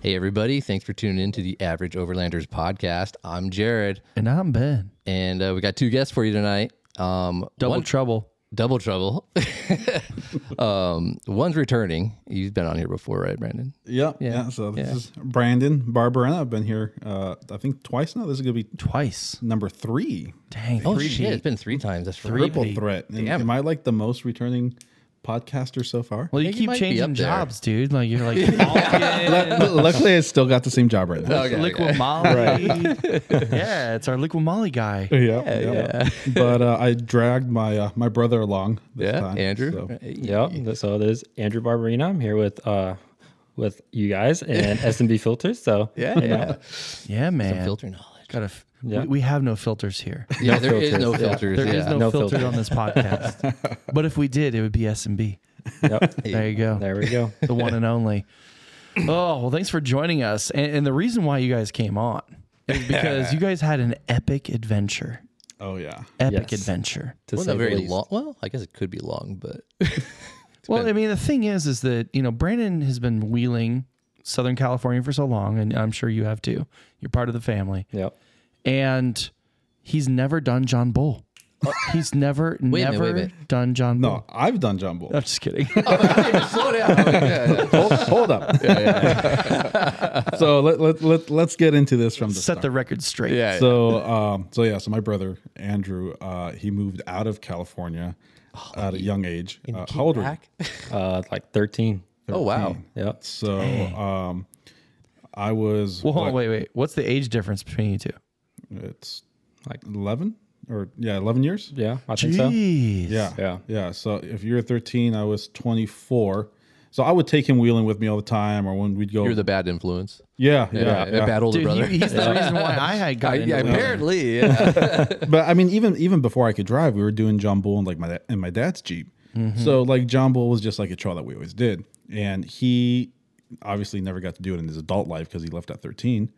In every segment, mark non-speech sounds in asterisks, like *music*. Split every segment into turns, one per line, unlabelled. Hey, everybody. Thanks for tuning in to the Average Overlanders podcast. I'm Jared,
And I'm Ben.
and uh, we got two guests for you tonight. Um,
Double
one-
trouble.
double trouble. *laughs* um, one's returning. He's been on here before, right, Brandon?
Yeah, yeah. So this
yeah.
is Brandon Barbarena. I've been here, uh, I think twice now. This is gonna be
Twice.
number three
Dang.
Oh,
three
shit.
deep.
It's been three times. That's three.
triple threat. And
Damn.
am I like the most returning podcaster so far?
Well, you
think you
keep
might be up
changing
there.
jobs, dude. Like you're *laughs* like Falcon,
Lu- Luckily, I still got the same job right now.
Okay,
Liquid
okay.
Molly. *laughs* yeah, it's our Liquid Molly guy.
*laughs* Yeah,
*laughs*
yeah. but uh, I dragged my uh, my brother along this
Yeah,
time.
Andrew.
so-
Yep. So there's Andrew Barbarina. I'm here with uh with you guys and SMB filters. So
Yeah, yeah.
Yeah, man.
Filter knowledge.
Got a f-
Yeah.
we, we have no filters here.
Yeah, there is no
filters.
filters.
*laughs* There is
yeah.
no,
No
filter
filter.
on this podcast. *laughs* but if we did, it would be S and B.
yep.
*laughs* There you go.
*laughs* There we go.
The one and only. *laughs* Oh, well, thanks for joining us. And, and the reason why you guys came on is *laughs* because you guys had an epic adventure.
Oh yeah.
Epic
Yes.
adventure.
To
Wasn't
say
that
the
very
least.
long. Well, I guess it could be long,
*laughs*
but
Well, I mean, the thing is, is that you know Brandon has been wheeling Southern California for so long, and I'm sure you have too. You're part of the family,
Yep.
and he's never done
*laughs*
John Bull. He's never,
a minute,
never
wait a minute. Oh,
done John Bull.
No, Oh, I've done jumble.
*laughs*
I'm just kidding.
slow down. Yeah,
hold, hold up. *laughs* so let, let, let, let's get into this from
*laughs*
the
Set
start.
the record straight.
yeah.
so um so yeah so my brother andrew uh he moved out of california at a young age uh, how old were you?
Uh like 13.
Oh wow.
Yep.
so um i was
Well, hold on,
what,
wait, wait. What's the age difference between you two?
it's like
Like-
11 or yeah 11 years
Yeah. I think so.
Jeez.
yeah
Yeah.
yeah so if you were 13 i was 24 so i would take him wheeling with me all the time or when we'd go
You're the bad influence.
yeah yeah,
Yeah,
yeah.
a bad older
Dude,
brother.
he- he's the reason why I had
I,
got into
yeah,
it.
apparently,
*laughs*
yeah.
but I mean, even even before I could drive, we were doing John Bull in like my da- in my dad's Jeep. So like John Bull was just like a trail that we always did, and he obviously never got to do it in his adult life because he left at thirteen,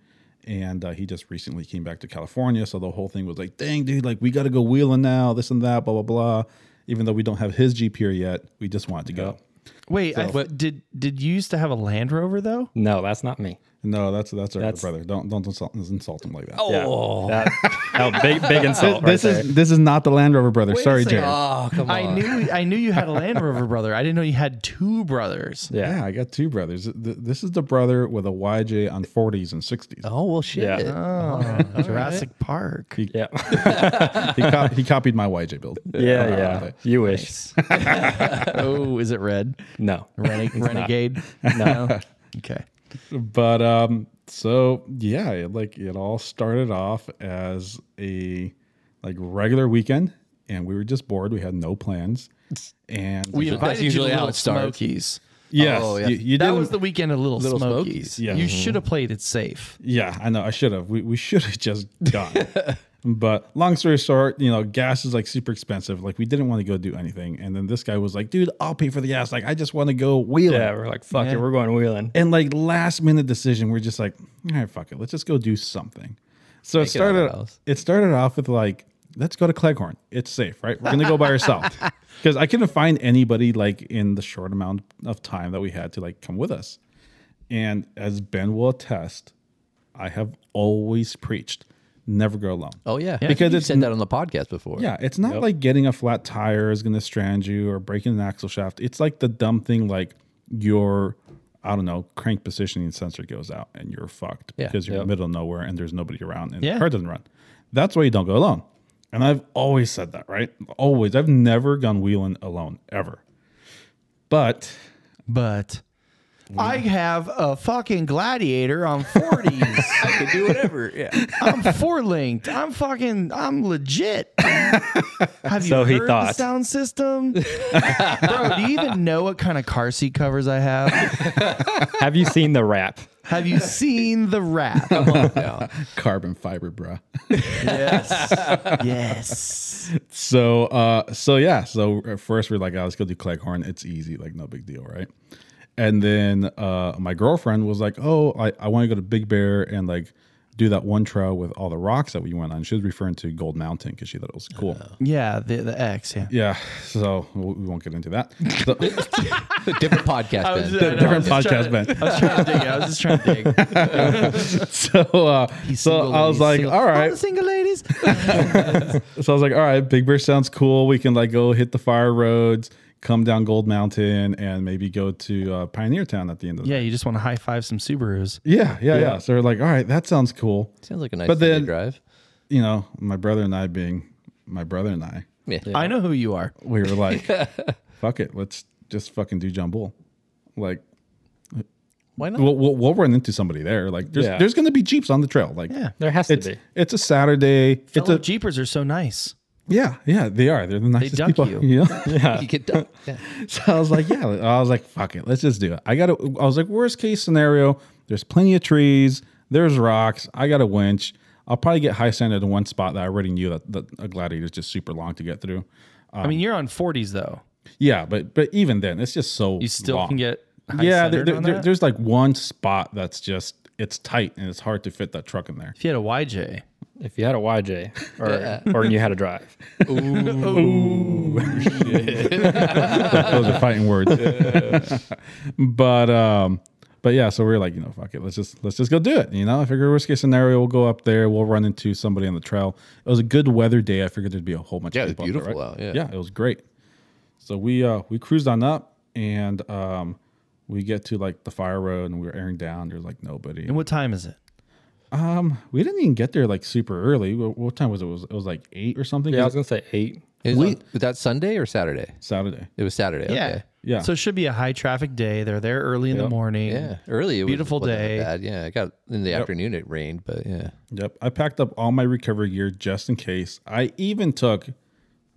and uh, he just recently came back to California. So the whole thing was like, dang dude, like we got to go wheeling now, this and that, blah blah blah. Even though we don't have his Jeep here yet, we just wanted to go.
Wait, I, did did you used to have a Land Rover though?
No, that's not me.
No, that's that's our
That's-
brother. Don't don't insult, insult him like that.
Yeah. Oh. That, that big big insult right
this
there.
is this is not the Land Rover brother.
Wait a
Sorry,
second.
Jared.
Oh, come
I knew I knew you had
*laughs*
a Land Rover brother. I didn't know you had two brothers.
yeah.
Yeah, I got two brothers. Th- th- This is the brother with a YJ on 40s and 60s.
Oh well, shit.
Yeah.
Oh, Jurassic Park.
Yeah. *laughs*
Oh.
He, cop- he copied my
*laughs*
YJ build.
Yeah. Yeah. You wish.
oh, is it red?
No.
*laughs* Rene- Renegade? *laughs* No. Okay.
But um, so yeah, it, like it all started off as a like regular weekend, and we were just bored. We had no
*laughs*
plans, and
We
That's
invited you
usually
to
how
Little
it starts.
Smokies.
*laughs* yes,
Oh, yeah.
you, you
That
didn't-
was the weekend of Little,
Little
Smokies.
Smokies.
Yeah.
You should have played it safe.
Yeah, I know. I should have. We, we should have just
*laughs*
gone. but long story short, you know, gas is like super expensive. Like we didn't want to go do anything. And then this guy was like, dude, I'll pay for the gas. Like I just want to go wheeling.
Yeah. We're like, fuck
Yeah.
it. We're going wheeling.
And like last minute decision, we're just like, all right, fuck it. Let's just go do something. So
it
it
all
started
else.
it started off with like, let's go to Cleghorn. It's safe, right? We're gonna go by ourselves. Because I couldn't find anybody like in the short amount of time that we had to like come with us. And as Ben will attest, I have always preached, never go alone.
Oh yeah.
Yeah.
Because
Because
you
it's
said that on the podcast before.
Yeah, it's not like getting a flat tire is going to strand you or breaking an axle shaft. It's like the dumb thing, like your, I don't know, crank positioning sensor goes out and you're fucked
Yeah.
because you're in the middle of nowhere and there's nobody around and
Yeah.
the car doesn't run. That's why you don't go alone. And I've always said that, right? Always. I've never gone wheeling alone ever. But
But I have a fucking gladiator on 40s.
I could do *laughs* whatever. Yeah.
I'm four linked. I'm fucking. I'm legit. Have you
So he
heard the
thought.
sound system, bro? Do you even know what kind of car seat covers I have?
Have you seen the rap?
Have you seen the wrap?
*laughs* carbon fiber, bruh.
Yes.
*laughs*
yes.
So uh so yeah, so at first we're like, oh, let's go do Cleghorn. It's easy, like no big deal, right? And then uh my girlfriend was like, Oh, I, I want to go to Big Bear and like do that one trail with all the rocks that we went on. She was referring to Gold Mountain because she thought it was cool.
Yeah, the the X. *laughs* Yeah.
Yeah, so we we won't get into
*laughs*
that. So,
Different podcast. then.
uh,
different podcast, man.
I was trying to dig. I was just trying to *laughs* dig. *laughs*
*laughs* so, uh, so I was like, all right.
the single ladies.
So I was like, all right, Big Bear sounds cool. We can like go hit the fire roads, come down Gold Mountain, and maybe go to uh, Pioneer Town at the end of the
Yeah, you just want to high five some Subarus.
Yeah, yeah, yeah. So they're like, all right, that sounds cool.
Sounds like a nice
But
thing
then-
to drive.
You know, my brother and I being my brother and I,
Yeah.
I know who you are.
we were like, fuck it, let's just fucking do John Bull. Like,
Why not?
we'll, we'll, we'll run into somebody there. Like, there's
Yeah.
there's gonna be jeeps on the trail. Like,
Yeah.
There has to
it's
be.
it's a Saturday. It's
Fellow
a
Jeepers are so nice.
yeah, yeah. They are. They're the nicest
duck
people.
you.
Yeah.
Yeah.
You get *laughs* done. Yeah.
So I was like, yeah. I was like, fuck it, let's just do it. I got to. I was like, worst case scenario, there's plenty of trees, there's rocks. I got a winch. I'll probably get high sanded in one spot that I already knew that, that a gladiator's just super long to get through.
I
Um,
mean, you're on 40s though.
Yeah, but but even then, it's just so
You still
long.
can get high
Yeah, there,
centered
there-
on
there-
that.
there's like one spot that's just it's tight and it's hard to fit that truck in there.
If you had a YJ,
If you had a YJ or or you had a drive.
Those are fighting
*laughs*
words. but um, but yeah, so we were like, you know, fuck it, let's just let's just go do it. You know, I figure worst case scenario, we'll go up there, we'll run into somebody on the trail. It was a good weather day. I figured there'd be a whole bunch.
Yeah,
of
it was
people up there,
beautiful
right?
out, yeah.
yeah, it was great. So we uh we cruised on up and um we get to like the fire road and we were airing down. There's like nobody.
and what time is it?
We didn't even get there like super early. What, what time was it? It was it was like eight or something?
Yeah, I was
'Cause
gonna say eight.
Is on- was that Sunday or Saturday?
it's Saturday.
It was Saturday.
Yeah.
Okay.
Yeah.
So it should be a high traffic day. They're there early in the morning.
Yeah. Early. It was,
Beautiful
wasn't that
day.
Bad. Yeah. It got in the afternoon. It rained, but yeah.
Yep. I packed up all my recovery gear just in case. I even took,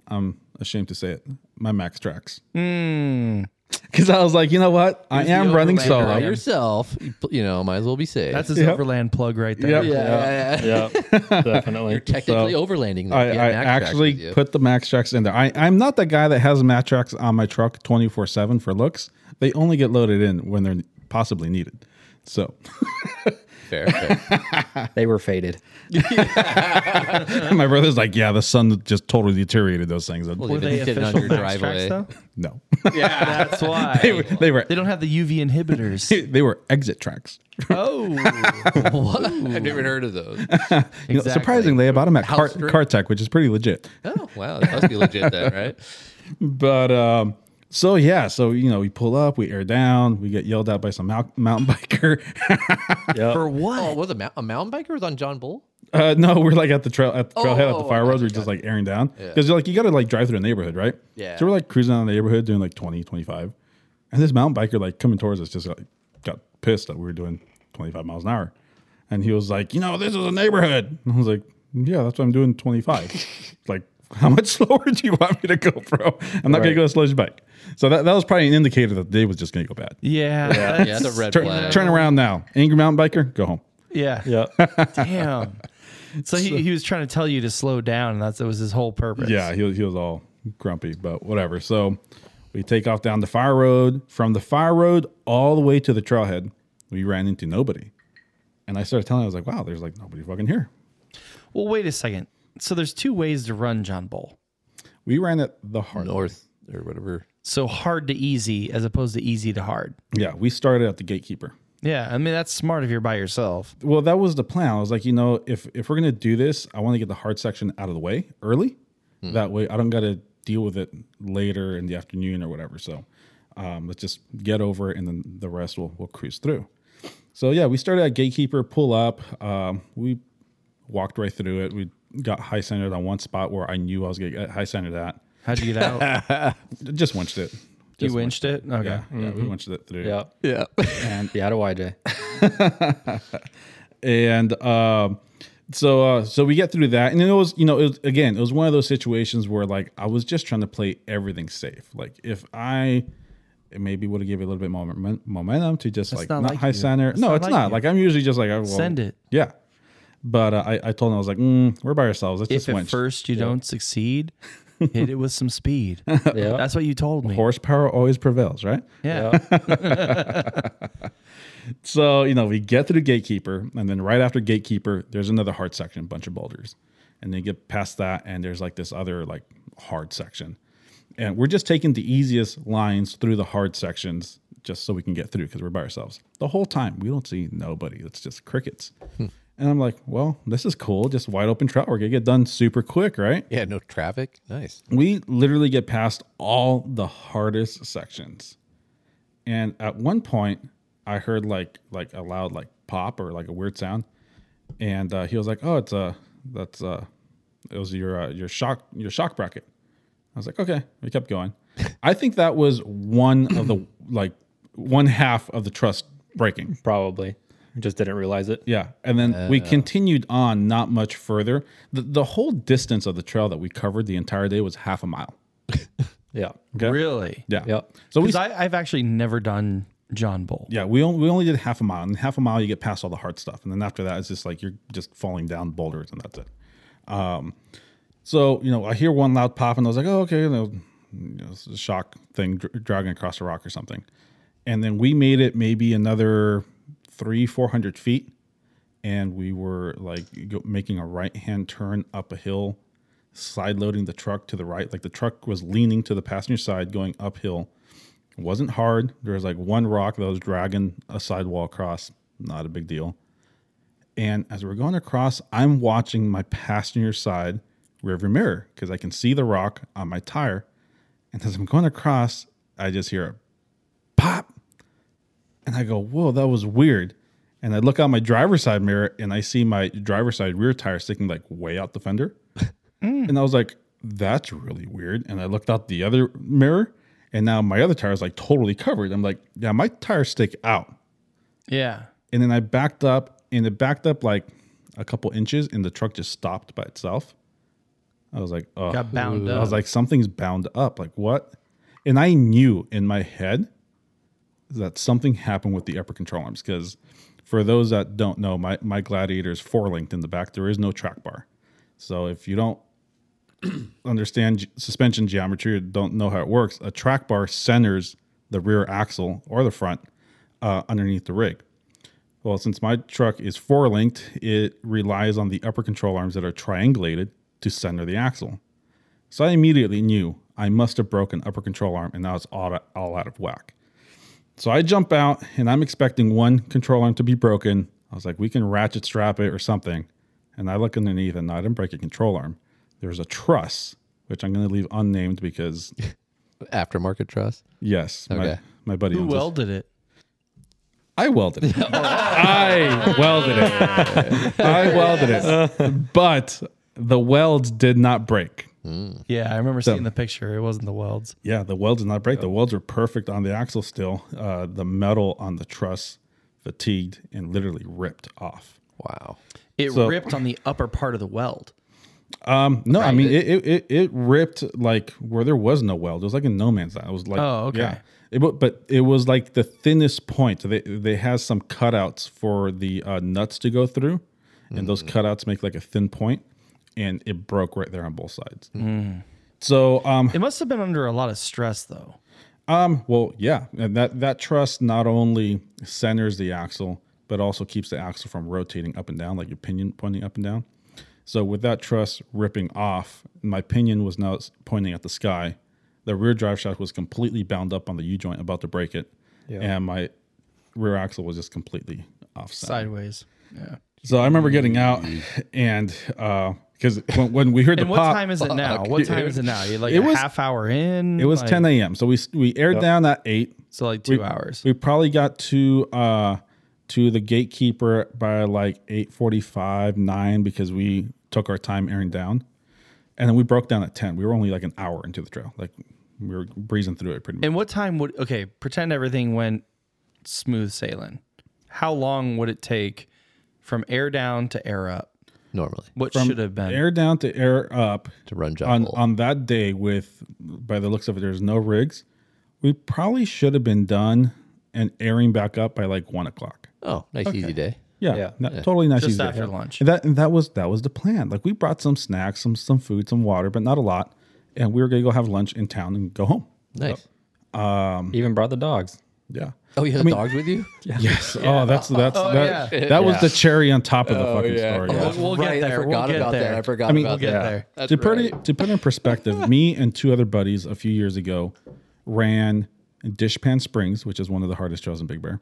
I'm ashamed to say it, my Max Tracks. *laughs* Because I was like, you know what? I
Hmm. the
am running
overlander.
solo.
By
yeah.
yourself, you pl- you know, might as well be safe.
That's his
Yep.
overland plug right there.
Yep.
yeah. yeah, yeah.
Yeah, definitely.
You're technically overlanding.
I, I actually put the Max Tracks in there. I, I'm not that guy that has Max Tracks on my truck 24 7 for looks. They only get loaded in when they're possibly needed. So *laughs*
fair. *laughs* fair.
they were faded.
my brother's like, yeah, the sun just totally deteriorated those things.
Well,
Were
even
they
if you did it on
official
your
Max
driveway.
tracks though?
no, *laughs*
Yeah, that's why.
they, were, they were
They don't have the UV
*laughs*
inhibitors.
they were exit tracks.
oh,
*laughs* What? I've never heard of those.
You know,
Exactly.
surprisingly, I bought them at
House
Car-
strip.
CarTech, which is pretty legit.
Oh wow, that must be legit then, right?
But um, so yeah, so you know, we pull up, we air down, we get yelled at by some mou- mountain *laughs* biker.
for
Oh,
what?
was a, mou- a mountain biker was on John Bull.
uh, no, *laughs* we're like at the trail at the
Oh,
trailhead at
oh,
the fire
I
roads.
got
We're
you,
just like airing down because like you got to like drive through the neighborhood, right?
Yeah.
So we're like cruising down the neighborhood doing like 20, 25. and this mountain biker like coming towards us just like, got pissed that we were doing twenty five miles an hour, and he was like, you know, this is a neighborhood. And I was like, yeah, that's what I'm doing twenty five.
*laughs*
like, how much *laughs* slower do you want me to go, bro? I'm not gonna
Right.
go as slow as you bike. So that, that was probably an indicator that the day was just gonna go bad.
Yeah,
Yeah,
that's-
the red
Turn,
flag.
turn around now. Angry mountain biker, go home.
yeah.
Yeah,
*laughs*
Damn. So he, he was trying to tell you to slow down, and that's that was his whole purpose.
Yeah, he was, he was all grumpy, but whatever. So we take off down the fire road. From the fire road all the way to the trailhead, we ran into nobody. And I started telling, I was like, wow, there's like nobody fucking here.
Well, wait a second. So there's two ways to run John Bull.
We ran at the hard.
North or whatever.
So hard to easy as opposed to easy to hard.
Yeah, we started at the gatekeeper.
Yeah, I mean that's smart if you're by yourself.
Well, that was the plan. I was like, you know, if if we're gonna do this, I want to get the hard section out of the way early.
Hmm.
That way, I don't got to deal with it later in the afternoon or whatever. So, um, let's just get over, it and then the rest will will cruise through. So yeah, we started at gatekeeper, pull up. Um, we walked right through it. We got high centered on one spot where I knew I was gonna get high centered at.
How'd you get out?
Just winched it.
you winched it. Mm-hmm. Okay.
Yeah, yeah, we winched it through.
yeah,
Yeah.
and you had a YJ.
and um, so uh, so we get through that, and it was you know it was, again it was one of those situations where like I was just trying to play everything safe. Like if I it maybe would have given a little bit more momen- momentum to just like
not
not,
like
high
you.
center. no,
not
it's
like
not.
you.
Like I'm usually just like I will
Send it.
Yeah, but uh, I I told him I was like mm, we're by ourselves. Let's
If
just
at
winch.
*laughs* first you don't succeed, Hit it with some speed.
Yeah.
That's what you told me.
Horsepower always prevails, right?
Yeah.
So, you know, we get through Gatekeeper, and then right after Gatekeeper, there's another hard section, bunch of boulders. And then you get past that, and there's like this other like hard section. And we're just taking the easiest lines through the hard sections just so we can get through because we're by ourselves. The whole time, we don't see nobody. It's just crickets. And I'm like, well, this is cool. Just wide open trout. We're going to get done super quick, right?
*laughs* Yeah, no traffic. Nice.
we literally get past all the hardest sections and at one point i heard like like a loud like pop or like a weird sound and uh, he was like oh it's uh that's uh it was your uh, your shock your shock bracket i was like okay we kept going i think that was one of the like one half of the trust breaking
Probably. Just didn't realize it.
yeah, and then we continued on not much further. The, the whole distance of the trail that we covered the entire day was half a mile.
Yeah.
Okay?
Really?
Yeah.
Yep.
So we
Because I, I've actually never done John Bull.
yeah we only, we only did half a mile, and half a mile you get past all the hard stuff, and then after that it's just like you're just falling down boulders, and that's it. Um, so you know I hear one loud pop, and I was like, oh okay, you know, you know, it's a shock thing dr- dragging across a rock or something, and then we made it maybe another three four hundred feet, and we were like go, making a right hand turn up a hill. Side loading the truck to the right, like the truck was leaning to the passenger side, going uphill, it wasn't hard. There was like one rock that was dragging a sidewall across. Not a big deal. And as we're going across, I'm watching my passenger side rearview mirror because I can see the rock on my tire. And as I'm going across, I just hear a pop. And I go, whoa, that was weird. And I look out my driver's side mirror and I see my driver's side rear tire sticking like way out the fender. And I was like, that's really weird. And I looked out the other mirror and now my other tire is like totally covered. I'm like, yeah, my tires stick out.
Yeah.
And then I backed up and it backed up like a couple inches and the truck just stopped by itself. I was like, oh.
Got bound
I
up.
was like, something's bound up. Like, what? And I knew in my head that something happened with the upper control arms because for those that don't know, my, my Gladiator is four linked in the back. There is no track bar. So if you don't *clears throat* understand g- suspension geometry or don't know how it works, a track bar centers the rear axle or the front uh, underneath the rig. Well, since my truck is four linked, it relies on the upper control arms that are triangulated to center the axle. So I immediately knew I must have broken upper control arm and now it's all, all out of whack. So I jump out and I'm expecting one control arm to be broken. I was like, we can ratchet strap it or something. And I look underneath and I didn't break a control arm. There's a truss, which I'm going to leave unnamed because,
Aftermarket trust.
yes,
Okay.
my, my buddy
Who
owns this.
welded it?
I welded it. I welded it. I welded it. But the welds did not break.
Yeah, I remember seeing the picture. It wasn't the welds.
Yeah, the welds did not break. The welds were perfect on the axle still. Uh, the metal on the truss fatigued and literally ripped off.
Wow.
It
So-
ripped on the upper part of the weld.
Um, no, I mean it, it, it, it ripped like where there was no weld. It was like in no man's land. It was like
Oh, okay.
It, wa- but it was like the thinnest point. They they has some cutouts for the uh, nuts to go through, and those
Mm.
cutouts make like a thin point, and it broke right there on both sides.
Mm.
So um,
It must have been under a lot of stress, though.
um, well, yeah, and that that truss not only centers the axle, but also keeps the axle from rotating up and down, like your pinion pointing up and down. So with that truss ripping off, my pinion was now s- pointing at the sky. The rear drive shaft was completely bound up on the U joint, about to break it, and my rear axle was just completely off center.
Sideways. Yeah.
So I remember getting out, and because when, when we heard the
And what
pop,
time is it now?
Fuck,
What time
dude.
is it now? You're like
It
a
was-
half hour in.
it was
like-
10 a.m. So we s- we aired down at eight.
So like two hours.
We probably got to uh to the gatekeeper by like 8:45, 9 because we took our time airing down. And then we broke down at 10. We were only like an hour into the trail. Like we were breezing through it pretty much.
And what time would okay? Pretend everything went smooth sailing. How long would it take from air down to air up?
Normally
What should have been?
Air down to air up
to run
on
jungle.
on that day with by the looks of it there's no rigs. We probably should have been done and airing back up by like one o'clock.
oh, nice easy day.
Yeah,
Yeah.
no- totally nice.
Just
easy.
after lunch.
And that and that was that was the plan. Like we brought some snacks, some some food, some water, but not a lot. and we were gonna go have lunch in town and go home.
Nice.
Even brought the dogs.
Yeah.
Oh, you had
mean-
dogs with you?
Yes. Oh, that's that's that.
yeah.
That was
Yeah.
the cherry on top of the fucking
Oh,
story. Oh, yeah.
We'll get
Right, I
there. We'll
forgot
get
about
there.
that. I forgot
I mean,
about
We'll get
that.
there.
That's
to put
right.
it to put it in perspective,
*laughs*
me and two other buddies a few years ago ran Dishpan Springs, which is one of the hardest trails in Big Bear,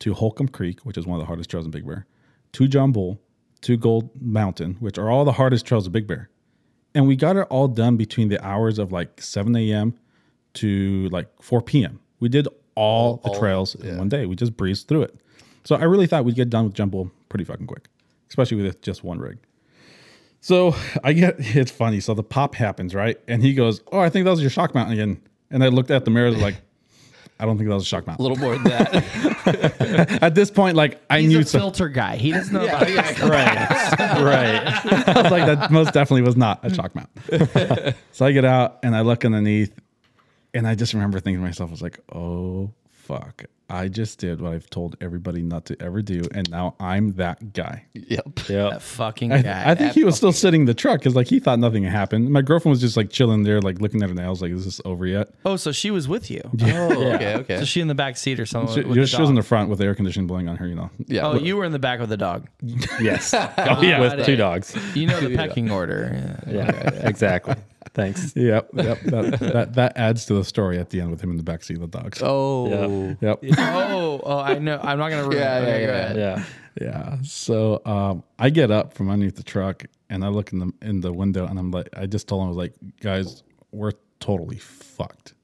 to Holcomb Creek, which is one of the hardest trails in Big Bear, to John Bull, to Gold Mountain, which are all the hardest trails in Big Bear. And we got it all done between the hours of like 7 a.m. to like 4 p.m. We did all, the trails in one day. We just breezed through it. So I really thought we'd get done with John Bull pretty fucking quick, especially with just one rig. So I get *laughs* it's funny. So the pop happens, right? And he goes, Oh, I think that was your shock mount again. And I looked at the mirror like, I don't think that was a shock mount.
A little more than that.
At this point, like I
He's
knew
a
something.
filter guy. He doesn't know about
*laughs* Right. right.
I was like, that most definitely was not a
*laughs*
chalk mount. so I get out and I look underneath, and I just remember thinking to myself, I was like, oh fuck, I just did what I've told everybody not to ever do, and now I'm that guy.
yep.
Oh,
Yep.
that fucking
I,
guy.
I think he was still sitting in the truck because like he thought nothing had happened. My girlfriend was just like chilling there, like looking at her nails, like is this over yet?
oh, so she was with you.
Oh, okay,
So
okay.
she in the back seat or something.
She,
with the
she was in the
dog.
front with the air conditioning blowing on her, you know.
*laughs*
Yeah.
Oh, you were in the back with the dog.
Yes.
Oh,
yeah.
With two *laughs* dogs.
You know *laughs* the pecking order. Yeah.
Yeah. Exactly. Thanks.
Yep, yep. That, that that adds to the story at the end with him in the backseat of the dogs.
oh.
Yeah.
Yep.
Oh, oh, I know. I'm not gonna ruin
Yeah,
it. Okay,
yeah,
go
yeah.
ahead.
Yeah.
Yeah. So um, I get up from underneath the truck and I look in the in the window and I'm like, I just told him I was like, guys, we're totally fucked.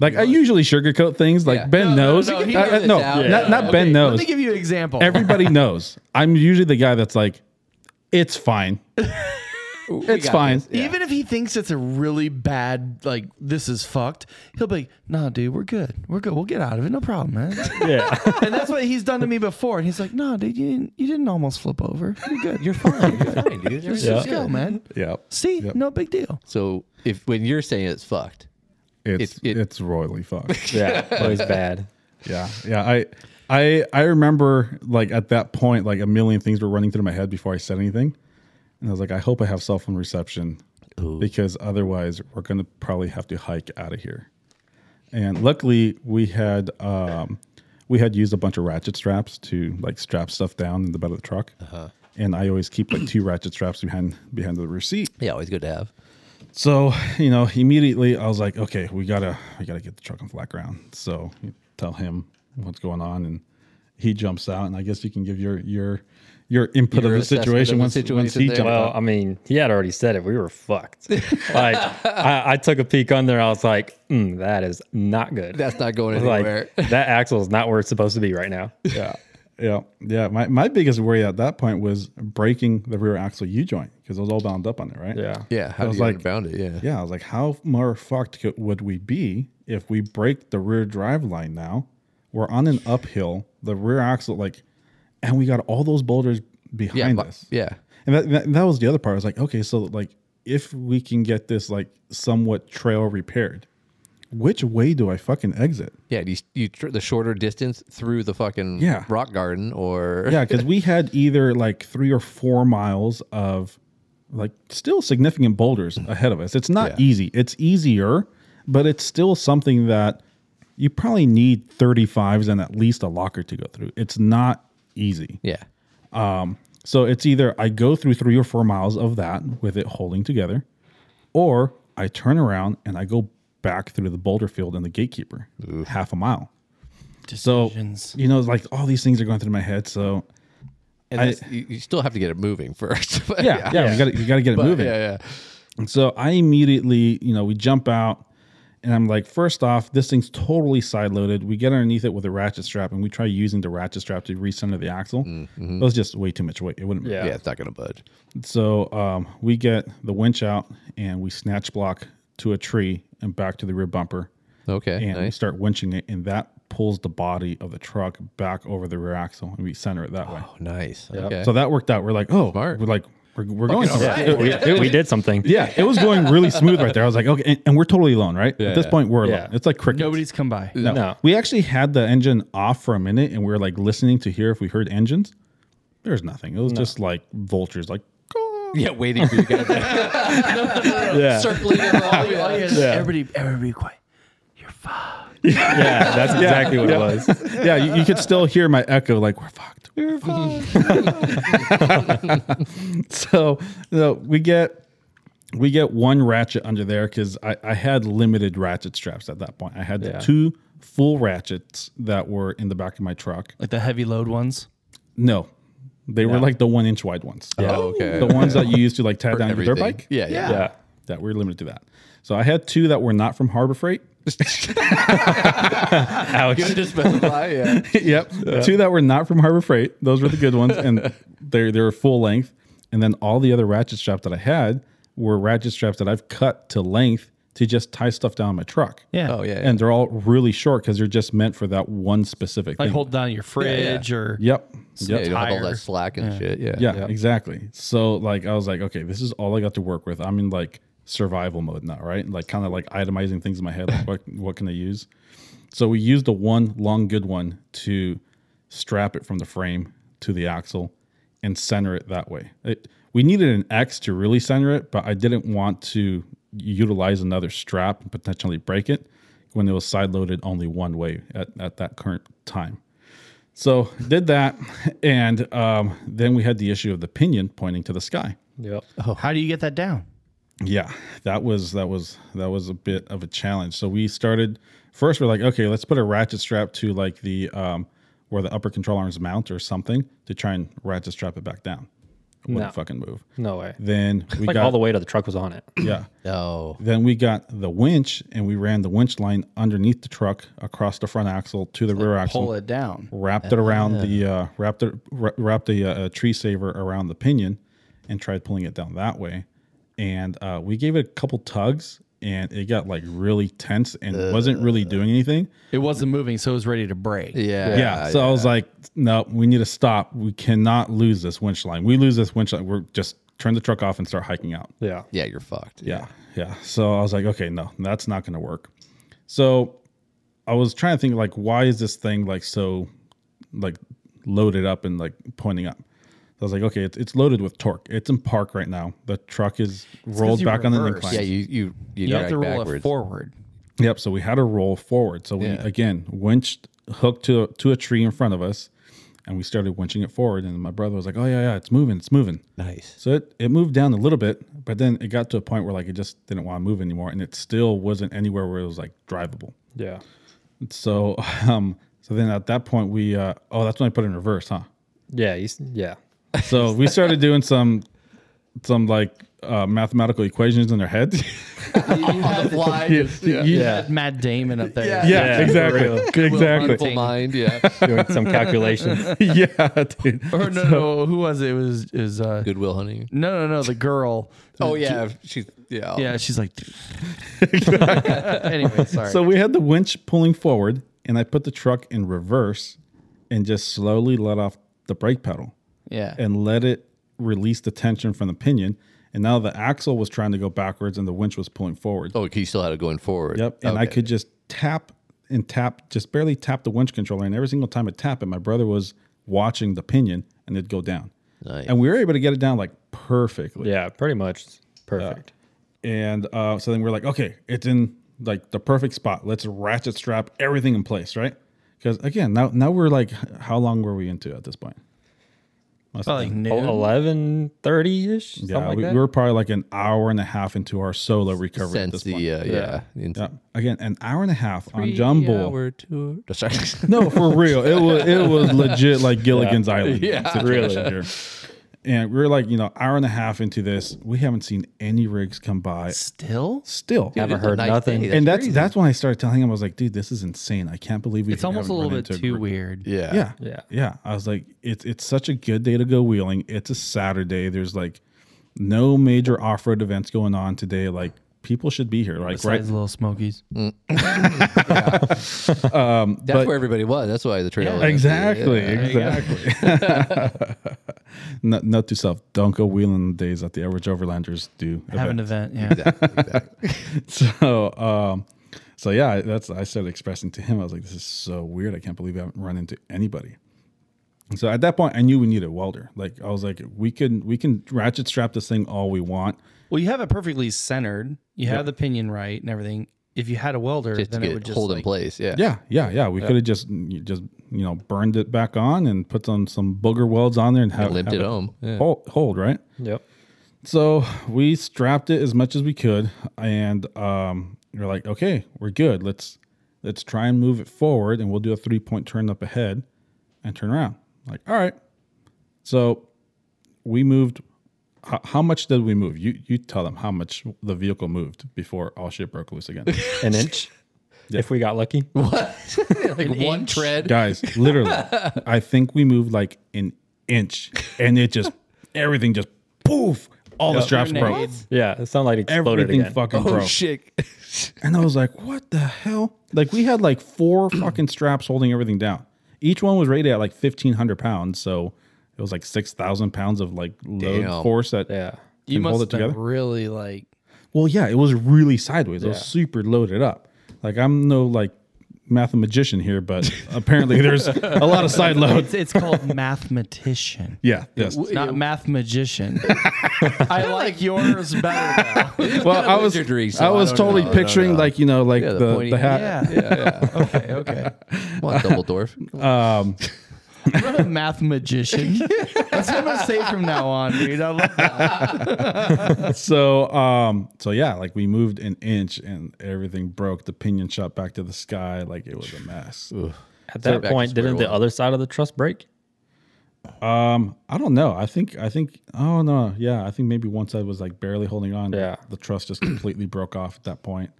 Like I usually sugarcoat things. Like
Yeah.
Ben
No, no,
knows.
no, he
I- I-
knows
no,
it's out.
not,
Yeah.
not Ben
Let
*laughs*
knows.
me give you an example.
Everybody knows. I'm usually the guy that's like,
*laughs*
it's fine. it's
got
fine.
this. Yeah.
Even if he thinks it's a really bad, like this is fucked, he'll be like, "Nah, dude, we're good. We're good. We'll get out of it. No problem,
*laughs*
man."
Yeah.
*laughs* and that's what he's done to me before. And he's like, "Nah, dude, you didn't. You didn't almost flip over. You're good. You're fine. You're fine.
Fine, dude.
Let's
Everything's
just go,
good.
man.
Yeah.
See, no big deal.
So if when you're saying it's fucked,
It's
It- it-
it's royally fucked.
Yeah. Always bad.
yeah. Yeah. I I I remember like at that point, like a million things were running through my head before I said anything. And I was like, I hope I have cell phone reception because otherwise we're going to probably have to hike out of here. And luckily we had, um, we had used a bunch of ratchet straps to like strap stuff down in the bed of the truck. And I always keep like two ratchet straps behind, behind the rear seat.
yeah, always good to have.
So, you know, immediately I was like, okay, we gotta, we gotta get the truck on flat ground. So you tell him what's going on and he jumps out and I guess you can give your, your, your input
Your
of the
assessment
situation
of the
once, once
situation
he
there.
jumped
Well,
out.
I mean, he had already said it. We were *laughs* fucked. like, I, I took a peek on there. I was like, mm, that is not good.
That's not going
like
anywhere.
*laughs* that axle is not where it's supposed to be right now.
yeah. Yeah. Yeah. My, my biggest worry at that point was breaking the rear axle U joint because it was all bound up on it, right?
Yeah.
yeah, how
I
do
was
you
like-
like, bound it? Yeah.
Yeah. I was like, how more fucked could, would we be if we break the rear drive line now? We're on an uphill, the rear axle, like, and we got all those boulders
yeah,
behind
bu-
us.
yeah.
And that, that, that was the other part. I was like, okay, so like if we can get this like somewhat trail repaired, which way do I fucking exit?
Yeah, you you tr- the shorter distance through the fucking
Yeah.
rock garden or
Yeah, because we had either like three or four miles of like still significant boulders ahead of us. It's not
Yeah.
easy. It's easier, but it's still something that you probably need 35s and at least a locker to go through. It's not easy.
*laughs* yeah.
So it's either I go through three or four miles of that with it holding together, or I turn around and I go back through the boulder field and the gatekeeper half a mile. So
Decisions.
you know, like all these things are going through my head. So
And
I-
that's you, you still have to get it moving *laughs* first. But
yeah, yeah, you got to you got to get
*laughs*
it
But
moving.
Yeah, yeah.
And so I immediately, you know, we jump out and I'm like, first off, this thing's totally side loaded. We get underneath it with a ratchet strap and we try using the ratchet strap to recenter the axle. It was just way too much weight. It wouldn't.
Yeah.
Yeah, it's not gonna budge.
So um, we get the winch out and we snatch block to a tree and back to the rear bumper
Okay.
and we
nice.
start winching it and that pulls the body of the truck back over the rear axle and we center it that way.
Oh, nice. Okay.
So that worked out. We're like, oh,
Smart.
we're like, we're, we're going. somewhere.
Yeah, we, we did something.
*laughs* Yeah, it was going really smooth right there. I was like, okay, and, and we're totally alone, right? At this
yeah.
point, we're
Yeah.
alone. It's like cricket.
Nobody's come by.
no.
No.
We actually had the engine off for a minute, and we were like listening to hear if we heard engines. There's nothing. It was just like vultures, like "Caw,"
Yeah, waiting for you guys. *laughs*
Yeah.
Circling *laughs* around.
yeah. Everybody, everybody quiet.
Yeah, that's exactly what it was.
yeah, you, you could still hear my echo, like, we're fucked. *laughs* We're fucked. so no, we get we get one ratchet under there because I, I had limited ratchet straps at that point. I had
Yeah.
two full ratchets that were in the back of my truck.
Like the heavy load ones.
No. They were like the one inch wide ones.
Oh, okay.
The ones that you used to like tie down your dirt
Everything.
bike.
Yeah, yeah.
*laughs* Yeah.
That we are limited to that. So I had two that were not from Harbor Freight.
Ouch.
Good to *laughs* specify.
*laughs*
Yeah.
yep. Two that were not from Harbor Freight. Those were the good ones,
*laughs*
and they they were full length. And then all the other ratchet straps that I had were ratchet straps that I've cut to length to just tie stuff down my truck.
Yeah.
Oh, yeah.
And they're all really short because they're just meant for that one specific
Like
thing.
hold down your fridge or
yep.
yeah,
Yep.
you don't have all
tire.
that slack and shit. Yeah.
Yeah, exactly. So like I was like, okay, this is all I got to work with. I'm in like survival mode now, right? Like kind of like itemizing things in my head. Like what *laughs* what can I use? So we used the one long good one to strap it from the frame to the axle and center it that way. It, we needed an X to really center it, but I didn't want to utilize another strap and potentially break it when it was side loaded only one way at, at that current time. So did that, and um, then we had the issue of the pinion pointing to the sky.
Yep.
Oh.
how do you get that down?
Yeah, that was that was that was a bit of a challenge. So we started first. We're like, okay, let's put a ratchet strap to like the um, where the upper control arms mount or something to try and ratchet strap it back down. Wouldn't
No.
fucking move.
No way.
Then we
Like
got
all the weight of the truck was on it.
*laughs* yeah.
Oh.
Then we got the winch and we ran the winch line underneath the truck across the front axle to the rear axle.
pull it down.
wrapped it around the uh, wrapped it, wra- wrapped the uh, uh, tree saver around the pinion and tried pulling it down that way. And uh, we gave it a couple tugs and it got like really tense and wasn't really doing anything.
It wasn't moving, so it was ready to break.
Yeah.
yeah. So I was like, no, we need to stop. We cannot lose this winch line. We lose this winch line. We're just turn the truck off and start hiking out.
Yeah.
yeah, you're fucked.
Yeah. Yeah. So I was like, okay, no, that's not going to work. So I was trying to think like, why is this thing like so like loaded up and like pointing up? So I was like, okay, it's, it's loaded with torque. It's in park right now. The truck is rolled
you
back on an
reversed.
incline.
Yeah, you you you,
You have to
drag
roll it
backwards.
forward.
Yep. So we had to roll forward. So we again winched hooked to to a tree in front of us, and we started winching it forward. And my brother was like, "Oh yeah, yeah, it's moving, it's moving."
Nice.
So it it moved down a little bit, but then it got to a point where like it just didn't want to move anymore, and it still wasn't anywhere where it was like drivable.
Yeah.
So *laughs* um, so then at that point we uh, oh that's when I put it in reverse, huh?
Yeah. You, s- yeah.
So
*laughs*
we started doing some some like uh, mathematical equations in their *laughs* heads.
*laughs* On the fly. just, yeah.
*laughs*
Yeah.
Had Matt Damon up there.
Yeah,
for real.
Mindful mind. Yeah.
Doing some calculations.
*laughs* yeah, dude.
Or no, no, who was it? It was is uh
Goodwill hunting.
no, no, no, the girl.
*laughs* Oh yeah, she's yeah.
Yeah, she's like.
*laughs*
anyway, sorry.
So we had the winch pulling forward, and I put the truck in reverse and just slowly let off the brake pedal
Yeah.
and let it release the tension from the pinion. And now the axle was trying to go backwards and the winch was pulling forward.
Oh, he still had it going forward.
Yep. And I could just tap and tap, just barely tap the winch controller. And every single time I tap it, my brother was watching the pinion and it'd go down.
Nice.
And we were able to get it down like perfectly.
yeah. Pretty much perfect.
And uh, so then we're like, okay, it's in like the perfect spot. Let's ratchet strap everything in place, right? Because again, now now we're like, how long were we into at this point? Must have
like
been-
noon.
Eleven thirty ish. Something
yeah,
like
we,
that.
we were probably like an hour and a half into our solo recovery at
sense
this
the
point.
uh, yeah. yeah.
Yeah. Again, an hour and a half on Jumble.
tour. *laughs* Sorry.
No, for real. It was
*laughs*
it was legit like Gilligan's Island.
Yeah.
situation here. And we are like, you know, hour and a half into this, we haven't seen any rigs come by
Still,
still.
Haven't heard nothing.
and that's that's when I started telling him I was like, dude, this is insane. I can't believe we.
it's almost a
haven't
little
run
bit
into a
too
group."
weird.
yeah.
Yeah,
Yeah.
yeah. I was like, it's it's such a good day to go wheeling. It's a Saturday. There's like no major off road events going on today. Like people should be here. Like
Besides
right.
Little Smokies.
That's
But-
where everybody was. That's why the trail. was empty.
Exactly,
Yeah.
exactly. *laughs* Not note to self: don't go wheeling on the days that the average overlanders do.
Have an
event.
event. Yeah.
*laughs* So, um, so yeah, I- that's I started expressing to him. I was like, "This is so weird. I can't believe I haven't run into anybody." So at that point, I knew we needed a welder. Like I was like, we can we can ratchet strap this thing all we want.
Well, you have it perfectly centered. You have the pinion right and everything. If you had a welder,
Just
then
to
it
get
would just
hold in
like-
place. Yeah.
Yeah, yeah, yeah. We could have just mm, you just you know burned it back on and put some some booger welds on there and have,
Limped
have
it home. Yeah.
Hold, hold right.
Yep.
So we strapped it as much as we could, and um, we are like, okay, we're good. Let's let's try and move it forward, and we'll do a three point turn up ahead, and turn around. Like, all right. So we moved. How, how much did we move? You you tell them how much the vehicle moved before all shit broke loose again,
An inch. If we got lucky.
like one
inch.
tread.
guys. Literally, I think we moved like an inch, and it just everything just poof. All the straps broke.
Grenades.
Yeah. It sounded like it exploded
Everything
again.
fucking
Oh
broke.
shit.
And I was like, what the hell? Like, we had like four *clears throat* fucking straps holding everything down. Each one was rated at like 1,500 pounds. So it was like 6,000 pounds of like load
Damn.
force that
yeah.
You
can
must
hold
have
it
been
together.
really
*laughs*
like
Well, yeah, it was really sideways. It was super loaded up. Like, I'm no like mathematician here, but apparently there's a lot of side load.
it's, it's called mathematician.
*laughs* Yeah, yes.
Not math
*laughs*
magician. I like yours better now.
Well, I was,
wizardry, so
I
I
was
don't
totally
know. I don't
picturing
know.
like, you know, like
the
the, the,
pointy-
*laughs* Yeah.
hat.
yeah. Okay. Okay.
Come *laughs* on, Dumbledore.
I'm a math *laughs* magician. That's what I'm gonna say from now on, dude. I love that.
so um so yeah like we moved an inch and everything broke the pinion shot back to the sky like it was a mess
At
So back
that
to
point,
square
didn't the
one.
other side of the truss break?
um i don't know i think i think oh no yeah i think maybe one side was like barely holding on
Yeah.
the truss just completely broke off at that point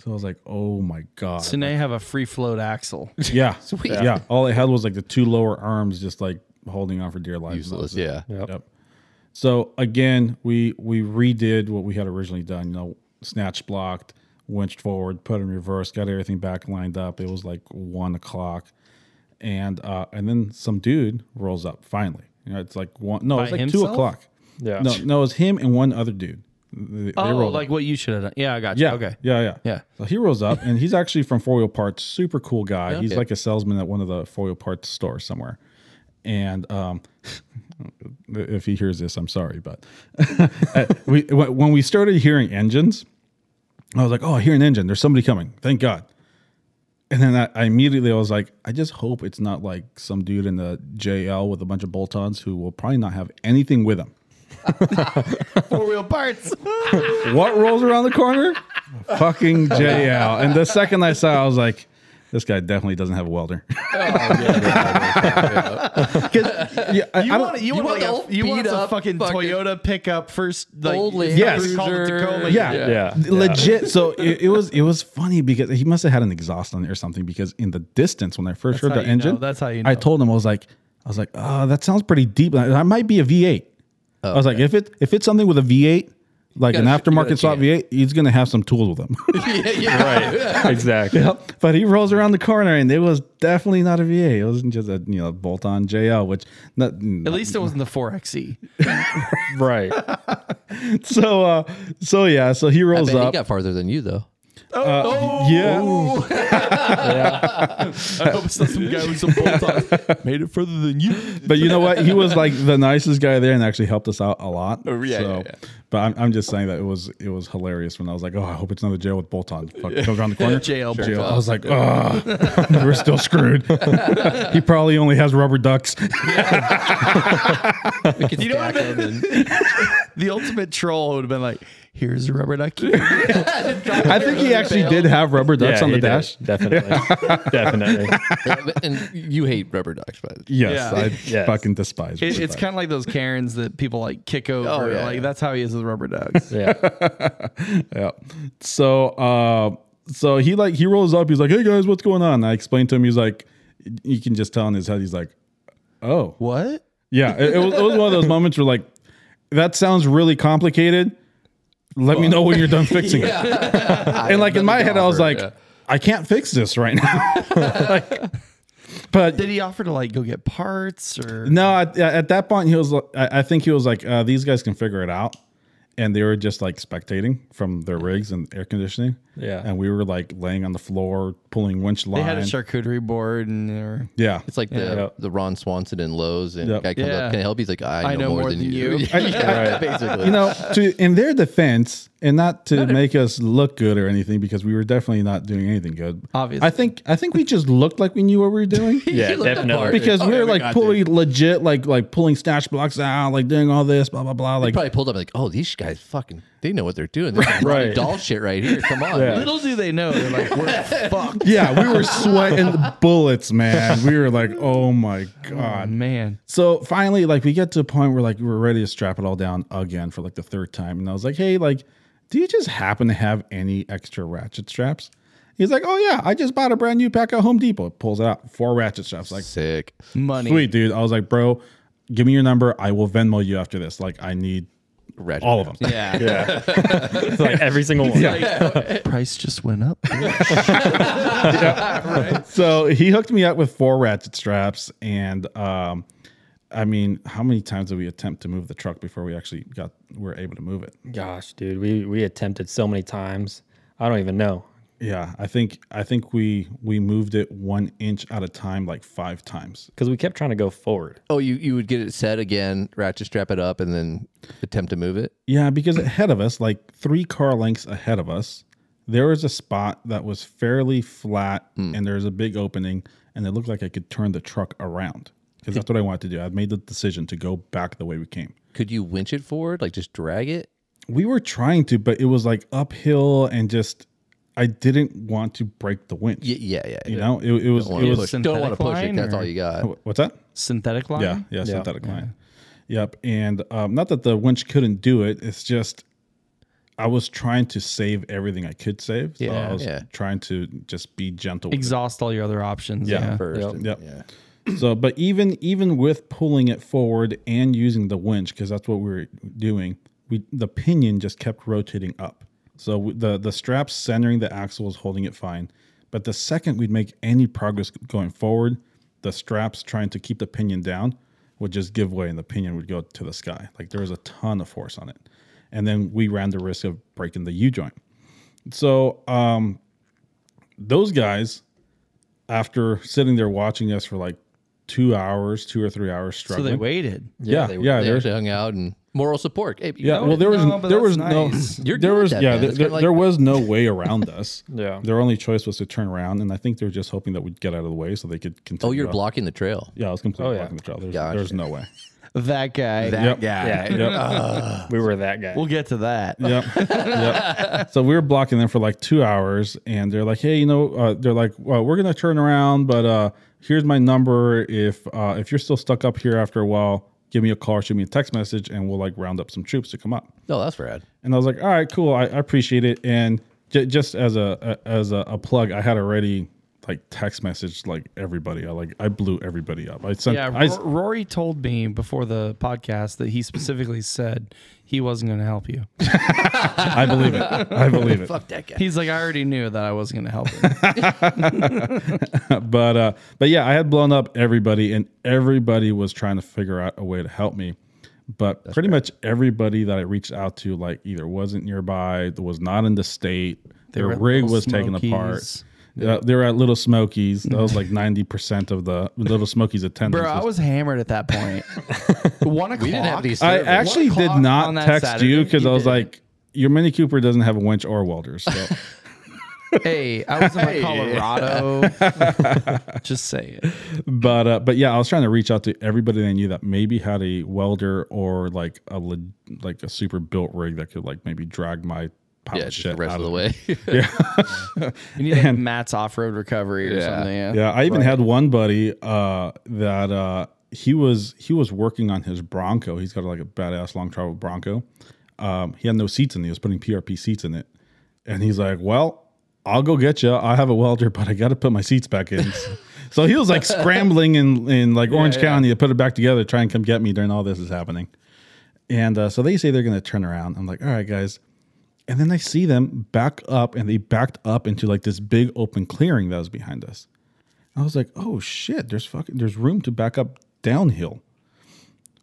so i was like oh my god
So now you have a free float
*laughs*
axle.
yeah
Sweet.
yeah. all it had was like the two lower arms just like holding on for dear life
Useless. Yeah.
Yep.
So again, we we redid what we had originally done. You know, snatch blocked, winched forward, put in reverse, got everything back lined up. It was like one o'clock, and uh, and then some dude rolls up. Finally, you know, it's like one. No, it's
By
like two
himself?
o'clock.
Yeah.
No, no, it was him and one other dude. They, they
Oh,
rolled up.
like what you should have done. Yeah, I got you.
Yeah.
Okay.
Yeah. Yeah.
Yeah.
So he rolls up and he's actually from Four Wheel Parts. Super cool guy. He's
Okay.
like a salesman at one of the Four Wheel Parts stores somewhere. And um, *laughs* if he hears this, I'm sorry, but *laughs* uh, we when when we started hearing engines, I was like, oh, I hear an engine. There's somebody coming. Thank God. And then I, I immediately I was like, I just hope it's not like some dude in the JL with a bunch of bolt-ons who will probably not have anything with him.
Four wheel *laughs* parts.
what rolls around the corner? Fucking JL. And the second I saw, it, I was like, this guy definitely doesn't have a welder. yeah, I, I
You
don't-
want, you
you
want,
want
like
the
a,
old
you want
beat
a
up
fucking,
fucking-
Toyota pickup first, like
Old
it's
Land
called the
Cruiser.
Tacoma.
yeah,
Yeah.
*laughs*
Yeah.
legit. So it, it was it was funny because he must have had an exhaust on it or something because in the distance when I
That's
first heard
how
the
you know.
engine,
That's how you
I
know.
told him I was like, I was like, oh, that sounds pretty deep. That might be a V8.
Oh,
I was like, if it if it's something with a V8, like an
gotta- you gotta
aftermarket swap
jam.
V8, he's gonna have some tools with him. *laughs*
yeah, *laughs* yeah.
Right. *laughs* exactly.
But he rolls around the corner, and it was definitely not a VA. It wasn't just a you know bolt-on JL, which not,
At least it wasn't the E. 4XE.
Right.
so uh so yeah. So he
I
rolls
bet he
up.
got farther than you though.
yeah,
*laughs* I hope it's not some guy with some bolt on.
*laughs*
Made it further than you.
but you know what? He was like the nicest guy there, and actually helped us out a lot.
Oh, yeah,
So,
yeah, yeah.
But I'm, I'm just saying that it was it was hilarious when I was like, oh, I hope it's another jail with bolt-on. Fuck, comes around
*laughs*
the corner.
JL
Jail.
bolt-on.
I was like, oh, *laughs* we're still screwed. he probably only has rubber ducks. *laughs*
We can
know what
stack
I
'em and-
The ultimate troll would have been like, here's a rubber duck. Here.
I think he actually did have rubber ducks on the
he did.
dash. *laughs*
Definitely. Definitely.
and you hate rubber ducks, but
Yes,
*laughs*
Yeah.
I
Yes.
fucking despise.
It,
rubber
it's
ducks.
kind of like those Karens that people like kick over.
Oh, yeah,
like
yeah.
that's how he is with rubber ducks.
*laughs* Yeah.
Yeah. So uh so he like he rolls up, he's like, Hey guys, what's going on? I explained to him, he's like you can just tell in his head, he's like, Oh.
what?
Yeah. It, it was, it was one of those moments where like that sounds really complicated. Let me know when you're done fixing
*laughs*
it. and like in my head, I was like,
Yeah.
I can't fix this right now. *laughs* Like, but
Did he offer to like go get parts or?
no, at, at that point, he was. li- I I think he was like, uh, "These guys can figure it out," and they were just like spectating from their rigs and air conditioning.
Yeah.
and we were like laying on the floor pulling winch line.
They had a charcuterie board and they were
Yeah,
It's like the
Yep.
the Ron Swanson and Lowe's, and
Yep.
guy comes
Yeah.
up, can I help? you?" He's like, I, know, more, than, you.
you."
*laughs* yeah, basically.
you *laughs* know, Uh, to in their defense, and not to make us look good or anything, because we were definitely not doing anything good.
Obviously.
I think I think we just looked like we knew what we were doing.
Yeah,
looked
definitely.
apart.
*laughs* Because
Okay,
we were like
Oh, got this.
pulling legit, like like pulling snatch blocks out, like doing all this, blah blah blah. Like
probably pulled up like, oh, these guys fucking, they know what they're doing.
*laughs*
This is
Right.
doll shit right here. Come on.
little do they know they're like we're fucked.
yeah, we were sweating bullets, man. We were like, oh my
Oh,
god.
man.
So finally, like we get to a point where like we were ready to strap it all down again for like the third time, and I was like, "Hey, like, do you just happen to have any extra ratchet straps?" He's like, "Oh yeah, I just bought a brand new pack at Home Depot." Pulls out four ratchet straps. Like,
Sick.
Money.
sweet dude. I was like, "Bro, give me your number. I will Venmo you after this. Like, I need
Ratchet
all of them."
Yeah.
Yeah. it's like every single one.
*laughs* Price just went up.
*laughs* So he hooked me up with four ratchet straps, and um, I mean, how many times did we attempt to move the truck before we actually got were able to move it?
Gosh, dude, we we attempted so many times. I don't even know.
Yeah, I think I think we we moved it one inch at a time, like five times.
Because we kept trying to go forward.
Oh, you, you would get it set again, ratchet strap it up, and then attempt to move it.
Yeah, because ahead of us, like three car lengths ahead of us, there was a spot that was fairly flat,
Hmm.
and there was a big opening, and it looked like I could turn the truck around because that's what I wanted to do. I made the decision to go back the way we came.
Could you winch it forward? Like just drag it?
We were trying to, but it was like uphill, and just I didn't want to break the winch.
Y- yeah, yeah.
You know, it, it was.
Don't wanna
It was
push- don't want to
synthetic
push it.
line
That's
or-
all you got.
what's that?
Synthetic line.
Yeah, yeah, synthetic line. Yep. And um, not that the winch couldn't do it, it's just I was trying to save everything I could save. So
Yeah,
I was
yeah.
trying to just be gentle. With
Exhaust all your other options.
Yeah.
First.
Yep.
and-
Yep.
Yeah.
it. So, but even even with pulling it forward and using the winch, because that's what we were doing, we the pinion just kept rotating up. So we- the the strap centering the axle was holding it fine, but the second we'd make any progress going forward, the straps trying to keep the pinion down would just give way and the pinion would go to the sky. Like there was a ton of force on it. And then we ran the risk of breaking the U joint. So um, those guys, after sitting there watching us for like two hours, two or three hours
So
struggling.
they waited.
yeah,
they-
Ah, yeah,
They
there's-
actually hung out and moral support. Hey, you
yeah.
know
Well,
it.
there was
No, but
there was
that's
no *laughs*
nice.
You're
there
good at
was
that,
yeah
man.
there,
That's kinda
there,
like-
there
*laughs*
was no way around us.
Yeah.
their only choice was to turn around, and I think they were just hoping that we'd get out of the way so they could continue.
oh, you're
up.
blocking the trail.
Yeah, I was completely
yeah.
blocking the trail. There's,
Gotcha.
there's
*laughs*
no way.
That guy.
Yep.
Yeah.
Yeah. *laughs* we were that guy.
We'll get to that.
yep. yep. So we were blocking them for like two hours, and they're like, "Hey, you know," uh, they're like, well, "We're gonna turn around, but uh, here's my number. If uh, if you're still stuck up here after a while, give me a call, or shoot me a text message, and we'll like round up some troops to come up."
No, that's rad.
And I was like, "All right, cool. I, I appreciate it." And j- just as a, a as a, a plug, I had already like text messaged like everybody. I like I blew everybody up. I sent.
Yeah,
I,
R- Rory told me before the podcast that he specifically said he wasn't going to help you.
I believe it. I
*laughs*
believe it.
Fuck that guy.
He's like, I already knew that I wasn't going to help him.
but uh but yeah i had blown up everybody and everybody was trying to figure out a way to help me but pretty much everybody that i reached out to like either wasn't nearby was not in the state their
were at
rig
Little
was taken apart
Smokies.
yeah, they were at little smokies that was
*laughs*
like 90% of the little smokies attendance
Bro, I was hammered at
*laughs*
that point. One o'clock.
We didn't have *laughs* these.
I
servers.
actually
One
did
o'clock
not
on that
text
Saturday,
you because
you
i was
did.
like your mini cooper doesn't have a winch or
*laughs*
welders so
Hey, I was in
*laughs*
like Colorado. Just say it.
but uh, but yeah, I was trying to reach out to everybody that I knew that maybe had a welder or like a le- like a super built rig that could like maybe drag my pile
yeah,
of
just
shit
the rest
out
of the
it.
way.
You need like Matt's off road recovery or
Yeah.
something. Yeah.
Yeah, I even had one buddy uh, that uh, he was he was working on his Bronco. He's got like a badass long travel Bronco. Um, he had no seats in it. He was putting PRP seats in it, and he's like, "Well, I'll go get you. I have a welder, but I got to put my seats back in." so he was like scrambling in in like Orange County to put it back together, try and come get me during all this is happening. And uh, so they say they're going to turn around. I'm like, "All right, guys." And then I see them back up, and they backed up into like this big open clearing that was behind us. I was like, oh shit, there's fucking there's room to back up downhill.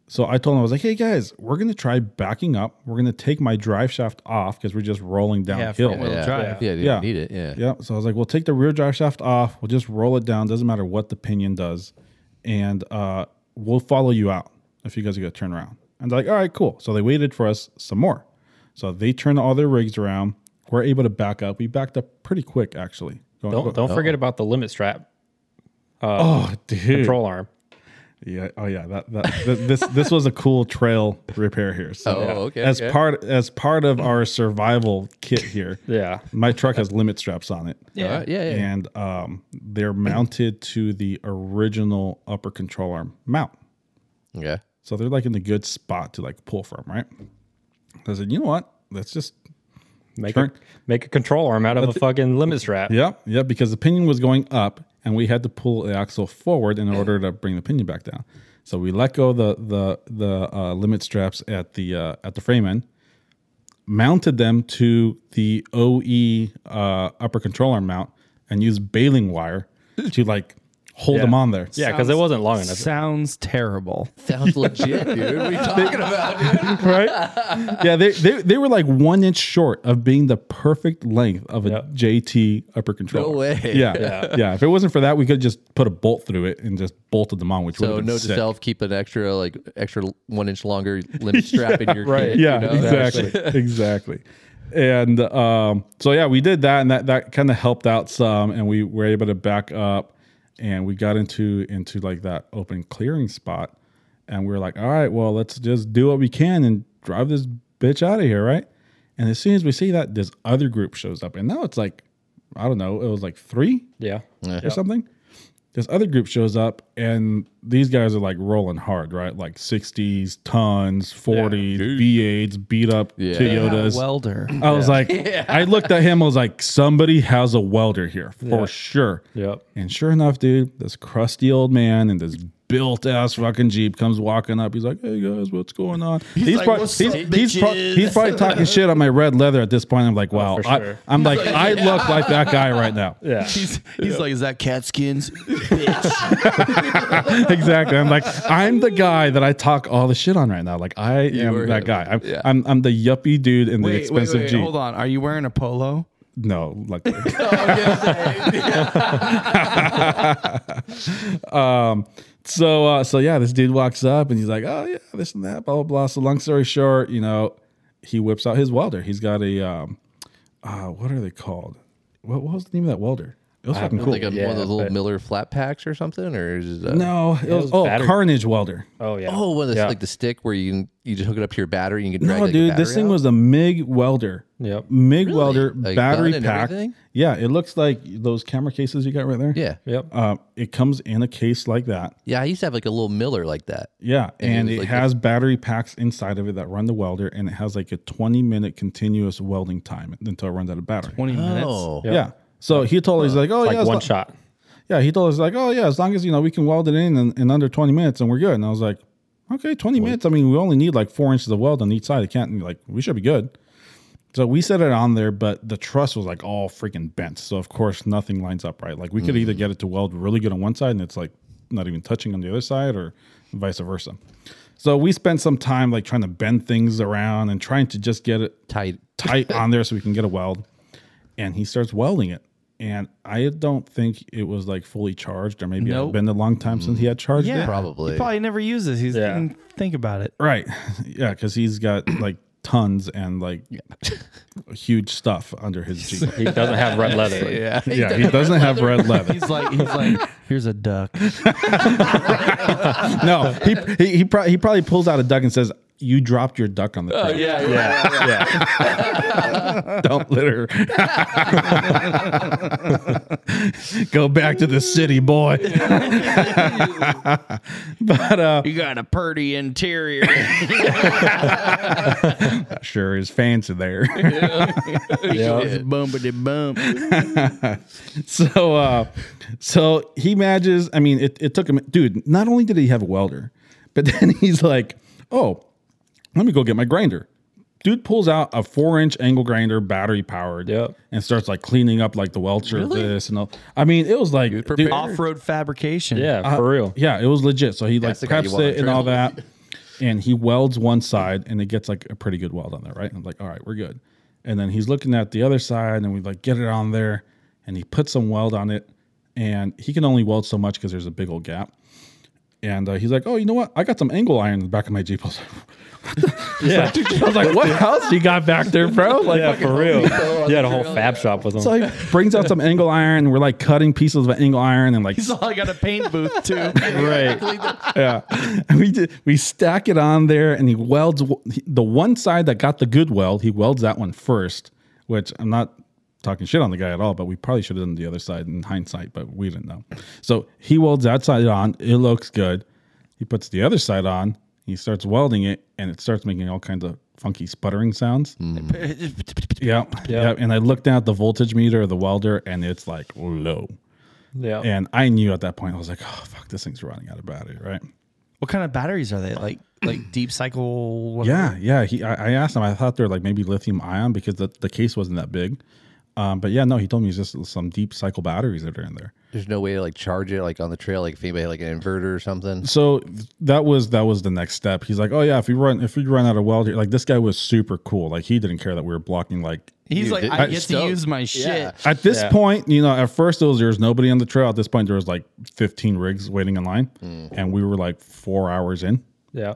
So I told him, I was like, hey guys, we're going to try backing up. We're going to take my drive shaft off because we're just rolling
Yeah,
downhill.
front wheel
yeah.
drive.
Yeah, dude,
Yeah.
need it. Yeah.
Yeah. So I was like, we'll take the rear drive shaft off. We'll just roll it down. Doesn't matter what the pinion does. And uh, we'll follow you out if you guys are going to turn around. And they're like, all right, cool. So they waited for us some more. So they turned all their rigs around. We're able to back up. We backed up pretty quick, actually. Going-
Don't don't forget about the limit strap
Oh, dude.
control arm.
Yeah. Oh, yeah. That, that th- this this was a cool trail repair here. So
Oh, okay,
As
okay.
part as part of our survival kit here,
Yeah.
my truck has limit straps on it.
All right, yeah, yeah.
and um, they're mounted to the original upper control arm mount.
Okay.
So they're like in the good spot to like pull from, right? I said, you know what? Let's just
Make
Turn-
a make a control arm out of a fucking limit strap.
yeah, yeah, because the pinion was going up, and we had to pull the axle forward in order to bring the pinion back down. So we let go the the the uh, limit straps at the uh, at the frame end, mounted them to the OE uh, upper control arm mount, and used baling
*laughs*
wire to like hold them on there.
Yeah, because it wasn't long enough.
Sounds terrible.
Sounds legit, dude.
*laughs*
What are you talking about, dude?
right? Yeah, they, they they were like one inch short of being the perfect length of a JT upper control.
No way.
Yeah, yeah, If it wasn't for that, we could just put a bolt through it and just bolted them on, which would
So
have been
note to
sick.
self, keep an extra like extra one inch longer
*laughs*
limit strap in your
right.
kit,
Yeah,
you know?
exactly, exactly. And um, so yeah, we did that, and that that kind of helped out some, and we were able to back up, and we got into into like that open clearing spot, and we were like, all right, well, let's just do what we can and drive this bitch out of here, right? And as soon as we see that, this other group shows up, and now it's like, I don't know, it was like three
Yeah.
or something. This other group shows up, and these guys are like rolling hard, right? Like 60s, tons, 40s, V8s, beat up
Yeah.
Toyotas.
Welder.
I was
*laughs*
like, I looked at him, I was like, somebody has a welder here for sure.
Yep.
And sure enough, dude, this crusty old man and this built ass fucking Jeep comes walking up. He's like, hey guys, what's going on? He's, probably, he's, he's, pro- he's probably talking shit on my red leather at this point. I'm like, wow,
Oh, for
I,
sure.
I'm like, I look like that guy right now.
Yeah.
He's, he's like, is that cat skins?
*laughs* exactly. I'm like, I'm the guy that I talk all the shit on right now. Like, I am
are
that
him.
guy. I'm,
Yeah.
I'm, I'm the yuppie dude in the
Wait, wait,
expensive
wait,
Jeep.
hold on. Oh, Are you wearing a polo?
No, like,
*laughs*
*laughs* Um, so, uh, so yeah, this dude walks up and he's like, oh yeah, this and that, blah blah blah. So, long story short, you know, he whips out his welder. He's got a, um, uh, what are they called? What, what was the name of that welder? It was fucking cool.
Like a,
Yeah,
one of those little
but-
Miller flat packs or something, or is it, uh,
no, it was,
was
oh
battery-
Carnage welder.
Oh yeah.
Oh, one of those,
Yeah.
like the stick where you can, you just hook it up to your battery and you can drag
No,
like,
dude, this thing was a MIG welder.
Yep.
MIG welder
Like
battery
gun and
pack.
everything?
Yeah, it looks like those camera cases you got right there.
yeah,
Yep.
Uh, it comes in a case like that.
yeah. I used to have like a little Miller like that.
Yeah. And,
it was
it
like
has battery packs inside of it that run the welder and it has like a 20 minute continuous welding time until it runs out of battery.
20 minutes.
Oh,
Yeah. So he told us, he's like, oh, yeah.
Like
it's
one
not-
shot.
Yeah. He told us, like, oh, yeah, as long as, you know, we can weld it in, in in under 20 minutes and we're good. And I was like, okay, 20 minutes. I mean, we only need like four inches of weld on each side. It can't, like, we should be good. So we set it on there, but the truss was like all freaking bent. So of course nothing lines up right. Like we could either get it to weld really good on one side and it's like not even touching on the other side, or vice versa. So we spent some time like trying to bend things around and trying to just get it
tight.
tight on there so we can get a weld. And he starts welding it. And I don't think it was like fully charged, or maybe it had
Nope.
been a long time since he had charged it.
Probably.
He probably never uses. He's
Yeah.
didn't think about it.
Right. *laughs* Yeah, because he's got like tons and like huge stuff under his Jeep.
He doesn't have red leather.
Yeah,
Yeah, he doesn't have red leather.
He's like, he's
*laughs*
like, here's a duck.
*laughs* No, he he he, pro- he probably pulls out a duck and says, "You dropped your duck on the trail.
Oh, yeah, yeah.
Yeah.
*laughs*
yeah.
Don't litter. Go back to the city,
*laughs*
boy." *laughs* but uh,
*laughs* You got a purty *laughs* interior.
sure is fancy there.
It's bumpity bump.
*laughs* so uh so he manages i mean it, it took him dude not only did he have a welder but *laughs* then he's like oh let me go get my grinder dude pulls out a four inch angle grinder battery powered
Yep.
and starts like cleaning up like the welter of this and all i mean it was like dude,
prepared?
Off road fabrication.
*laughs*
Yeah, For real.
yeah it was legit so he
That's the
like
guy you
preps
want on
it and all that and he welds one side and it gets like a pretty good weld on there, right? And I'm like, all right, we're good. And then he's looking at the other side and we like get it on there and he puts some weld on it and he can only weld so much because there's a big old gap. And uh, he's like, oh, you know what? I got some angle iron in the back of my Jeep. *laughs* I was like, *laughs*
Yeah,
I was like what else you got back there, bro? Like,
yeah, for real. You had a whole fab shop with them.
*laughs* so he brings out some angle iron and we're like cutting pieces of angle iron and like
He's all I got a paint booth too.
right.
yeah. And we did, we stack it on there, and he welds w- he- the one side that got the good weld. He welds that one first, which I'm not talking shit on the guy at all, but we probably should have done the other side in hindsight, but we didn't know. So he welds that side on. It looks good. He puts the other side on. He starts welding it, and it starts making all kinds of funky sputtering sounds.
Mm.
Yeah, yeah. And I looked down at the voltage meter of the welder, and it's like low.
Yeah.
And I knew at that point, I was like, oh, fuck, this thing's running out of battery, right?
*laughs* what kind of batteries are they? Like like deep cycle? whatever?
Yeah, yeah. He, I, I asked him. I thought they were like maybe lithium ion because the, the case wasn't that big. Um, but yeah, no, he told me it's just some deep cycle batteries that are in there.
There's no way to like charge it like on the trail, like if anybody had like an inverter or something.
So th- that was that was the next step. He's like, oh yeah, if we run if we run out of weld here, like this guy was super cool. Like he didn't care that we were blocking. Like
He's
Dude,
like,
it-
I
I-
get to
stoked.
use my shit.
Yeah.
at this point, you know, at first there was there was nobody on the trail. At this point, there was like fifteen rigs waiting in line,
Mm.
and we were like four hours in.
Yeah.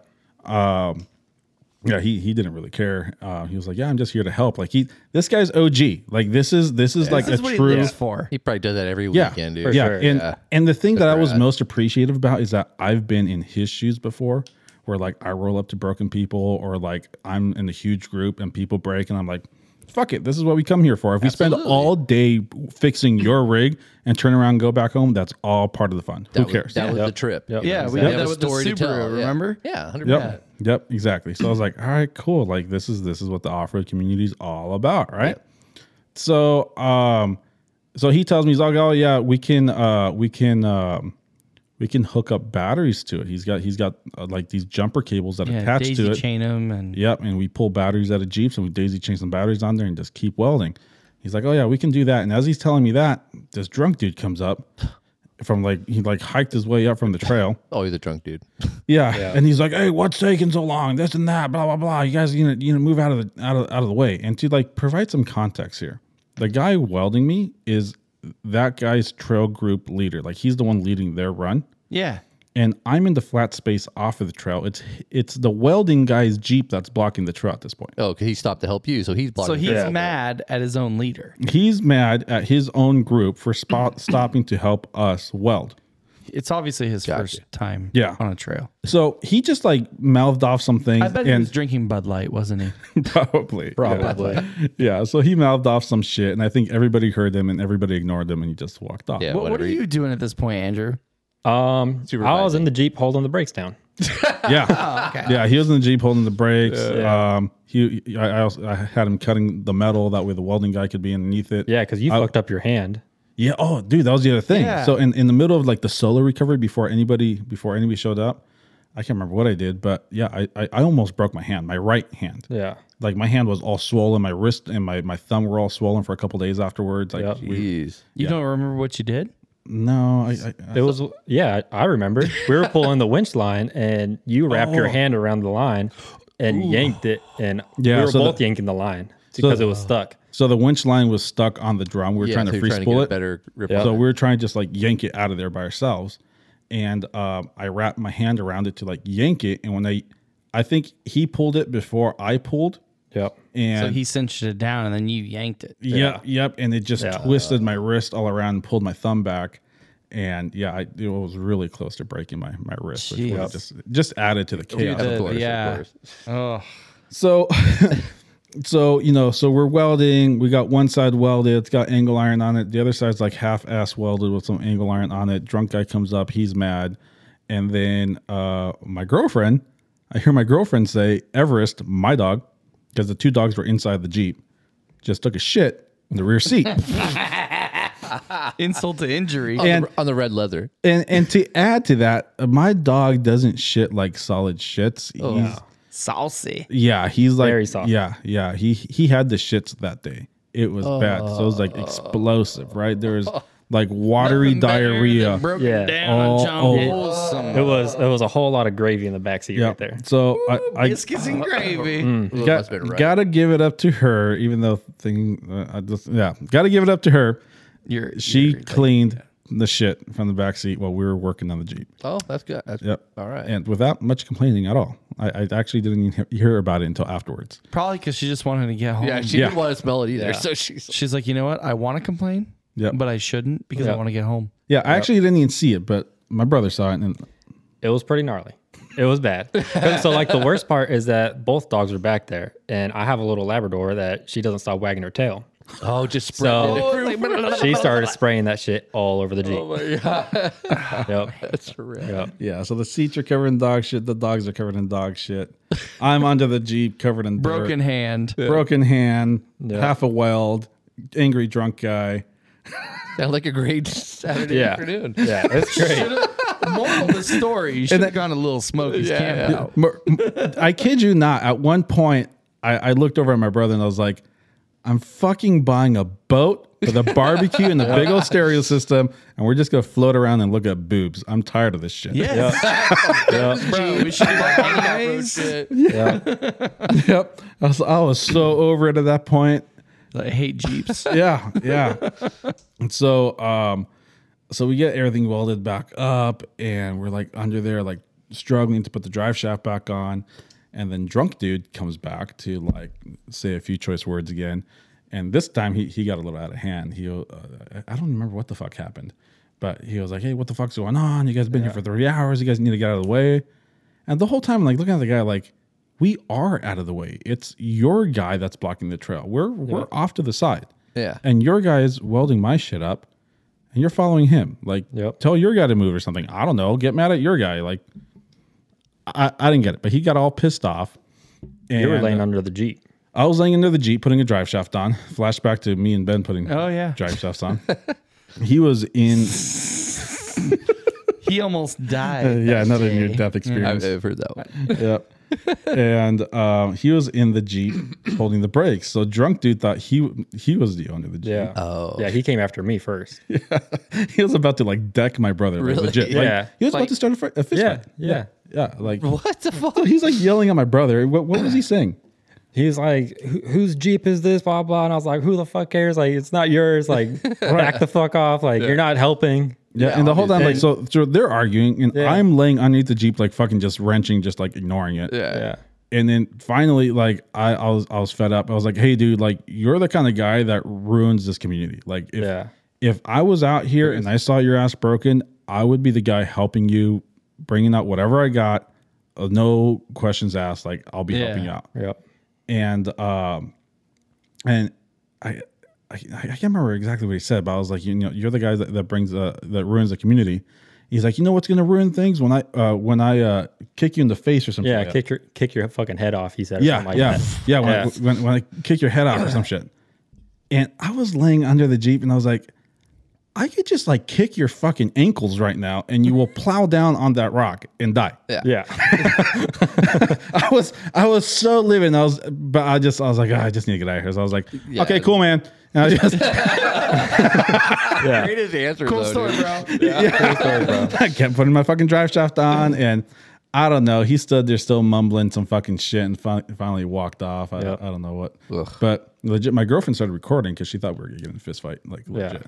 yeah he he didn't really care uh, he was like yeah i'm just here to help like he this guy's og like this is this is like
This is
a
what he
true
lives for.
He probably does that every
yeah
weekend, dude.
yeah. and
Yeah.
and the thing that i was most appreciative about is that i've been in his shoes before where like i roll up to broken people or like i'm in a huge group and people break and i'm like fuck it this is what we come here for if we spend all day fixing your rig and turn around and go back home that's all part of the fun
That
who
was,
cares
That was
Yep.
the trip.
Yep.
You know
Yeah,
what I'm
we
saying?
did that with the Subaru,
yeah.
remember?
Yeah, hundred
Yep.
percent.
Yep. Exactly. So I was like, all right, cool. Like this is this is what the off road community is all about, right? So um, so he tells me he's like, oh yeah, we can uh we can um we can hook up batteries to it. He's got he's got uh, like these jumper cables that
Yeah,
attach to
daisy
it.
chain him and
Yep. And we pull batteries out of Jeeps and we daisy chain some batteries on there and just keep welding. He's like, oh yeah, we can do that. And as he's telling me that, this drunk dude comes up from like he like hiked his way up from the trail.
Oh, he's a drunk dude.
Yeah. And he's like, "Hey, what's taking so long? This and that, blah blah blah. You guys, you know, you know, move out of the out of out of the way." And to like provide some context here, the guy welding me is that guy's trail group leader. Like he's the one leading their run,
yeah.
and I'm in the flat space off of the trail. It's it's the welding guy's jeep that's blocking the trail at this point.
Oh, 'cause he stopped to help you, so he's blocking.
So he's
you.
mad at his own leader.
He's mad at his own group for spot stopping to help us weld.
It's obviously his first time
Yeah.
on a trail.
So he just like mouthed off some things.
I bet he
and
was drinking Bud Light, wasn't he?
*laughs* probably probably. *laughs* Yeah, so he mouthed off some shit, and I think everybody heard him and everybody ignored him, and he just walked off.
Yeah,
what, what
whatever
are
he-
you doing at this point, Andrew?
Um, I was in the Jeep holding the brakes down. *laughs* Oh,
yeah, yeah. He was in the jeep holding the brakes. Um, he, I, I, also, I had him cutting the metal that way the welding guy could be underneath it.
Yeah, because you fucked up your hand.
yeah. Oh, dude, that was the other thing.
Yeah.
So in, in the middle of like the solo recovery before anybody before anybody showed up, I can't remember what I did, but yeah, I, I, I almost broke my hand, my right hand.
Yeah.
Like my hand was all swollen, my wrist and my, my thumb were all swollen for a couple days afterwards. Like
Yep.
we,
Jeez.
You don't remember what you did?
no, I, I,
It was yeah, I remember. We were pulling the winch line and you wrapped
Oh.
your hand around the line and yanked it and
Yeah,
we were
so
both
the-
yanking the line because it was stuck.
So the winch line was stuck on the drum. We were
Yeah,
trying
so
to
you're
free
trying to
spool
get a
it.
better grip
So
on it.
we were trying to just like yank it out of there by ourselves. And um, I wrapped my hand around it to like yank it. And when I, I think he pulled it before I pulled.
Yep.
And
So he cinched it down and then you yanked it.
yep, yep. And it just twisted my wrist all around and pulled my thumb back. And yeah, I, it was really close to breaking my, my wrist, which would've
Jeez.
just, just added to the chaos.
the-
Of course, of
yeah.
course.
Oh,
So, *laughs* so you know, so we're welding. We got one side welded. It's got angle iron on it. The other side's like half ass welded with some angle iron on it. Drunk guy comes up. He's mad, and then uh, my girlfriend. I hear my girlfriend say, "Everest, my dog," because the two dogs were inside the jeep. Just took a shit in the rear seat.
insult to injury.
On the-
And-
on the red leather.
and and to add to that, my dog doesn't shit like solid shits. He's-
Saucy.
Yeah, he's like
Very soft.
Yeah, yeah.
*laughs*
He he had the shits that day. It was bad. So it was like explosive, right? There was like watery diarrhea.
Broken
Yeah.
down on
Oh,
John
oh.
Bull's some
It was it was a whole lot of gravy in the backseat
Yeah.
right there.
So I, I
biscuits and gravy. Well,
got,
that's been right.
gotta give it up to her, even though thing uh, I just, yeah, gotta give it up to her.
You're,
She cleaned the shit from the back seat while we were working on the jeep.
oh, that's good. That's
Yep.
All right.
And without much complaining at all, I, I actually didn't even he- hear about it until afterwards.
probably because she just wanted to get home.
yeah, she
Yeah.
didn't want to smell it either. So she's
She's like, you know what? I want to complain,
Yep.
but I shouldn't because I
Yeah.
want to get home.
Yeah, I actually didn't even see it, but my brother saw it, and
It was pretty gnarly. It was bad. And so like the worst part is that both dogs are back there, and I have a little Labrador that she doesn't stop wagging her tail.
oh, just *laughs* spread
So
it.
*laughs*
*laughs*
she started spraying that shit all over the jeep.
Oh my god, *laughs*
Yep.
that's rad.
Yep.
yeah, so the seats are covered in dog shit. The dogs are covered in dog shit. I'm under the jeep covered in dirt.
Broken hand.
broken hand, half a weld, angry drunk guy.
Sound like a great *laughs* Saturday
Yeah.
afternoon.
Yeah,
*laughs*
it's great.
Moral of the story: You should have gone a little Smokies
Yeah,
camp
yeah.
out.
Mer- m- I kid you not. At one point, I, I looked over at my brother and I was like, I'm fucking buying a boat with a barbecue and a big old stereo system, and we're just gonna float around and look at boobs. I'm tired of this shit.
Yes, bro. We should anyways.
Shit.
Yep. I was, I was so over it at that point.
I hate Jeeps.
Yeah. Yeah. and so, um, so we get everything welded back up, and we're like under there, like struggling to put the drive shaft back on. And then drunk dude comes back to like say a few choice words again, and this time he he got a little out of hand. He uh, I don't remember what the fuck happened, but he was like, "Hey, what the fuck's going on? You guys been here for three hours. You guys need to get out of the way." And the whole time, like looking at the guy, like we are out of the way. It's your guy that's blocking the trail. We're we're off to the side
Yeah.
and your guy is welding my shit up and you're following him like
Yep.
tell your guy to move or something i don't know get mad at your guy like i, I didn't get it but he got all pissed off and
You were laying under the jeep.
i was laying under the jeep putting a drive shaft on flashback to me and ben putting
Oh, yeah.
drive
*laughs*
shafts on he was
*laughs*
in
He almost died.
yeah another near death
I've,
experience
I've heard that one.
yep. and um, he was in the jeep holding the brakes so drunk dude thought he he was the owner of the jeep
Yeah.
Oh.
Yeah, he came after me first. Yeah.
he was about to like deck my brother like,
Really?
legit Like,
Yeah.
he was about
Like-
to start a, fi- a fist
Yeah,
fight
yeah.
yeah like
What the fuck?
So he's like yelling at my brother. What, what was he saying?
He's like, "Who- whose jeep is this? Blah blah. And I was like, who the fuck cares? Like, it's not yours. *laughs* Like, back the fuck off. Like, you're not helping.
Yeah, and the whole time, like, so, so they're arguing, and
Yeah.
I'm laying underneath the jeep, like fucking just wrenching, just like ignoring it.
Yeah.
Yeah.
And then finally, like, I, I was I was fed up. I was like, hey, dude, like, you're the kind of guy that ruins this community. Like, if
Yeah.
if I was out here and I saw your ass broken, I would be the guy helping you, bringing out whatever I got, uh, no questions asked. Like, I'll be
Yeah.
helping you out.
Yep.
and um and I, I i can't remember exactly what he said but i was like you know you're the guy that, that brings uh that ruins the community he's like you know what's gonna ruin things when i uh when i uh kick you in the face or something
Yeah,
like that.
kick your kick your fucking head off. He said. or
yeah
something like
yeah
that.
yeah when, I-
Yeah.
when, when i kick your head off or some shit and i was laying under the jeep and i was like i could just like kick your fucking ankles right now and you will plow down on that rock and die
*laughs* Yeah.
*laughs* I was I was so living. I was, but I just I was like, "Ah, I just need to get out of here. So I was like, okay, cool, man. And I just
yeah.
Greatest answer.
Cool
though,
story,
dude.
*laughs*
bro.
I kept putting my fucking drive shaft on, and I don't know. He stood there still mumbling some fucking shit, and fin- finally walked off. I,
Yep.
I don't know what,
Ugh.
but legit, my girlfriend started recording because she thought we were getting in a fist fight. Like legit.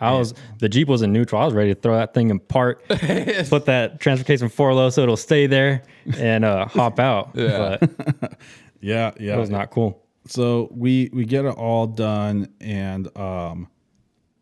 I was the jeep was in neutral. I was ready to throw that thing in *laughs* part, put that transfer case in four low so it'll stay there, and uh, hop out. *laughs* Yeah. But
Yeah, yeah.
it was not *laughs* cool.
so we we get it all done and um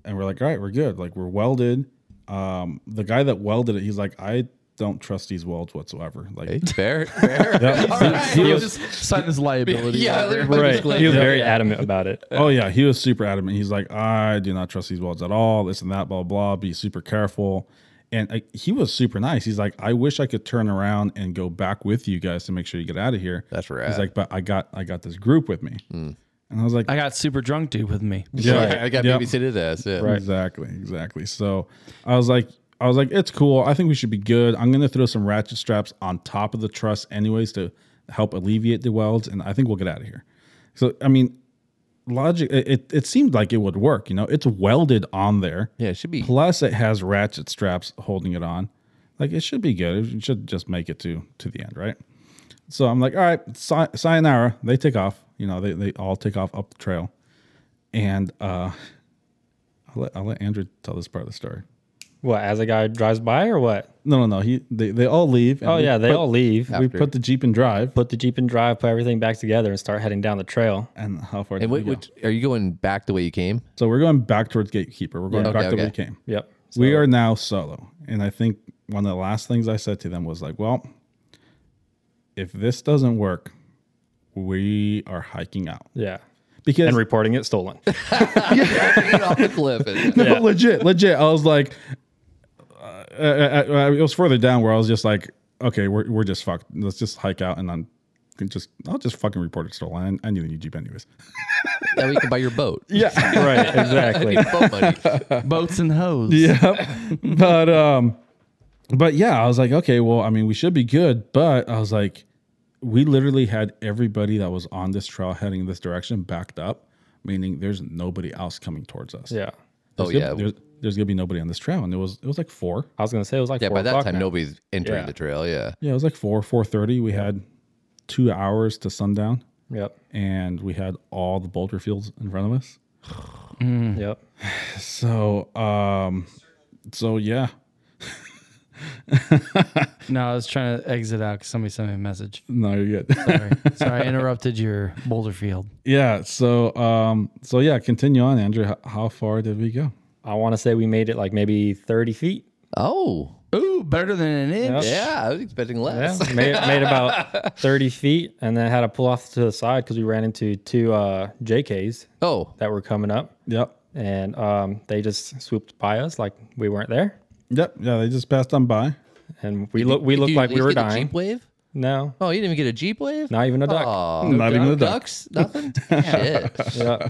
and we're like all right we're good like we're welded um the guy that welded it he's like i don't trust these welds whatsoever like
Hey, fair, fair.
*laughs* He was signing his liability.
yeah,
waiver.
everybody's
He
glad-
was very adamant about it.
oh yeah he was super adamant he's like i do not trust these welds at all this and that blah blah be super careful and uh, he was super nice he's like i wish i could turn around and go back with you guys to make sure you get out of here
That's
he's
rad. Hmm.
like but i got i got this group with me and i was like
I got super drunk dude with me.
I got
Yep.
babysitted ass. Yeah.
Exactly, exactly. So I was like, I was like, it's cool. I think we should be good. I'm gonna throw some ratchet straps on top of the truss, anyways, to help alleviate the welds, and I think we'll get out of here. So I mean, logic, it, it, it seemed like it would work. You know, it's welded on there.
Yeah, it should be.
Plus, it has ratchet straps holding it on. Like it should be good. It should just make it to to the end, right? So I'm like, all right, say- sayonara. They take off. You know, they, they all take off up the trail, and uh, I'll let I'll let Andrew tell this part of the story.
What as a guy drives by or what?
No, no, no. He they, they all leave. and
Oh
we
yeah, they
put-
all leave.
We
We
After.
put the jeep in drive.
put the jeep in drive, put everything back together, and start heading down the trail.
And how far?
And
did
what,
we go?
what, are you going back the way you came?
So we're going back towards Gatekeeper. We're going
Yeah.
back
Okay,
to where we
okay.
came.
Yep.
we are now solo. And I think one of the last things I said to them was like, well, if this doesn't work, we are hiking out.
Yeah.
Because *laughs*
And reporting it stolen.
*laughs* Get off the cliff. And, *laughs*
No, legit, legit. I was like, uh, uh, uh, uh, it was further down where I was just like, okay, we're, we're just fucked. Let's just hike out and I'm just, I'll just fucking report it stolen. I, I need a new Jeep anyways.
that way you can buy your boat.
Yeah.
*laughs* right. Exactly.
Boat
*laughs*
money. Oh,
Boats and hose.
yep. *laughs* But um, but yeah, I was like, okay, well, I mean, we should be good. But I was like, we literally had everybody that was on this trail heading this direction backed up, meaning there's nobody else coming towards us.
Yeah.
Oh,
There's gonna-
yeah.
there's, there's gonna be nobody on this trail, and it was it was like four.
I was gonna say it was like
Yeah,
Four
by that
o'clock
time,
now.
nobody's entering
Yeah.
the trail. Yeah.
Yeah, it was like four four thirty. We had two hours to sundown,
Yep.
and we had all the boulder fields in front of us.
Yep.
So um, so yeah,
No, I was trying to exit out because somebody sent me a message.
no, you're good.
Sorry,
*laughs*
Sorry I interrupted your boulder field.
Yeah. So, um, so yeah, continue on, Andrew. How, how far did we go?
I want to say we made it like maybe thirty feet.
Oh.
Ooh, better than an inch.
Yeah. I was expecting
Yeah,
less.
*laughs* made, made about 30 feet and then had to pull off to the side because we ran into two uh, JKs
*laughs* Oh.
that were coming up
Yep.
and um, they just swooped by us like we weren't there.
Yep. Yeah. They just passed on by.
And we look, we
Did
looked
you at
like we
least
were
get a Jeep
dying.
wave?
No,
Oh, you didn't even get a Jeep wave?
not even a duck.
Aw,
Not even a duck.
Ducks?
*laughs*
Nothing? Shit.
Yeah.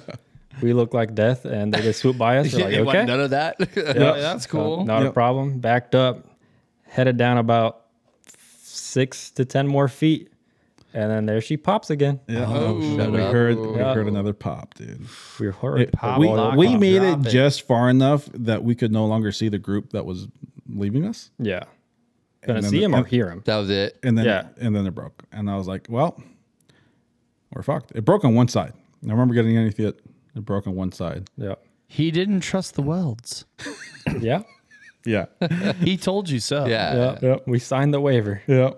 We looked like death and they just swooped by us. We're like,
*laughs*
*laughs*
It wasn't
okay,
None of that.
Yeah, that's cool.
not a
Yep.
problem. Backed up, headed down about six to 10 more feet. And then there she pops again.
Yeah.
Oh, shut
we
up.
heard. We heard another pop, dude.
We were horrible.
It- we
lock,
we
pop,
made
drop
it,
it.
just far enough that we could no longer see the group that was leaving us,
yeah. Gonna
And then
see
the-
him or
and-
hear him.
that was it.
and then
Yeah.
and then it broke. And I was like, well, we're fucked. It broke on one side. I remember getting underneath it. It broke on one side.
Yeah.
He didn't trust the welds.
*laughs*
Yeah.
Yeah.
He told you so.
Yeah.
Yeah. We signed the waiver.
Yeah.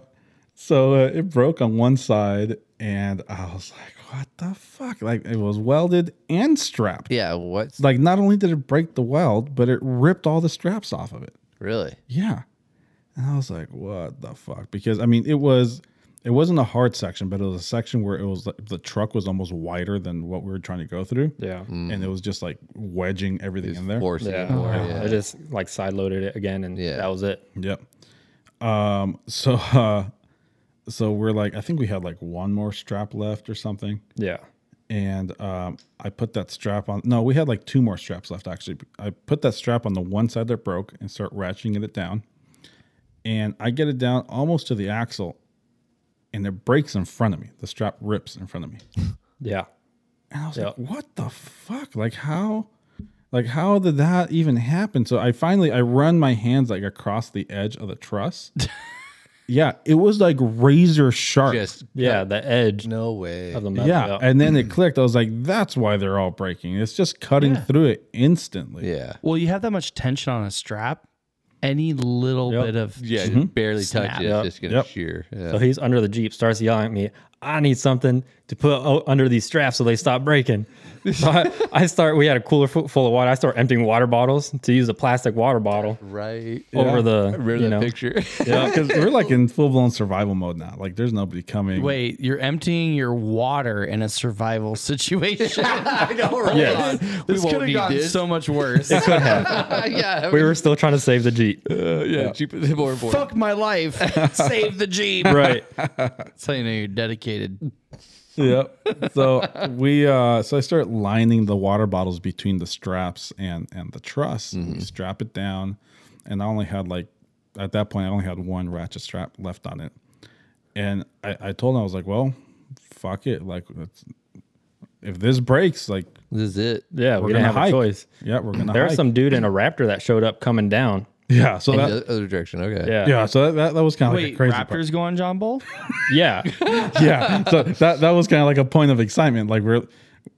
So uh, it broke on one side, and I was like, "What the fuck?" Like it was welded and strapped.
Yeah. What's
Like not only did it break the weld, but it ripped all the straps off of it.
really?
Yeah. And I was like, "What the fuck?" Because I mean, it was it wasn't a hard section, but it was a section where it was like the truck was almost wider than what we were trying to go through.
Yeah. Oh,
And it was just like wedging everything in there.
Forcing
Yeah.
it more.
I
Yeah.
just like side loaded it again and
Yeah.
that was it.
Yep. Um, so *laughs* uh so we're like I think we had like one more strap left or something.
Yeah.
And um I put that strap on no, we had like two more straps left actually. I put that strap on the one side that broke and start ratcheting it down. And I get it down almost to the axle and it breaks in front of me. The strap rips in front of me.
Yeah.
And I was
Yep.
like, what the fuck? Like how like how did that even happen? So I finally I run my hands like across the edge of the truss. yeah, it was like razor sharp.
Just
Yeah. The edge
no way.
of the metal.
yeah. And then
Mm-hmm.
it clicked. I was like, that's why they're all breaking. It's just cutting through it instantly.
Yeah.
Well, you have that much tension on a strap. Any little
Yep.
bit of
Yeah. Just barely touch it. It's just going to
Yep.
shear. Yeah.
So Oh, he's under the Jeep, starts yelling at me, I need something to put o- under these straps so they stop breaking. So I, I start, we had a cooler fu- full of water. I start emptying water bottles to use a plastic water bottle
right.
over
I
the,
Oh, remember
you
that
know,
picture. *laughs*
Yeah. *laughs* Because we're like in full blown survival mode now. Like there's nobody coming.
Wait, you're emptying your water in a survival *laughs* situation.
I know, right?
Yes.
on. We
this could
won't
have
need
gotten
this.
so much *laughs* worse.
yeah.
we were still trying to save the Jeep.
uh, yeah. Cheap, more important.
Fuck my life. *laughs* Save the Jeep.
right.
That's how you know you're dedicated.
Yep. So we uh so I start lining the water bottles between the straps and and the truss.
Mm-hmm.
We strap it down, and I only had like at that point I only had one ratchet strap left on it, and I I told him I was like, well, fuck it, like it's if this breaks, like,
This is it.
Yeah, we
We're
didn't
gonna
have
hike.
a choice.
yeah, we're gonna.
There was
hike.
some dude in a Raptor that showed up coming down.
yeah. So
In
that,
the other direction. Okay.
Yeah,
yeah, so that, that, that was kind of like a
Wait,
crazy. part.
Raptors go on John Bull?
yeah. *laughs*
yeah. So that that was kind of like a point of excitement. Like we're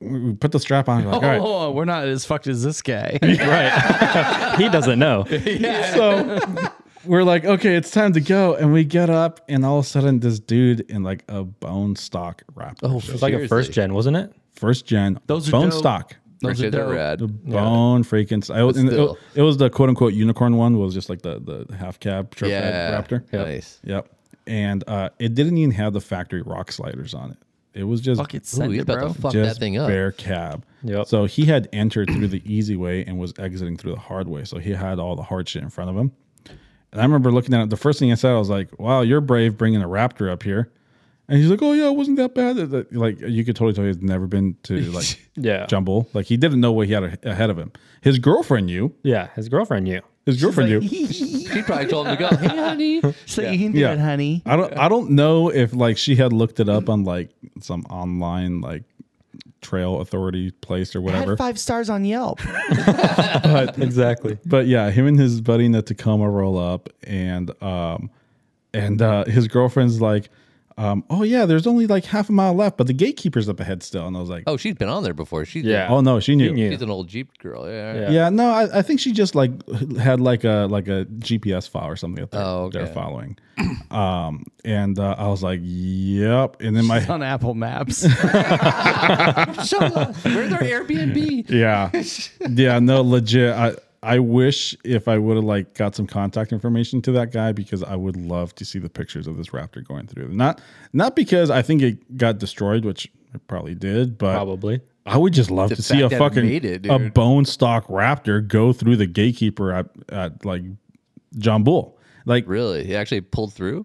we put the strap on. We're like, all right.
Oh, we're not as fucked as this guy.
right. *laughs* he doesn't know.
So *laughs* we're like, okay, it's time to go, and we get up, and all of a sudden, this dude in like a bone stock raptor.
Oh,
shows
It's like a first gen, wasn't it?
first gen.
Those are
bone
dope.
stock.
Those are
Actually, they're
dope.
rad.
The bone freaking. s- I was, and it,
still.
it was the quote unquote unicorn one. Was just like the the half cab short
Yeah.
head raptor.
Nice.
Yep. And uh, it didn't even have the factory rock sliders on it. It was just
Fuck it,
Ooh,
send
he's
it,
about
bro.
to fuck that
just
thing up.
bare cab.
Yep.
So he had entered through the easy way and was exiting through the hard way. So he had all the hard shit in front of him. And I remember looking at it. The first thing I said, I was like, "Wow, you're brave bringing a raptor up here." And he's like, "Oh yeah, it wasn't that bad." It's Like like, you could totally tell he's never been
*laughs*
to like
Yeah.
jumble. Like he didn't know what he had a- ahead of him. His girlfriend knew.
Yeah, his girlfriend knew.
His girlfriend knew.
She probably told him to go. Hey, honey.
So you can do
Yeah.
it, honey.
I don't. I don't know if like she had looked it up on like some online like trail authority place or whatever.
Had five stars on *laughs* Yelp.
Exactly.
but yeah, him and his buddy in the Tacoma roll up, and um, and uh, his girlfriend's like, um, oh yeah, there's only like half a mile left, but the gatekeeper's up ahead still, and I was like, oh,
Oh, she's been on there before. She's
Yeah.
no, she knew.
He knew.
She's an old Jeep girl. Yeah.
Yeah.
Yeah, no, I, I think she just like had like a like a GPS file or something that they're,
Oh, okay.
they're following. *clears throat* Um, and uh, I was like, yep. And then
*laughs*
my
on Apple Maps.
Shut up. Where's our Airbnb? *laughs*
yeah, yeah, no, legit. I I wish if I would have like got some contact information to that guy because I would love to see the pictures of this raptor going through. Not not because I think it got destroyed, which it probably did, but
Probably.
I would just love to see
fact
a
that it
fucking
made it,
a
dude.
bone stock raptor go through the gatekeeper at, at like John Bull. Like
Really? He actually pulled through?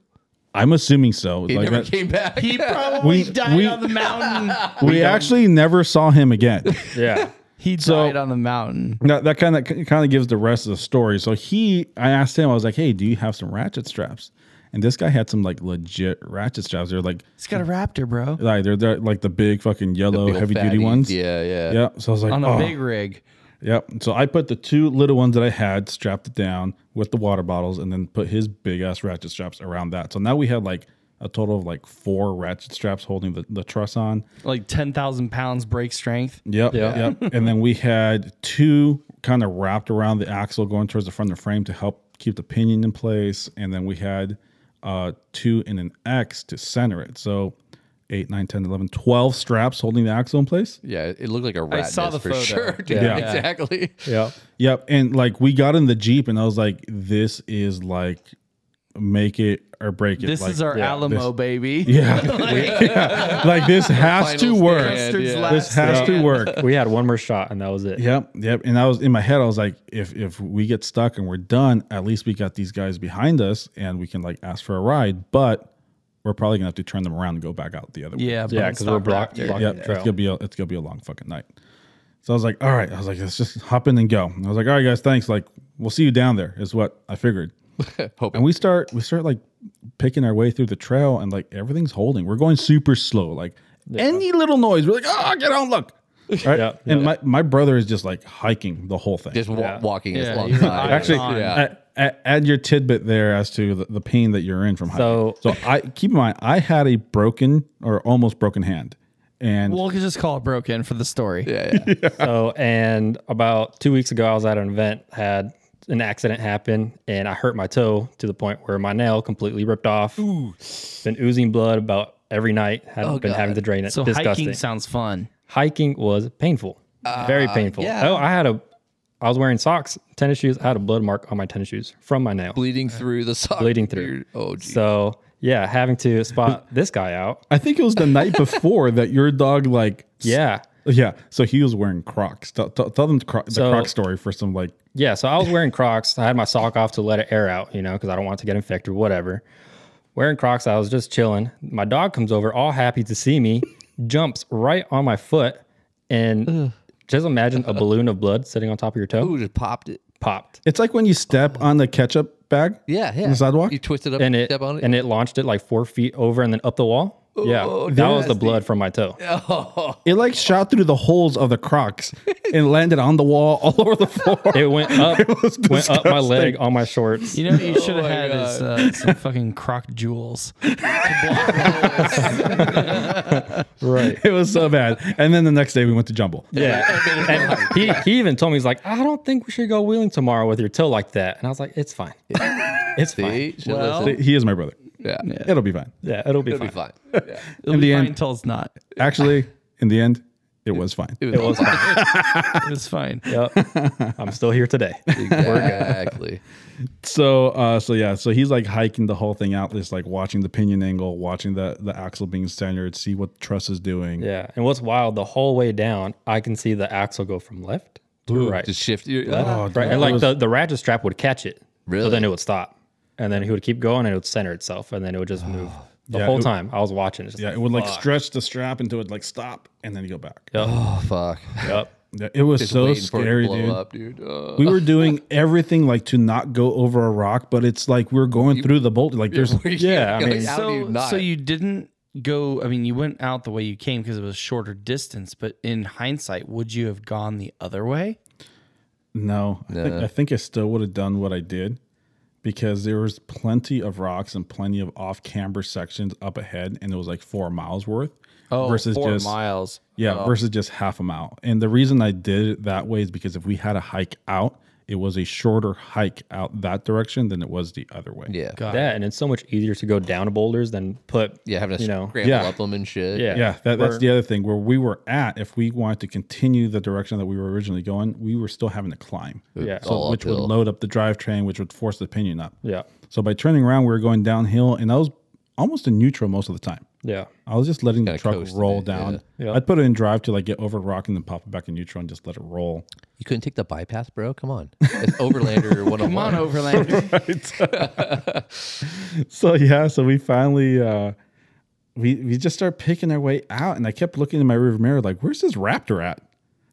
I'm assuming so.
He
like
never
that-
came back.
he probably
We-
died
we-
on the mountain.
we actually never saw him again.
*laughs*
Yeah.
He died on the mountain.
Now, that kind of kind of gives the rest of the story. So he, I asked him, I was like, "Hey, do you have some ratchet straps?" And this guy had some like legit ratchet straps. They're like,
He's got a raptor, bro.
like they're, they're like the big fucking yellow
Big ol'
heavy duty
fatties.
ones.
Yeah, yeah.
Yeah. So I was like,
On a
oh.
big rig.
Yep. So I put the two little ones that I had, strapped it down with the water bottles, and then put his big ass ratchet straps around that. So now we had like a total of like four ratchet straps holding the, the truss on.
Like 10,000 pounds brake strength.
Yep.
Yeah.
Yep. and then we had two kind of wrapped around the axle going towards the front of the frame to help keep the pinion in place. And then we had uh, two in an X to center it. So eight, nine, 10, 11, 12 straps holding the axle in place.
Yeah, it looked like a rat.
saw
nest
the
for
photo.
sure. Dude,
Yeah.
Yeah.
*laughs* Exactly.
*laughs* Yeah.
Yep. And like we got in the Jeep and I was like, this is like make it or break it.
This
like,
is our
yeah,
Alamo, baby.
yeah,
*laughs*
yeah. *laughs* Like this has to
Final
work.
stand,
Bastard's
yeah.
last
This has to
stand.
work.
We had one more shot and that was it.
Yep, yep. And I was in my head, I was like, if if we get stuck and we're done, at least we got these guys behind us and we can like ask for a ride. But we're probably gonna have to turn them around and go back out the other way.
Yeah,
Yeah,
bone
because we're
stock
blocked.
raptor.
blocking
yeah.
the
It's
trail.
gonna be a, it's gonna be a long fucking night. So I was like, all right. I was like, let's just hop in and go. And I was like, all right, guys, thanks. Like, we'll see you down there. Is what I figured.
Hope
And we start we start like picking our way through the trail and like everything's holding. We're going super slow. Like any little noise, we're like, oh, get on, look. Right?
Yeah,
and my, my brother is just like hiking the whole thing.
just wa-
Yeah.
walking
Yeah,
as long
you're
time.
right Actually,
on.
yeah.
add, add- add your tidbit there as to the, the pain that you're in from hiking.
So-
So I keep in mind I had a broken or almost broken hand, and
We'll just call it broken for the story.
yeah, yeah.
So, and about two weeks ago, I was at an event, had an accident happen, and I hurt my toe to the point where my nail completely ripped off. Been oozing blood about every night. Had been having to drain it.
So
Disgusting.
hiking
Hiking,
sounds fun.
was painful, very painful.
yeah.
Oh, I had a, I was wearing socks, tennis shoes. I had a blood mark on my tennis shoes from my nail,
Bleeding through the sock.
bleeding through.
Dude, Oh, geez.
so yeah, having to spot this guy out.
I think it was the night before that your dog like
Yeah.
yeah. So he was wearing Crocs. Tell, tell, tell them the, Croc, the
So-
Croc story for some like
Yeah, so I was wearing Crocs. I had my sock off to let it air out, you know, because I don't want it to get infected, whatever. Wearing Crocs, I was just chilling. My dog comes over, all happy to see me, jumps right on my foot, and just imagine a balloon of blood sitting on top of your toe,
Uh, Ooh, just popped it.
popped,
it's like when you step on the ketchup bag.
Yeah, yeah.
the sidewalk?
You twisted up
and
and
it
step on it.
and it launched it like four feet over and then up the wall. Yeah, that was the blood from my toe.
It like shot through the holes of the Crocs and landed on the wall all over the floor.
It
*laughs*
went up,
was
went up my
disgusting.
leg on my shorts.
You know, what you should have
Oh my
had is uh, some fucking croc
*laughs*
jewels.
Right.
It was so bad. And then the next day we went to Jumble.
"Oh,
Yeah. and he, he even told me, he's like, I don't think we should go wheeling tomorrow with your toe like that. And I was like, it's fine. *laughs* It's fine.
See, Should listen.
He is my brother.
yeah, it'll
It'll be fine.
Yeah, it'll be,
be
fine. *laughs*
fine. Yeah.
It'll
In
be
the
fine
end-
until it's not.
*laughs*
Actually, in the end, it was fine.
It was fine.
*laughs*
It's fine.
Yep. I'm still here today.
exactly.
So uh so yeah, so he's like hiking the whole thing out, just like watching the pinion angle, watching the the axle being centered, see what truss is doing.
Yeah. And what's wild, the whole way down, I can see the axle go from left to right.
Just shift. Your,
Oh,
right. And like the, the ratchet strap would catch it.
Really?
So then it would stop. And then he would keep going and it would center itself. And then it would just move. The
Yeah,
whole
it-
time I was watching it. Just
Yeah,
like,
it would like stretch the strap until it like stop and then you go back.
oh fuck.
yep.
Yeah, It was
Just
so
waiting for it
scary,
to blow
dude.
up, dude. Uh,
We
*laughs*
were doing everything like to not go over a rock, but it's like we're going through the bolt.
*laughs*
Like there's
Yeah, I
like,
mean-
how
so,
do you not?
so you didn't go. I mean, you went out the way you came because it was shorter distance. But in hindsight, would you have gone the other way?
No, I, think, I think I still would have done what I did because there was plenty of rocks and plenty of off camber sections up ahead, and it was like four miles worth
Oh,
versus
four
just
miles.
yeah versus just half a mile. And the reason I did it that way is because if we had a hike out, it was a shorter hike out that direction than it was the other way.
yeah,
That and it's so much easier to go down to boulders than put
yeah, having to
you know
scramble
Yeah.
up them and shit.
yeah
Yeah, that, that's
Where-
the other thing. Where we were at, if we wanted to continue the direction that we were originally going, we were still having to climb,
yeah
So- All
which
uphill.
would load up the drivetrain, which would force the pinion up.
yeah
So by turning around, we were going downhill, and I was almost in neutral most of the time.
yeah
I was just letting the
Kinda
truck
coasting
roll
it,
down.
yeah.
I'd put it in drive to like get over rock and then pop it back in neutral and just let it roll.
You couldn't take the bypass, bro. Come
*laughs*
on, it's Overlander one on
Come on,
one.
Overland.
So yeah, so we finally uh we we just start picking our way out, and I kept looking in my rearview mirror like, where's this raptor at?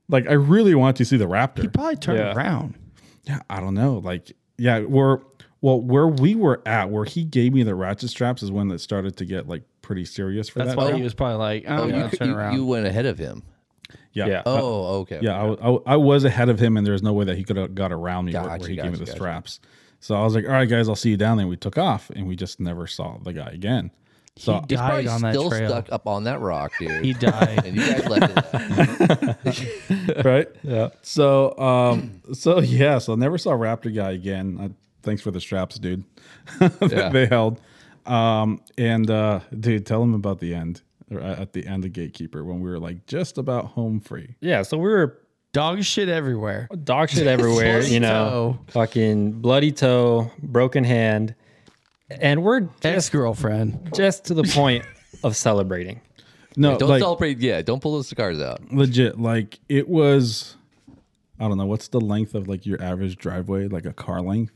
Like I really want to see the raptor.
Probably turn
Yeah.
around.
Yeah, I don't know. Like yeah, where well where we were at, where he gave me the ratchet straps is when it started to get like pretty serious for
That's
that.
why
route.
he was probably like, "Oh,
Oh,
yeah,
you,
turn
you-
around."
you went ahead of him.
yeah.
yeah.
Oh, okay.
Uh, Yeah, I was- I, wa- I was ahead of him, and there was no way that he could have got around me where- where
Gotcha,
he gave me
gotcha,
the
gotcha.
straps. So I was like, "All right, guys, I'll see you down there." And we took off, and we just never saw the guy
*laughs*
again. So
he
Probably
died on that
still
trail.
stuck up on that rock, dude.
He died.
and you guys left it.
right, yeah. So, um, so yeah, so I never saw Raptor guy again. Uh, thanks for the straps, dude. *laughs* that
Yeah.
they held. Um, and uh, dude, tell him about the end or a- at the end of Gatekeeper when we were like just about home free.
yeah so we were
Dog shit everywhere.
dog
*laughs*
shit everywhere you know fucking bloody toe broken hand and we're
Ex
just
girlfriend.
*laughs*
just to the point of celebrating
No,
Don't
like,
celebrate. Yeah, don't pull those cigars out.
legit like it was i don't know what's the length of like your average driveway like a car length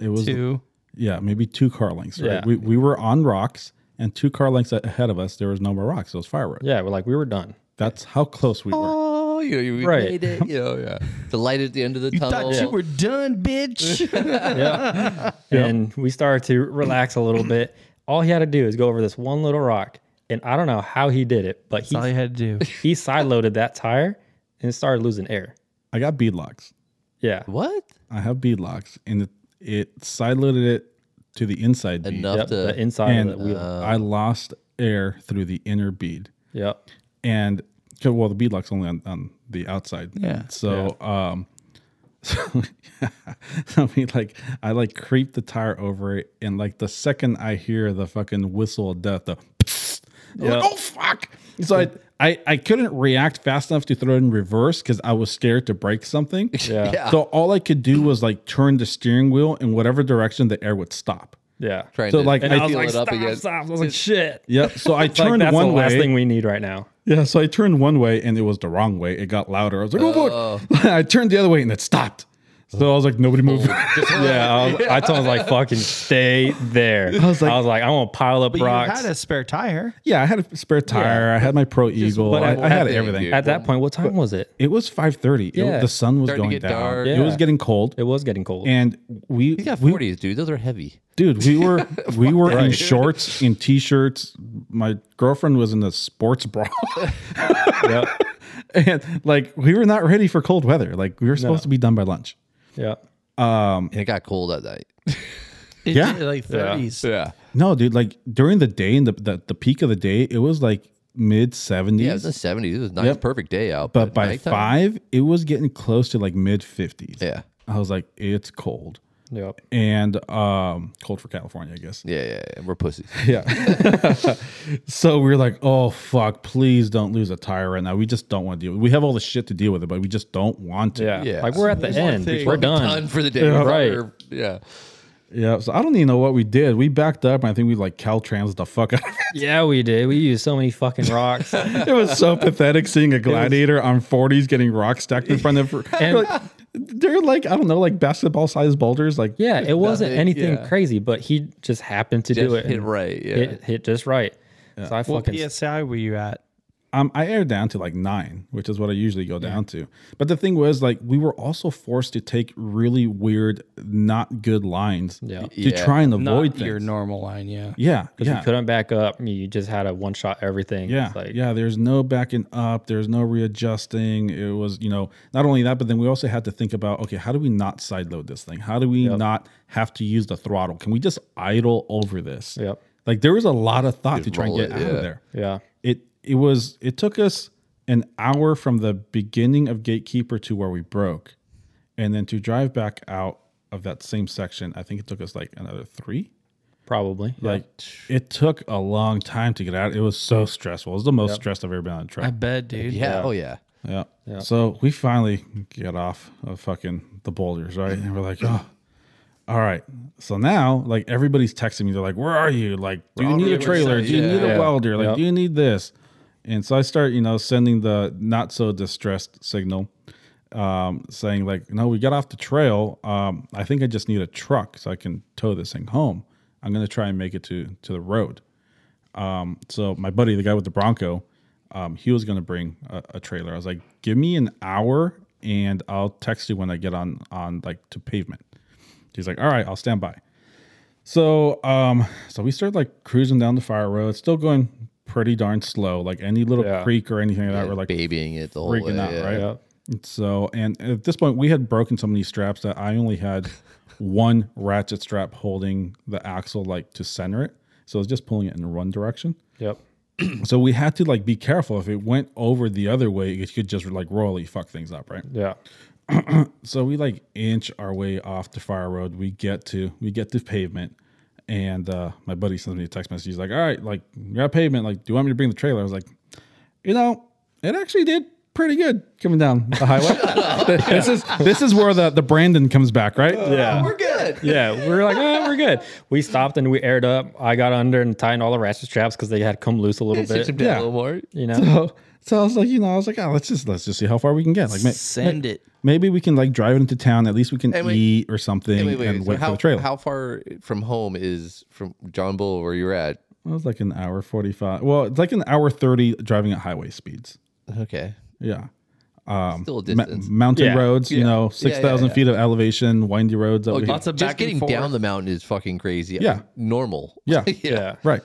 it was
Two.
yeah maybe two car lengths right
Yeah.
we, we were on rocks and two car lengths a- ahead of us there was no more rocks it was fireworks
yeah we're like we
*laughs*
were done
that's how close we were
Oh, you, you
Right.
made it. You know, yeah. The light at the end of the tunnel.
Thought you were
*laughs*
done, bitch.
and we started to relax a little bit all he had to do is go over this one little rock and i don't know how he did it but he
All you had to do.
he sideloaded that tire and it started losing air
i got beadlocks
yeah
what?
i have beadlocks and it, it sideloaded it to the inside bead
Enough
yep,
to.
the inside
and
of the wheel
uh,
i lost air through the inner bead
yep
and 'cause, well the beadlock's only on, on the outside
Yeah.
so um *laughs* so *laughs* i mean like i like creep the tire over it and like the second i hear the fucking whistle of death the *laughs* I'm like, oh fuck so I, I i couldn't react fast enough to throw it in reverse because i was scared to break something
*laughs*
*laughs* yeah yeah,
so all i could do was like turn the steering wheel in whatever direction the air would stop
Trying
so,
to *laughs*
like,
feel
And I was
it up again.
I was like, shit.
yep so
*laughs*
i
Like,
turned
that's
one
the
way
last thing we need right now.
Yeah, so I turned one way and it was the wrong way. It got louder. I was like, oh, fuck. *laughs*
Uh.
I turned the other way and it stopped. So I was like, nobody
Oh,
mmoved.
Yeah, I, was, I told him like, fucking stay there. I was like, I am gonna pile up
But
rocks.
you had a spare tire.
yeah, I had a spare tire. I had my Pro Eagle. I,
whatever
I had
thing,
everything.
dude.
At that point, what time was it?
It was 5.30. It-
Yeah.
the sun was
Starting to
going
get
down.
dark.
It was
Yeah.
getting cold.
It was getting cold.
And we,
You got *laughs*
we-
40s, dude. Those are heavy.
dude, we were we were in shorts, in t-shirts, my girlfriend was in a
*laughs*
sports bra. and like we were not ready for cold weather. Like we were supposed to be done by lunch.
Yeah.
and it got cold that night.
It
Yeah.
did, like 30s.
yeah.
No, dude, like during the day and the, the the peak of the day, it was like mid
Yeah, it was in the
seventies.
70s. It was a nice,
Yep.
perfect day out.
but by
nighttime-
five, it was getting close to like mid fifties.
Yeah.
I was like, it's cold.
Yep.
And um cold for California, I guess.
Yeah, yeah, yeah. We're pussies.
So we were like, oh fuck, please don't lose a tire right now. We just don't want to deal with it. We have all the shit to deal with it, but we just don't want to.
Yeah.
Yeah.
Like we're at the end.
thing.
We're done.
Done for the day.
Right.
We're- Yeah.
Yeah, so I don't even know what we did. We backed up, and I think we like Caltrans the fuck out. of it.
Yeah, we did. We used so many fucking rocks. and
It *laughs* was so pathetic seeing a gladiator on forties getting rock stacked in front of her. *laughs* Like, they're like I don't know, like basketball sized boulders. Like
yeah, it wasn't
Nothing,
anything
yeah.
crazy, but he just happened to do
Just
it.
hit
and
right. Yeah.
Hit, hit just right. So I
What
fucking
PSI were you at?
um, I aired down to like nine, which is what I usually go down to. But the thing was, like, we were also forced to take really weird, not good lines
Yeah.
to
Yeah.
try and
Not
avoid
your
things.
normal line, yeah.
yeah,
yeah.
yeah.
you couldn't back up. You just had a one shot everything.
Yeah,
It's like,
yeah. There's no backing up. There's no readjusting. It was, you know, not only that, but then we also had to think about, okay, how do we not side load this thing? How do we not have to use the throttle? Can we just idle over this?
Yep.
Like there was a lot of thought to try and
roll
get
it,
out
yeah.
of there.
Yeah.
It it was it took us an hour from the beginning of Gatekeeper to where we broke, and then to drive back out of that same section, I think it took us like another three.
Probably.
Like it took a long time to get out. It was so stressful. It was the most stressed I've ever been on a track.
I bet, dude.
yeah. Oh, yeah.
Yeah. So we finally get off of fucking the boulders, right? And we're like, oh, all right. So now, like, everybody's texting me. They're like, where are you? Like, do you
on
need
the
a
other
trailer?
side.
Do you
Yeah.
need a
Yeah.
welder? Like,
Yep.
do you need this? And so I start, you know, sending the not so distressed signal, um, saying, like, no, we got off the trail. Um, I think I just need a truck so I can tow this thing home. I'm going to try and make it to, to the road so my buddy, the guy with the Bronco, um, he was going to bring a, a trailer. I was like, give me an hour and I'll text you when I get on on like to pavement. He's like, all right, I'll stand by. So um, so we started like cruising down the fire road, still going pretty darn slow. Like any little
Yeah.
creek or anything like that, we're like
Babying it the whole way.
freaking out,
yeah.
right?
Yep.
And So, and at this point, we had broken so many straps that I only had one ratchet strap holding the axle, like to center it. So I was just pulling it in one direction.
Yep.
So we had to like be careful. If it went over the other way, it could just like royally fuck things up, right?
Yeah.
So we like inch our way off the fire road. We get to we get to pavement, and uh, my buddy sends me a text message. He's like, "All right, like you're at pavement. Like, do you want me to bring the trailer?" I was like, "You know, it actually did pretty good coming down the highway. *laughs* this is this is where the the Brandon comes back, right?
Yeah.
We're good.
Yeah, we were like,
"Ah,
oh, we're good. We stopped and we aired up. I got under and tightened all the ratchet straps because they had come loose a little
Sit
*laughs*
bit.
him down
yeah.
a little more.
You know,
So, so I was like, you know, I was like, oh, let's just let's just see how far we can get. Like, ma-
Send it.
Maybe we can like drive it into town. At least we can
And wait-
eat or something
Wait, wait,
and
so
wait for
how,
the trailer.
how far from home is from John Bull where you're at?
it was like an hour forty five. Well, it's like an hour thirty driving at highway speeds.
Okay.
Yeah,
Still a
Um, Ma-
distance.
mountain
Yeah.
roads. You know, six thousand
yeah. Oh,
feet of elevation, windy roads. Over here.
lots of
just
back and
getting
forth.
down the mountain is fucking crazy.
Yeah.
Normal. *laughs*
Yeah.
yeah.
right.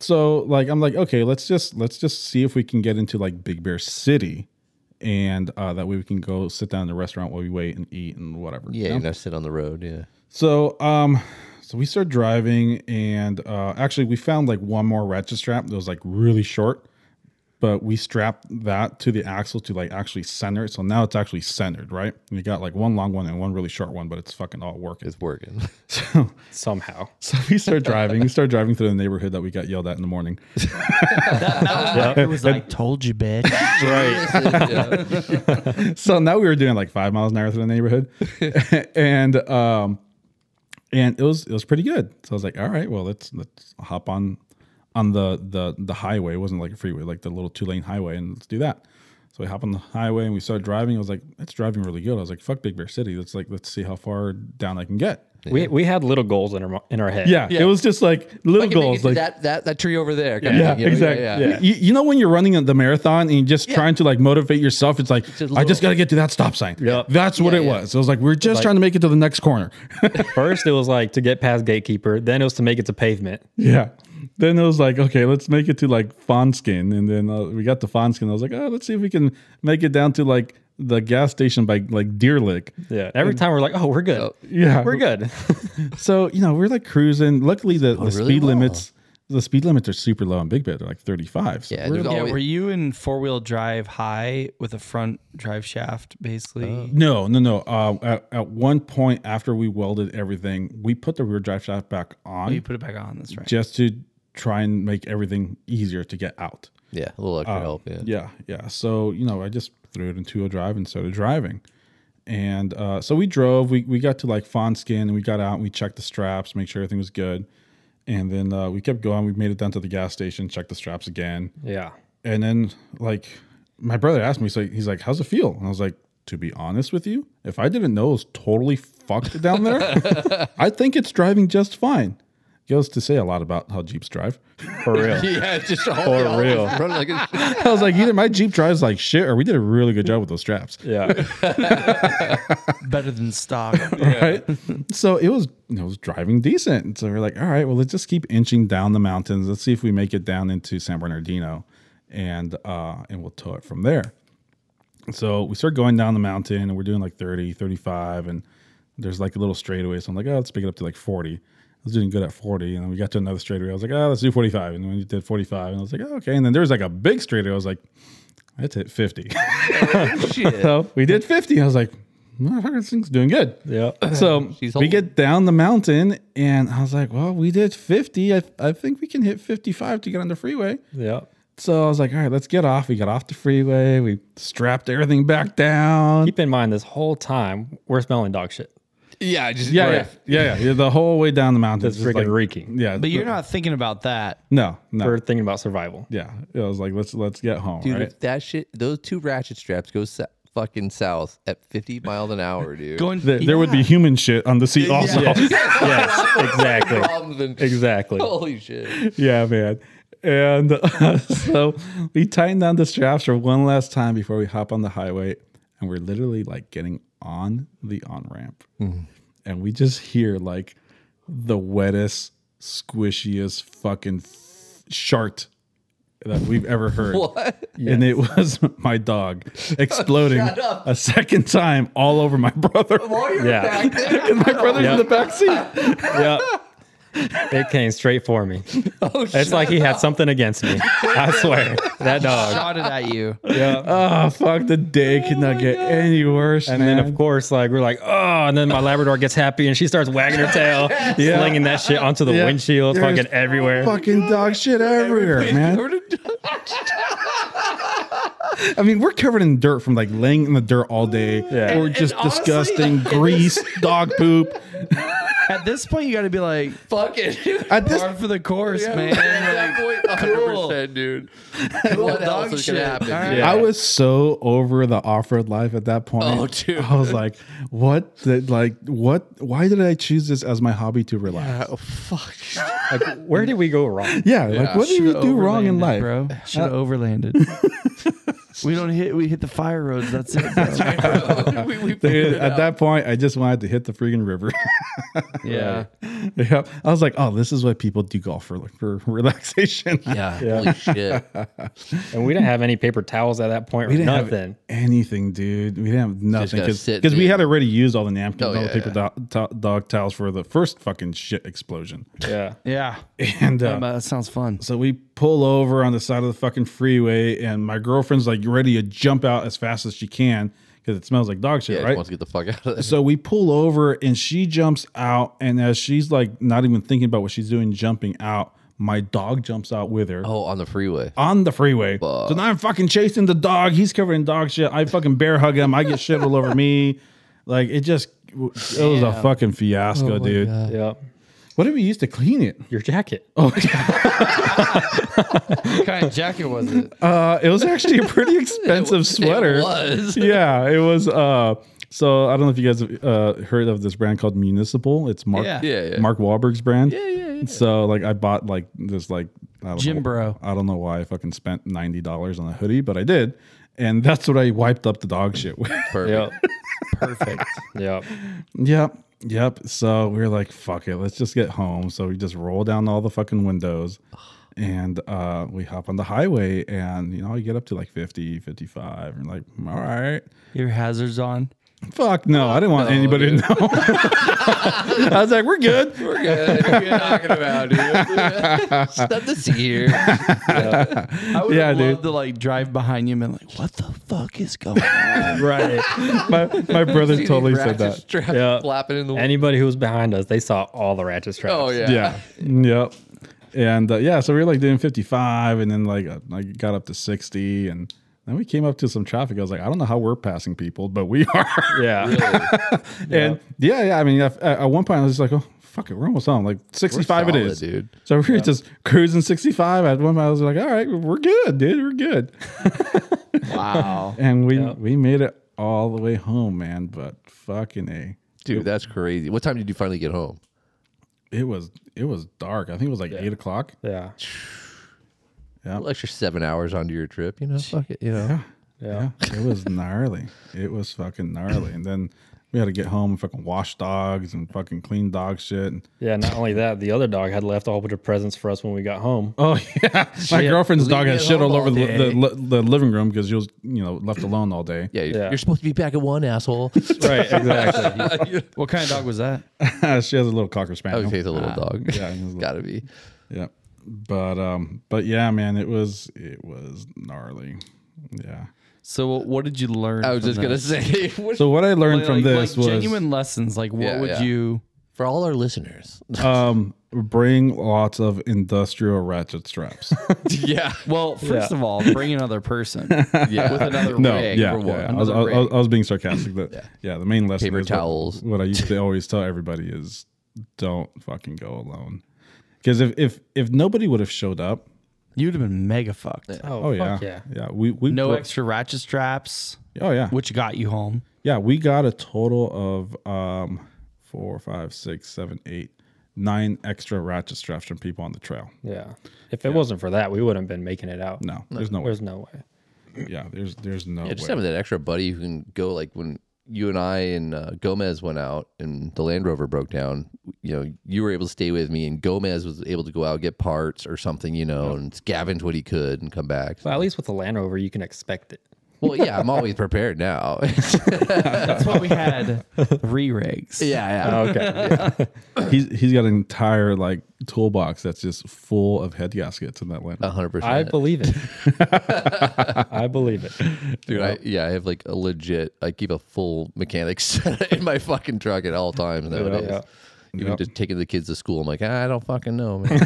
So like, I'm like, okay, let's just let's just see if we can get into like Big Bear City, and uh, that way we can go sit down in a restaurant while we wait and eat and whatever. you
Yeah,
know?
you're not sit on the road. Yeah.
So um so we started driving and uh actually we found like one more ratchet strap that was like really short, but we strapped that to the axle to like actually center it. So now it's actually centered, right? We got like one long one and one really short one, but it's fucking all working. *laughs*
It's working. *laughs*
Somehow.
So we start driving. we start driving through the neighborhood that we got yelled at in the morning.
*laughs* It was like, told you, *laughs* bitch.
*laughs*
Right.
so now we were doing like five miles an hour through the neighborhood, and um, and it was it was pretty good. So I was like, all right, well let's let's hop on on the the the highway. It wasn't like a freeway, like the little two lane highway, and let's do that. So we hop on the highway and we started driving. I was like, that's driving really good. I was like, fuck Big Bear City. Let's like let's see how far down I can get.
We, we had little goals in our in our head.
Yeah,
Yeah.
it was just like little
Like, if it
goals,
gets to
like
that, that that tree over there. kind of
yeah,
thing, you know?
exactly.
Yeah,
Yeah,
yeah.
You, you know when you're running the marathon and you're just trying to like motivate yourself, it's like
just
I just
little-
got to get to that stop sign.
Yeah.
that's what
Yeah,
it
yeah.
was. It was like we're just trying to make it to the next corner.
*laughs*
*laughs*
First, it was like to get past gatekeeper. Then it was to make it to pavement.
yeah. Then it was like, okay, let's make it to like Fonskin, and then uh, we got to Fonskin. I was like, oh, let's see if we can make it down to like the gas station by like Deer Lick.
Yeah. Every time we're like, oh, we're good.
Yeah,
We're good. *laughs*
So you know, we're like cruising. Luckily, the, the
Oh, really
speed
low.
limits. The speed limits are super low in Big Bend. They're like 35. So
Yeah, there's
Yeah,
always-
were you in four wheel drive high with a front drive shaft, basically?
No, no, no. Uh, at, at one point after we welded everything, we put the rear drive shaft back on
you put it back on. That's right.
just to try and make everything easier to get out.
Yeah, a little
Oh.
extra help. Yeah.
Yeah, yeah. So you know, I just threw it in two wheel drive and started driving. And uh, so we drove. We we got to like Fonskin and we got out and we checked the straps, make sure everything was good. And then uh, we kept going. We made it down to the gas station, checked the straps again.
yeah.
And then like my brother asked me, he's like, he's like, how's it feel? And I was like, to be honest with you, if I didn't know it was totally fucked down
*laughs*
there, I think it's driving just fine. Goes to say a lot about how Jeeps drive.
For real.
Yeah, it's just all, *laughs*
For real.
running like a-
*laughs* I was like, either my Jeep drives like shit or we did a really good job with those straps.
Yeah.
*laughs* Better than stock.
Right. So it was it was driving decent. And so we're like, all right, well, let's just keep inching down the mountains. Let's see if we make it down into San Bernardino and uh and we'll tow it from there. So we start going down the mountain and we're doing like 30, 35, and there's like a little straightaway. So I'm like, oh, let's pick it up to like 40. I was doing good at 40. And then we got to another straightaway. I was like, oh, let's do 45. And then we did 45. And I was like, oh, okay. And then there was like a big straightaway. I was like, let's
*laughs*
hit 50. *laughs*
shit.
so we did 50. I was like, motherfucker, this thing's doing good.
Yeah.
So
*clears throat* She's
we
holding.
get down the mountain, and I was like, "Well, we did 50. I, I think we can hit 55 to get on the freeway."
Yeah.
So I was like, "All right, let's get off." We got off the freeway. We strapped everything back down.
Keep in mind, this whole time, we're smelling dog shit.
Yeah, just
Yeah,
right.
yeah, yeah, yeah, The whole way down the mountain,
It's
it's just
freaking reeking.
*laughs*
yeah.
But you're not thinking about that. *laughs*
no, no.
We're thinking about survival.
yeah, it was like let's let's get home.
Dude,
right?
if that shit, those two ratchet straps go sa- fucking south at 50 miles an hour, dude.
Going
There, there would be human shit on the seat also.
yes.
*laughs*
Exactly.
Problems and- *laughs*
Exactly.
Holy shit.
yeah, man. And uh, *laughs* so we tighten down the straps for one last time before we hop on the highway, and we're literally like getting on the on ramp,
Mm-hmm.
and we just hear like the wettest, squishiest fucking f- shart that we've
*laughs*
ever heard.
What?
And it was *laughs* my dog exploding a second time all over my *laughs* brother.
While you're
Yeah.
back *laughs* there?
my brother's in the back
*laughs*
seat.
Yep. It came straight for
*laughs*
me.
Oh,
It's
shit.
like he had something against me. I swear. That dog.
shot it at you.
Oh fuck! The day could not get any worse.
Oh And then, of course, like we're like, oh, and then my Labrador gets happy and she starts wagging her
*laughs*
tail, slinging that shit onto the
Yeah.
windshield,
There's
fucking everywhere.
fucking dog shit everywhere, man. *laughs* I mean, we're covered in dirt from like laying in the dirt all day,
Yeah.
or
And-
just
and honestly,
disgusting grease, dog poop.
At this point, you got to be like,
Fuck *laughs* it, dude.
At this,
hard for the course,
At that
*laughs* man.
point,
Like,
100%, dude. What else is going
shit.
to happen?
All
dude?
Yeah.
I was so over the off-road life at that point.
Oh, dude.
I was like, what? The, like, what? Why did I choose this as my hobby to relax?
Oh, fuck.
Like, where did we go
*laughs*
wrong?
Yeah, like, what did you do wrong in
Overlanded,
life?
bro? Should have overlanded. *laughs* we don't hit. We hit the fire roads. *laughs* That's it. Bro.
*laughs* we, we figured
Dude,
it
*laughs* at
out.
that point, I just wanted to hit the freaking river. *laughs*
yeah.
yeah, I was like, oh, this is why people do golf for for relaxation. *laughs*
Yeah. Holy shit.
And we didn't have any paper towels at that point.
We didn't have
nothing.
anything, dude. We didn't have nothing
gotta sit,
because we
dude.
had already used all the napkins,
Oh,
all
yeah,
the paper do- to- dog towels for the first fucking shit explosion. *laughs*
yeah.
Yeah.
And uh,
Um, uh, that sounds fun.
so we pull over on the side of the fucking freeway, and my girlfriend's like ready to jump out as fast as she can because it smells like dog shit,
Yeah, I just
right?
want to get the fuck out of this.
So we pull over and she jumps out. And as she's like not even thinking about what she's doing, jumping out, my dog jumps out with her
Oh, on the freeway.
on the freeway. So now I'm fucking chasing the dog. He's covered in dog shit. I fucking bear hug him. I get shit all over me. Like it just, it was a fucking fiasco, dude.
Yeah.
What did we use to clean it?
Your jacket. Oh,
What kind of jacket was it?
*laughs* Uh, it was actually a pretty expensive sweater.
It was.
yeah, it was. Uh, So I don't know if you guys have uh, heard of this brand called Municipal. It's Mark
Yeah.
Yeah, yeah.
Mark Wahlberg's brand.
Yeah, yeah, yeah.
So like I bought like this like I don't
Gym
know,
bro.
I don't know why I fucking spent ninety dollars on a hoodie, but I did, and that's what I wiped up the dog shit with.
Perfect.
*laughs*
Yep. Perfect. Yep.
yep, yep. So we were like, fuck it, let's just get home. So we just roll down all the fucking windows. And uh, we hop on the highway, and you know, you get up to like 50, 55, and like, all right,
*laughs* Your hazards on.
fuck no, I didn't want
No,
anybody to know. I was like, we're good,
We're good. *laughs* What are you talking about, dude? *laughs* Stuff this year.
I would
Yeah,
have
dude.
loved to like drive behind you and been like, what the fuck is going *laughs* on?
Right.
my,
*laughs*
my brother
See
totally
these
said
ratchet
that.
straps
Yeah.
flapping in the wind.
Anybody who was behind us, they saw all the ratchet straps.
Oh yeah.
Yeah. yep. And uh, yeah, so we were like doing 55, and then like uh, I got up to 60, and then we came up to some traffic. I was like, I don't know how we're passing people, but we *laughs* are.
Yeah.
and yeah, yeah. I mean, at, at one point I was just like, oh fuck it, we're almost home. Like 65 it
solid,
is,
dude.
So we were just cruising 65. At one point I was like, all right, we're good, dude, we're good.
Wow.
And we we made it all the way home, man. But fucking a.
Dude, that's crazy. What time did you finally get home?
It was it was dark. I think it was like eight o'clock.
*laughs* Yeah.
Well, extra seven hours onto your trip, you know? Fuck it, you know.
Yeah, it was gnarly. It was fucking gnarly. And then we had to get home and fucking wash dogs and fucking clean dog shit. And,
Yeah. Not only that, the other dog had left a whole bunch of presents for us when we got home.
*laughs* oh yeah, my girlfriend's dog
Leave
had
me
shit
alone
all over
all
the,
day.
the, the living room because she was you know left alone all day.
Yeah, you're,
Yeah.
you're supposed to be back at one,
*laughs*
asshole.
Right. Exactly.
What kind of dog was that?
*laughs* she has a little cocker
I
spaniel.
would say it's a little dog. *laughs*
yeah, it was a little-
gotta be.
Yeah, but um, but yeah, man, it was it was gnarly. Yeah.
So what did you learn?
I was
from
just gonna
this?
say, *laughs* what-
So what I learned from
Like-
this
like
was
genuine *laughs* lessons. Like, what
Yeah,
would
yeah.
you?
for all our listeners,
um, bring lots of industrial
*laughs*
ratchet straps.
*laughs* *laughs* yeah,
Well, first of all, bring
*laughs*
another person.
yeah, with
another
no,
rig.
yeah,
for
yeah,
one.
I, was, I, was- I was- I was being
*laughs*
sarcastic. But yeah. the main lesson
Paper
is what-
towels.
What, I used to always tell everybody is don't fucking go alone. Because if, if if nobody would have showed up,
You'd have been mega fucked.
oh yeah,
fuck yeah.
we we
No
bro-
extra ratchet straps,
oh yeah,
which got you home.
yeah, we got a total of um four, five, six, seven, eight, nine extra ratchet straps from people on the trail.
Yeah. If it wasn't for that, we wouldn't have been making it out.
No, there's no way.
There's no way.
Yeah, there's there's no
yeah, just
way.
having that extra buddy who can go like when you and I and uh, Gomez went out and the Land Rover broke down. You know, you were able to stay with me, and Gomez was able to go out get parts or something, you know, and scavenge what he could and come back.
But at least with the Land Rover, you can expect it.
Well, yeah, I'm always prepared now.
That's why we had re rigs.
*laughs* yeah, yeah.
Okay.
He's he's got an entire like toolbox that's just full of head gaskets in that land.
*laughs* A hundred
*laughs* I
percent,
believe it. I believe it.
dude. I, yeah, I have like a legit. I keep a full mechanic set *laughs* in my fucking truck at all times nowadays.
yeah.
Even
Yep.
just taking the kids to school, I'm like, "Ah, I don't fucking know,
*laughs*
man.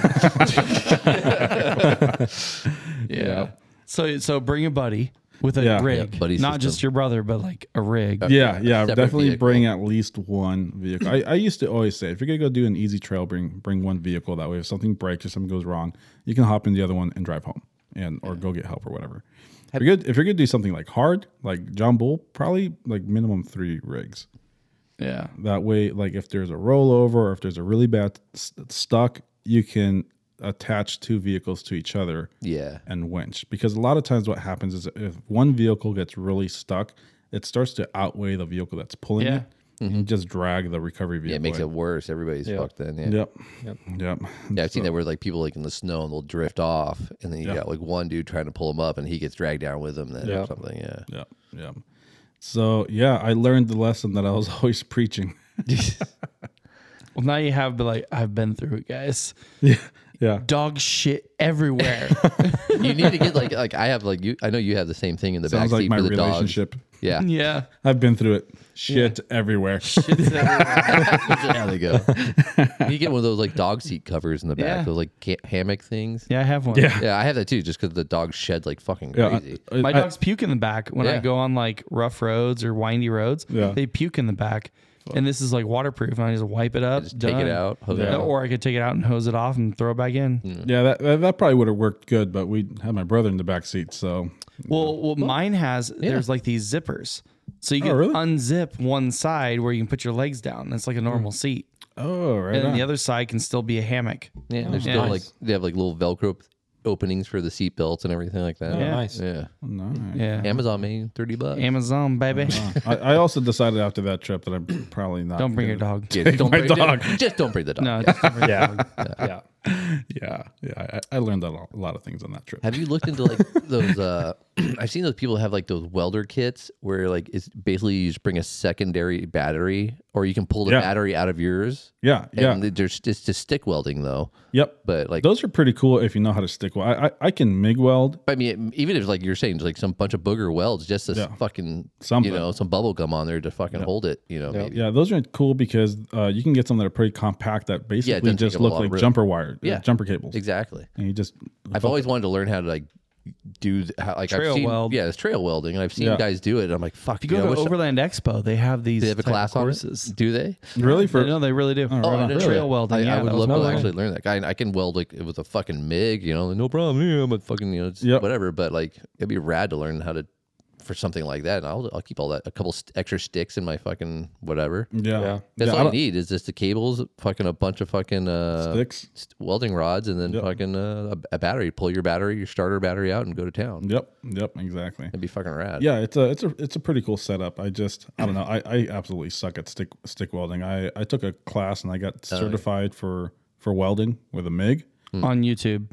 yeah,
So so bring a buddy with a
Yeah.
rig,
Yeah, buddy
not
system.
just your brother, but like a rig.
Yeah, yeah,
separate
definitely
vehicle.
bring at least one vehicle. I, I used to always say if you're gonna go do an easy trail, bring bring one vehicle. That way, if something breaks or something goes wrong, you can hop in the other one and drive home, and or go get help or whatever. If you're good, if you're gonna do something like hard, like John Bull, probably like minimum three rigs.
yeah.
That way, like if there's a rollover or if there's a really bad s- stuck, you can attach two vehicles to each other
yeah.
and winch because a lot of times what happens is if one vehicle gets really stuck it starts to outweigh the vehicle that's pulling
Yeah.
it and you just drag the recovery vehicle
Yeah, it makes it worse. Everybody's fucked then. Yeah.
yep yep yep
Yeah, I've seen that where like people like in the snow and they'll drift off, and then you got like one dude trying to pull them up, and he gets dragged down with him then or
Yeah.
something. Yeah,
yep yep so yeah i learned the lesson that i was *laughs* always preaching
Well, now you have, but like I've been through it, guys.
yeah yeah
Dog shit everywhere.
you need to get like like I have like you. I know you have the same thing in the
sounds
back
like
seat
my
for the dog.
relationship
Yeah,
*laughs* yeah.
i've been through it shit everywhere
uh,
there they go.
*laughs*
You get one of those like dog seat covers in the back,
Yeah.
those like ca- hammock things.
Yeah, I have one.
Yeah.
*laughs* Yeah, I have that too, just because the dog shed like fucking
yeah I-
crazy.
I-
My
I-
dogs puke in the back when I
Yeah.
go on like rough roads or windy roads.
Yeah.
They puke in the back. And this is like waterproof, and I just wipe it up,
just take
done.
it out, hose it
Yeah.
out. Mm.
Or I could take it out and hose it off and throw it back in.
yeah that, that, that probably would have worked good but we had my brother in the back seat so
Well, well, mine has there's like these zippers. So you can
Oh, really?
unzip one side where you can put your legs down. That's like a
Mm.
normal seat.
Oh, right.
And then
on.
the other side can still be a hammock.
Yeah, they're still like they have like little Velcro openings for the seat belts and everything like
Oh,
that.
Yeah.
Nice.
Yeah.
Nice.
Yeah.
Amazon made thirty bucks.
Amazon, baby.
I, I also decided after that trip that I'm probably not.
Don't bring your
gonna-
dog.
Yeah, don't
*laughs* my
bring the *laughs*
dog.
Just don't bring the dog.
No,
Yeah.
just don't bring your
Yeah.
dog.
yeah.
Yeah, yeah. I, I learned a lot, a lot of things on that trip.
Have you looked into like *laughs* those? Uh, *clears throat* I've seen those people have like those welder kits where like it's basically you just bring a secondary battery, or you can pull the
Yeah.
battery out of yours.
Yeah, yeah.
And there's it's just stick welding though.
yep.
But like,
Those are pretty cool if you know how to stick. Well, I, I, I can MIG weld.
I mean, even if like you're saying like some bunch of booger welds, just a
Yeah.
fucking
Something.
you know some bubble gum on there to fucking hold it. You know, maybe.
Yeah, those are cool because uh, you can get some that are pretty compact that basically
doesn't take
just
up a
look
lot of
like
room.
jumper wire, uh,
Yeah.
jumper cables.
exactly.
And you just
I've always wanted to learn how to like do th- how, like
Trail
I've seen,
weld.
Yeah, it's trail welding. and I've seen
Yeah.
guys do it. And I'm like, fuck.
You
you
go
know, I
to
wish I-
Overland Expo, they have these
they have a
type
class
of
on
courses.
it. Do they? Oh,
really for
No, they really do.
I
right
didn't
on.
know
Trail
that.
welding,
I,
yeah,
I would
that was
love to
another one.
actually learn that. I, I can weld like with a fucking mig. You know, no problem. Yeah, I'm a fucking you know it's
Yep.
whatever. But like, it'd be rad to learn how to for something like that. And I'll I'll keep all that a couple st- extra sticks in my fucking whatever.
yeah,
Yeah.
That's
Yeah,
all I,
don't-
need is just the cables, fucking a bunch of fucking uh,
sticks.
st- welding rods, and then fucking uh, a, a battery. Pull your battery, your starter battery out, and go to town.
Yep, yep, exactly.
It'd be fucking rad.
Yeah, it's a it's a it's a pretty cool setup. I just I don't know. I, I absolutely suck at stick stick welding. I I took a class and I got certified for for welding with a MIG.
Hmm.
on YouTube.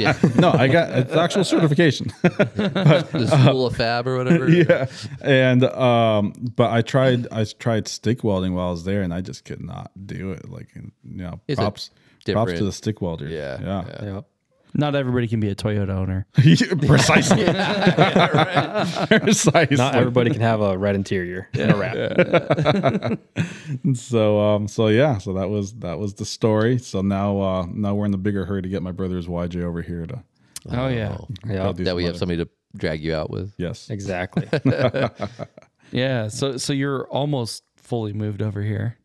yeah.
No, I got it's actual certification. *laughs*
the school of fab or whatever.
yeah, and um, but I tried I tried stick welding while I was there, and I just could not do it. Like, you know,
It's a
props props
different-
to the stick welder.
Yeah,
yeah,
Yeah.
Not everybody can be a
*laughs*
Toyota owner.
*laughs* precisely, *laughs* precisely.
Not everybody can have a red interior and a wrap.
so um, so yeah, so that was that was the story. So now uh, now we're in the bigger hurry to get my brother's YJ over here to.
Oh, yeah.
Yeah.
do
That
some
we have
other-
somebody to drag you out with.
Yes.
Exactly. *laughs*
Yeah. So so you're almost fully moved over here.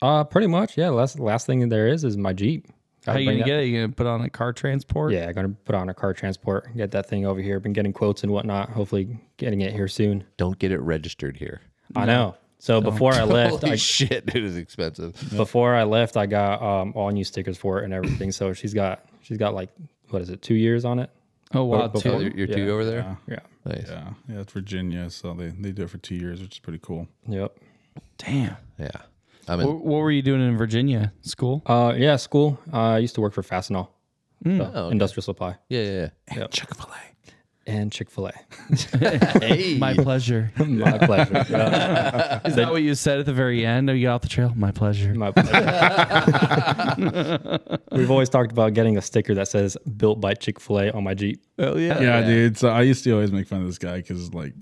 Uh, pretty much. Yeah. Last last thing there is is my Jeep.
How you gonna get it? You gonna put on a car transport?
Yeah, gonna put on a car transport, get that thing over here. Been getting quotes and whatnot. Hopefully, getting it here soon.
Don't get it registered here.
*laughs* I know. So before I left,
Holy
I,
shit, it is expensive.
before I left, I got um, all new stickers for it and everything. So she's got she's got like what is it, two years on it?
Oh wow.
Both- both
Oh,
Two.
you're, you're two over there.
Yeah.
Nice. Yeah.
Yeah, yeah, it's Virginia, so they they do it for two years, which is pretty cool.
Yep.
Damn.
I mean,
What, what were you doing in Virginia? School?
Uh, yeah. School. Uh, I used to work for Fastenal, so,
Oh, okay.
industrial supply,
yeah, yeah,
Chick Fil A.
and Chick Fil A.
yeah. Hey, *laughs*
My pleasure.
*laughs* My pleasure. Yeah.
Is that what you said at the very end? Oh, you got off the trail? My pleasure.
My pleasure.
*laughs*
We've always talked about getting a sticker that says "Built by Chick Fil A" on my Jeep.
Oh yeah.
yeah, dude. So I used to always make fun of this guy because, like,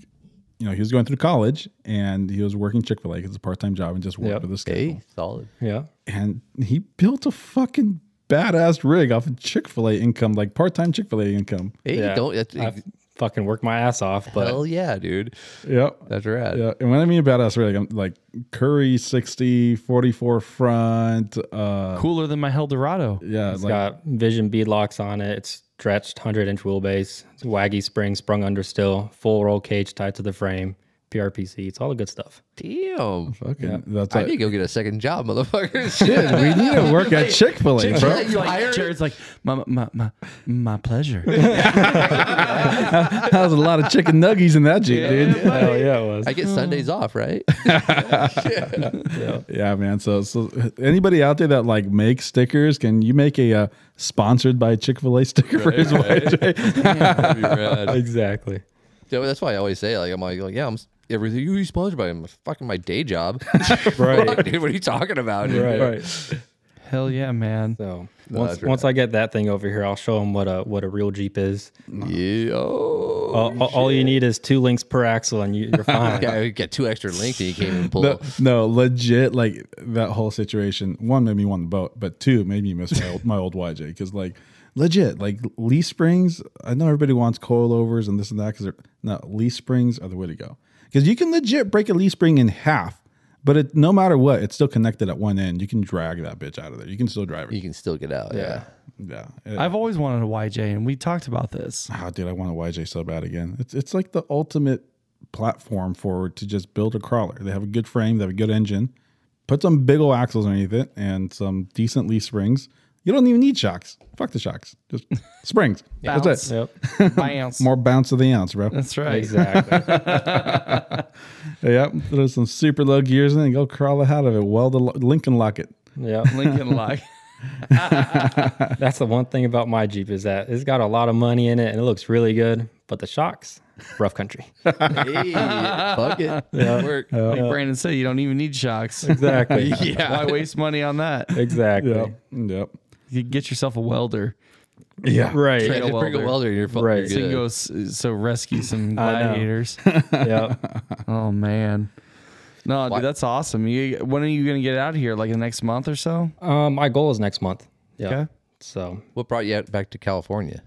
you know, he was going through college and he was working Chick Fil A because it's a part time job and just worked
Yep.
with this guy.
hey, solid.
Yeah.
And he built a fucking badass rig off of Chick Fil A income, like part time Chick Fil A income.
Hey,
Yeah.
don't. That's,
I've fucking worked my ass off, but
hell yeah, dude.
Yep.
That's rad.
Yeah, and when I mean badass rig, I'm like Curry 60, 44 front. Uh,
Cooler than my Eldorado.
yeah,
It's
like
got vision bead locks on it. It's stretched 100 inch wheelbase. It's waggy spring sprung under still. Full roll cage tied to the frame. PRP seats. All the good stuff.
Damn.
fucking. That's
I need
it.
to go get a second job, *laughs* motherfucker.
Dude, we need to work
*laughs*
at Chick Fil A, bro.
You hired?
Jared's *laughs* like my my my,
*laughs*
my pleasure.
That was a lot of chicken nuggies in that jeep, dude.
Hell yeah, it was.
I get Sundays off, right?
Yeah, man. So, so anybody out there that like makes stickers, can you make a uh, sponsored by Chick Fil A sticker for his
*laughs*
wife?
That'd be *laughs*
*laughs*
rad.
exactly.
So that's why I always say, like, I'm like, yeah, I'm everything you sponsored by I'm fucking my day *laughs* job. Fuck,
Right.
dude, what are you talking about? dude?
right.
Hell yeah, man.
So
No,
once,
that's right.
once I get that thing over here, I'll show them what a what a real Jeep is.
Yeah. Oh.
all, all- all you need is two links per axle, and you,
*laughs*
you're fine.
Yeah, you get two extra links and you can't even pull.
No, no, legit. Like that whole situation. One made me want to boat, but two made me miss my old, my old YJ because like legit, like Lee Springs. I know everybody wants coilovers and this and that because no Lee Springs are the way to go because you can legit break a Lee spring in half. But it, no matter what, it's still connected at one end. You can drag that bitch out of there. You can still drive
You
it.
can still get out. Yeah.
Yeah.
I've always wanted a YJ, and we talked about this.
Ah, dude, I want a YJ so bad again. It's it's like the ultimate platform for to just build a crawler. They have a good frame, they have a good engine, put some big old axles underneath it and some decent leaf springs. You don't even need shocks. Fuck the shocks.
*laughs*
Just springs. That's it.
Yep.
Bounce.
*laughs* More bounce of the ounce, bro.
That's right.
*laughs* Exactly.
*laughs* yep. Throw some super low gears in it and go crawl out of it. Weld the lo- Lincoln lock it.
yeah.
*laughs* Lincoln lock.
That's the one thing about my Jeep is that it's got a lot of money in it and it looks really good, but the shocks, rough country.
hey, fuck *laughs* it. Work.
Like Brandon said, you don't even need shocks. *laughs*
*laughs* Exactly.
Why waste money on that?
Exactly.
Yep. Yep.
You get yourself a welder.
Yeah.
Right.
Yeah, just bring a
welder.
welder and you're fucking
Right.
So you
good.
go s- so rescue some
I know.
gladiators.
Yep.
oh man. No, dude, that's awesome. You, when are you gonna get out of here? Like in the next month or so?
Um, my goal is next month. Yeah.
Okay.
So,
What brought you out back to California?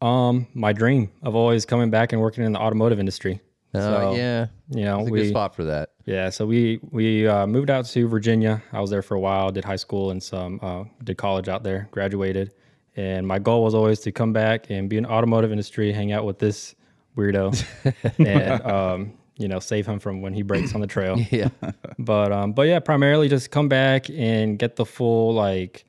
um, my dream of always coming back and working in the automotive industry.
Oh, yeah.
You know,
It's a
we
good spot for that. *laughs*
yeah. So we we uh, moved out to Virginia. I was there for a while. Did high school and some uh, did college out there. Graduated, and my goal was always to come back and be in automotive industry, hang out with this weirdo, and um, you know, save him from when he breaks on the trail.
Yeah.
but um but yeah primarily just come back and get the full like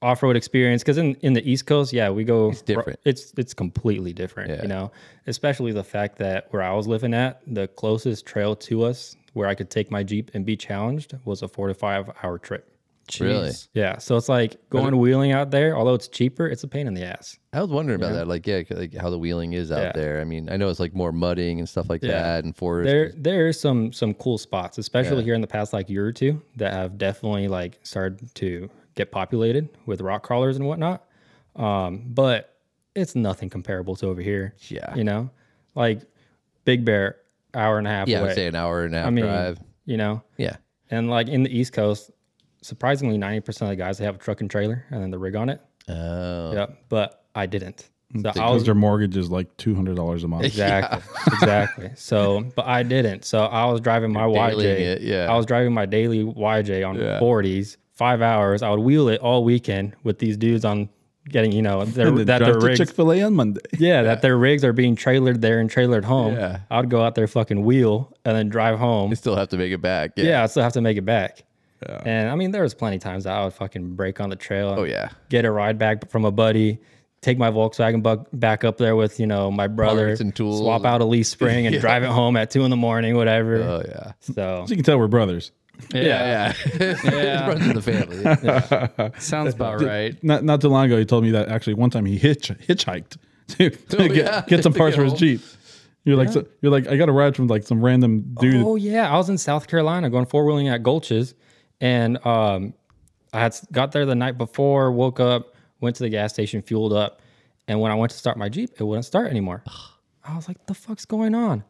off-road experience because in in the east coast yeah we go it's
different.
it's it's completely different
Yeah.
you know especially the fact that where i was living at the closest trail to us where i could take my jeep and be challenged was a four to five hour trip
Really?
Jeez.
yeah so it's like going wheeling out there although it's cheaper it's a pain in the ass
I was wondering about that. Like, yeah, like how the wheeling is out
Yeah.
there. I mean, I know it's like more mudding and stuff like
Yeah.
that and forest.
there there are some some cool spots especially here in the past like year or two that have definitely like started to get populated with rock crawlers and whatnot um but it's nothing comparable to over here
Yeah.
you know like big bear hour and a half
yeah, I
away
would say an hour and a half
i mean
drive.
you know
Yeah.
and like in the east coast surprisingly 90% of the guys they have a truck and trailer and then the rig on it
Oh. Mm,
yeah but i didn't so i
Because
was
their mortgage is like two hundred dollars a month.
Exactly.
*laughs*
Exactly. So, but I didn't. So I was driving my YJ.
dailying it, yeah.
I was driving my daily YJ on 40s, five hours. I would wheel it all weekend with these dudes on getting, you
*laughs*
know, their,
And then
that their
drive to
rigs.
Chick Fil A on Monday.
yeah, that their rigs are being trailered there and trailered home.
Yeah.
I would go out there fucking wheel and then drive home.
You still have to make it back. Yeah.
yeah, I still have to make it back. And I mean, there was plenty of times that I would fucking break on the trail.
Oh, yeah.
Get a ride back from a buddy. Take my Volkswagen bug back up there with you know my brother.
Parts and tools.
Swap out a leaf
*laughs*
spring and drive it home at two in the morning, whatever.
Oh, yeah.
so
As you can tell, we're brothers.
Yeah. Yeah. *laughs* it runs in the family.
Sounds about right.
Not not too long ago, he told me that actually one time he hitch hitchhiked *laughs* to, to get,
Oh, yeah.
get
*laughs*
some
To
parts
get
for his
home.
jeep. You're like so, you're like I got a ride from like some random dude.
Oh yeah, I was in South Carolina going four wheeling at Gulch's, and um, I had s- got there the night before, woke up, went to the gas station, fueled up, and when I went to start my Jeep, it wouldn't start anymore. I was like, "The fuck's going on?"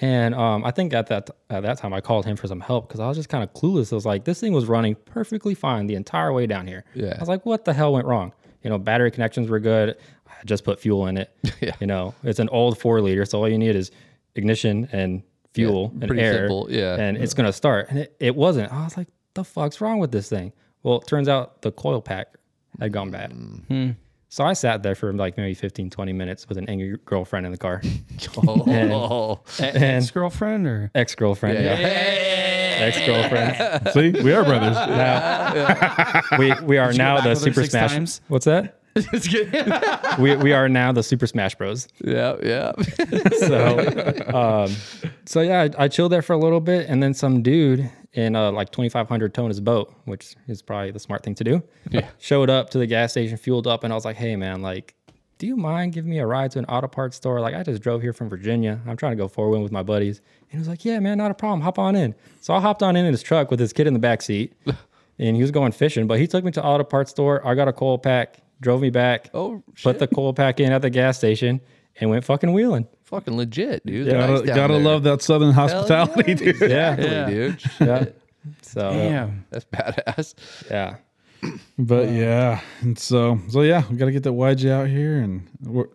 And um, I think at that at that time, I called him for some help because I was just kind of clueless. I was like, "This thing was running perfectly fine the entire way down here."
Yeah.
I was like, "What the hell went wrong?" You know, battery connections were good. I just put fuel in it.
*laughs* Yeah.
You know, it's an old four liter, so all you need is ignition and fuel and
pretty
air,
simple, yeah.
and it's gonna start. And it, it wasn't. I was like, the fuck's wrong with this thing? Well, it turns out the coil pack had gone bad.
Mm.
So I sat there for like maybe 15, 20 minutes with an angry girlfriend in the car,
Oh.
and
Ex girlfriend or
ex girlfriend, yeah, ex *laughs* girlfriend.
Oh.
*laughs* See, we are
*laughs*
brothers.
we we are now
back
the
with her
Super
six
Smash.
times?
What's that?
It's good. *laughs*
we we are now the Super Smash Bros.
yeah. Yeah.
so um, so yeah I, I chilled there for a little bit and then some dude in uh, like 2500 towed his boat which is probably the smart thing to do yeah. showed up to the gas station fueled up and i was like hey man like do you mind giving me a ride to an auto parts store like i just drove here from virginia i'm trying to go four wheel with my buddies and he was like yeah man not a problem hop on in so i hopped on in in his truck with his kid in the back seat and he was going fishing but he took me to auto parts store i got a coil pack drove me back
Oh,
put the coil pack in at the gas station and went fucking wheeling
Fucking legit, dude.
Gotta,
Nice down
gotta
there.
love that southern hospitality, dude.
*laughs*
yeah
Really, dude.
yeah. So
Yeah.
That's badass.
yeah,
*laughs* But yeah, and so so yeah, we gotta get that YG out here and we're,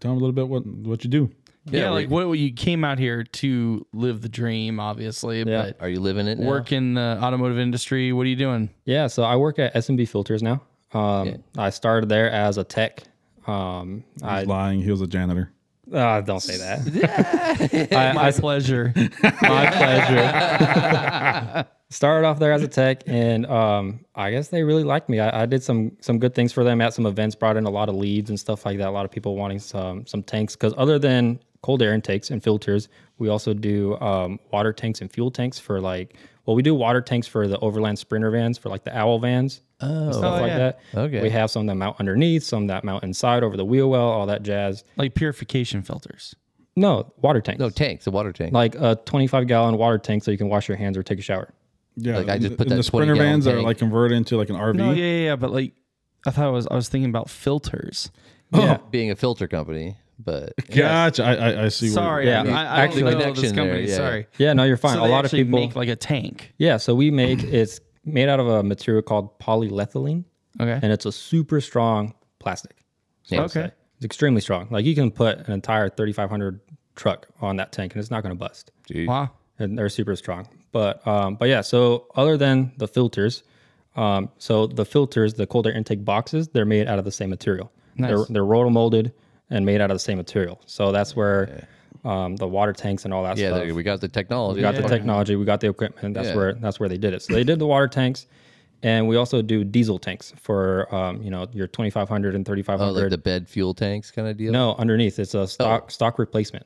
tell them a little bit what what you do.
Yeah,
Yeah,
like what you came out here to live the dream, obviously,
*laughs* Yeah.
Are you living it?
but
Now?
work in the automotive industry. What are you doing? *laughs*
yeah. So I work at SMB Filters now. Um, I started there as a tech. Um,
He's
I
lying. He was a janitor.
Oh, don't say that.
My pleasure.
My pleasure. *laughs* Started off there as a tech, and um, I guess they really liked me. I, I did some some good things for them at some events, brought in a lot of leads and stuff like that. A lot of people wanting some some tanks because other than cold air intakes and filters, we also do um, water tanks and fuel tanks for like. Well, we do water tanks for the overland sprinter vans, for like the owl vans, and stuff
Oh,
like
yeah.
that.
Okay.
We have some that mount underneath, some that mount inside over the wheel well, all that jazz.
*laughs* like purification filters.
No water tanks.
No Oh, tanks, a water tank.
like a 25 gallon water tank so you can wash your hands or take a shower.
Yeah,
Like, I just put
and the- and
that
the sprinter
20
vans are
gallon
like converted into like an RV.
No, yeah, yeah, yeah. But like, I thought I was I was thinking about filters.
yeah.
*laughs* Being a filter company, but
Gotcha. I, I, I see. where
Sorry,
Yeah,
I, mean, I, I
actually-
don't know this
Connection there,
company.
yeah.
Sorry.
Yeah, no, you're fine.
So
a
they
lot of
actually
people.
make like a tank.
yeah, so we make it's made out of a material called polyethylene,
Okay.
and it's a super strong plastic.
Yeah.
okay.
It's extremely strong. Like you can put an entire 3500 truck on that tank, and it's not going to bust.
Jeez.
Wow.
and they're super strong. But um, but yeah, so other than the filters, um, so the filters, the cold air intake boxes, they're made out of the same material. They're they're roto molded and made out of the same material. So that's where um, the water tanks and all that
yeah,
stuff.
there, we got the technology.
we got the technology, we got the equipment. That's
Yeah.
where that's where they did it. So they did the water tanks. And we also do diesel tanks for um, you know your 2500 and 3500.
Oh, like the Oh. bed fuel tanks kind of deal.
no, underneath it's a stock stock replacement.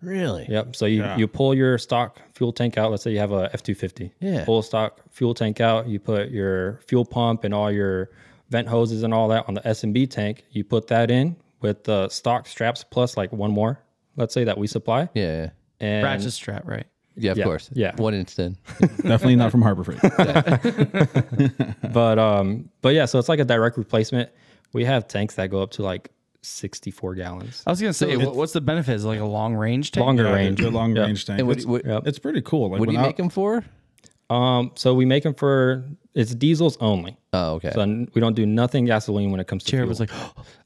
really.
Yep. So you, you pull your stock fuel tank out. Let's say you have a F two fifty.
Yeah.
Pull stock fuel tank out. You put your fuel pump and all your vent hoses and all that on the S and B tank. You put that in with the stock straps plus like one more. Let's say that we supply.
Yeah, yeah,
And
Ratchet strap, right?
yeah. Of
Yeah,
course.
yeah.
One instant.
Definitely not from Harbor Freight.
but um but yeah, so it's like a direct replacement. We have tanks that go up to like sixty four gallons.
I was gonna say, what, what's the benefit? Is it like a long range tank?
Longer
Yeah,
range.
they're long range tank.
And what,
it's,
what,
Yep.
it's pretty cool. Like
what do
when
you
I-
make them for?
Um so we make them for it's diesels only.
Oh, okay.
So n- we don't do nothing gasoline when it comes to
Jared
fuel.
was like,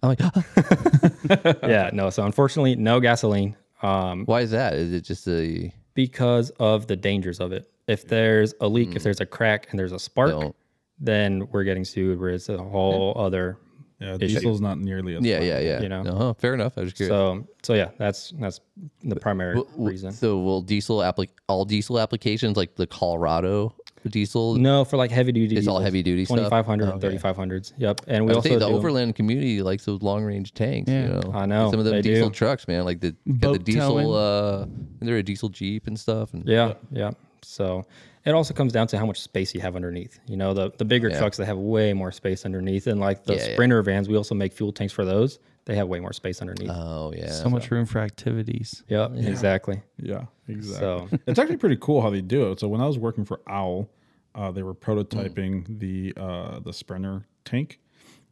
I'm like,
*laughs* yeah, no. So unfortunately, no gasoline. Um,
why is that? Is it just a
because of the dangers of it. If there's a leak, if there's a crack, and there's a spark,
Mm. Don't.
then we're getting sued. Where it's a whole other.
Yeah, diesel's not nearly as
yeah, yeah, yeah.
You know?
Uh-huh, fair enough. I was just curious.
So so yeah, that's that's the primary
W-
reason.
So will diesel applic all diesel applications like the Colorado diesel?
No, for like heavy duty.
It's all heavy duty stuff?
2500 3500s. Yep. And we
I
also
think the
do-
overland community likes those long range tanks. You know,
I know,
some of them
they
diesel
do.
trucks, man. Like the got the
Boat
diesel. Uh, and they're a diesel jeep and stuff. And
Yeah, yeah. So it also comes down to how much space you have underneath. You know, the the bigger trucks they have way more space underneath, and like the
Yeah, yeah.
sprinter vans, we also make fuel tanks for those. They have way more space underneath.
oh yeah,
so much room for activities.
Yep, exactly.
Yeah, exactly.
*laughs*
So
it's actually pretty cool how they do it. So when I was working for Owl, uh, they were
Mm.
prototyping the uh, the Sprinter tank,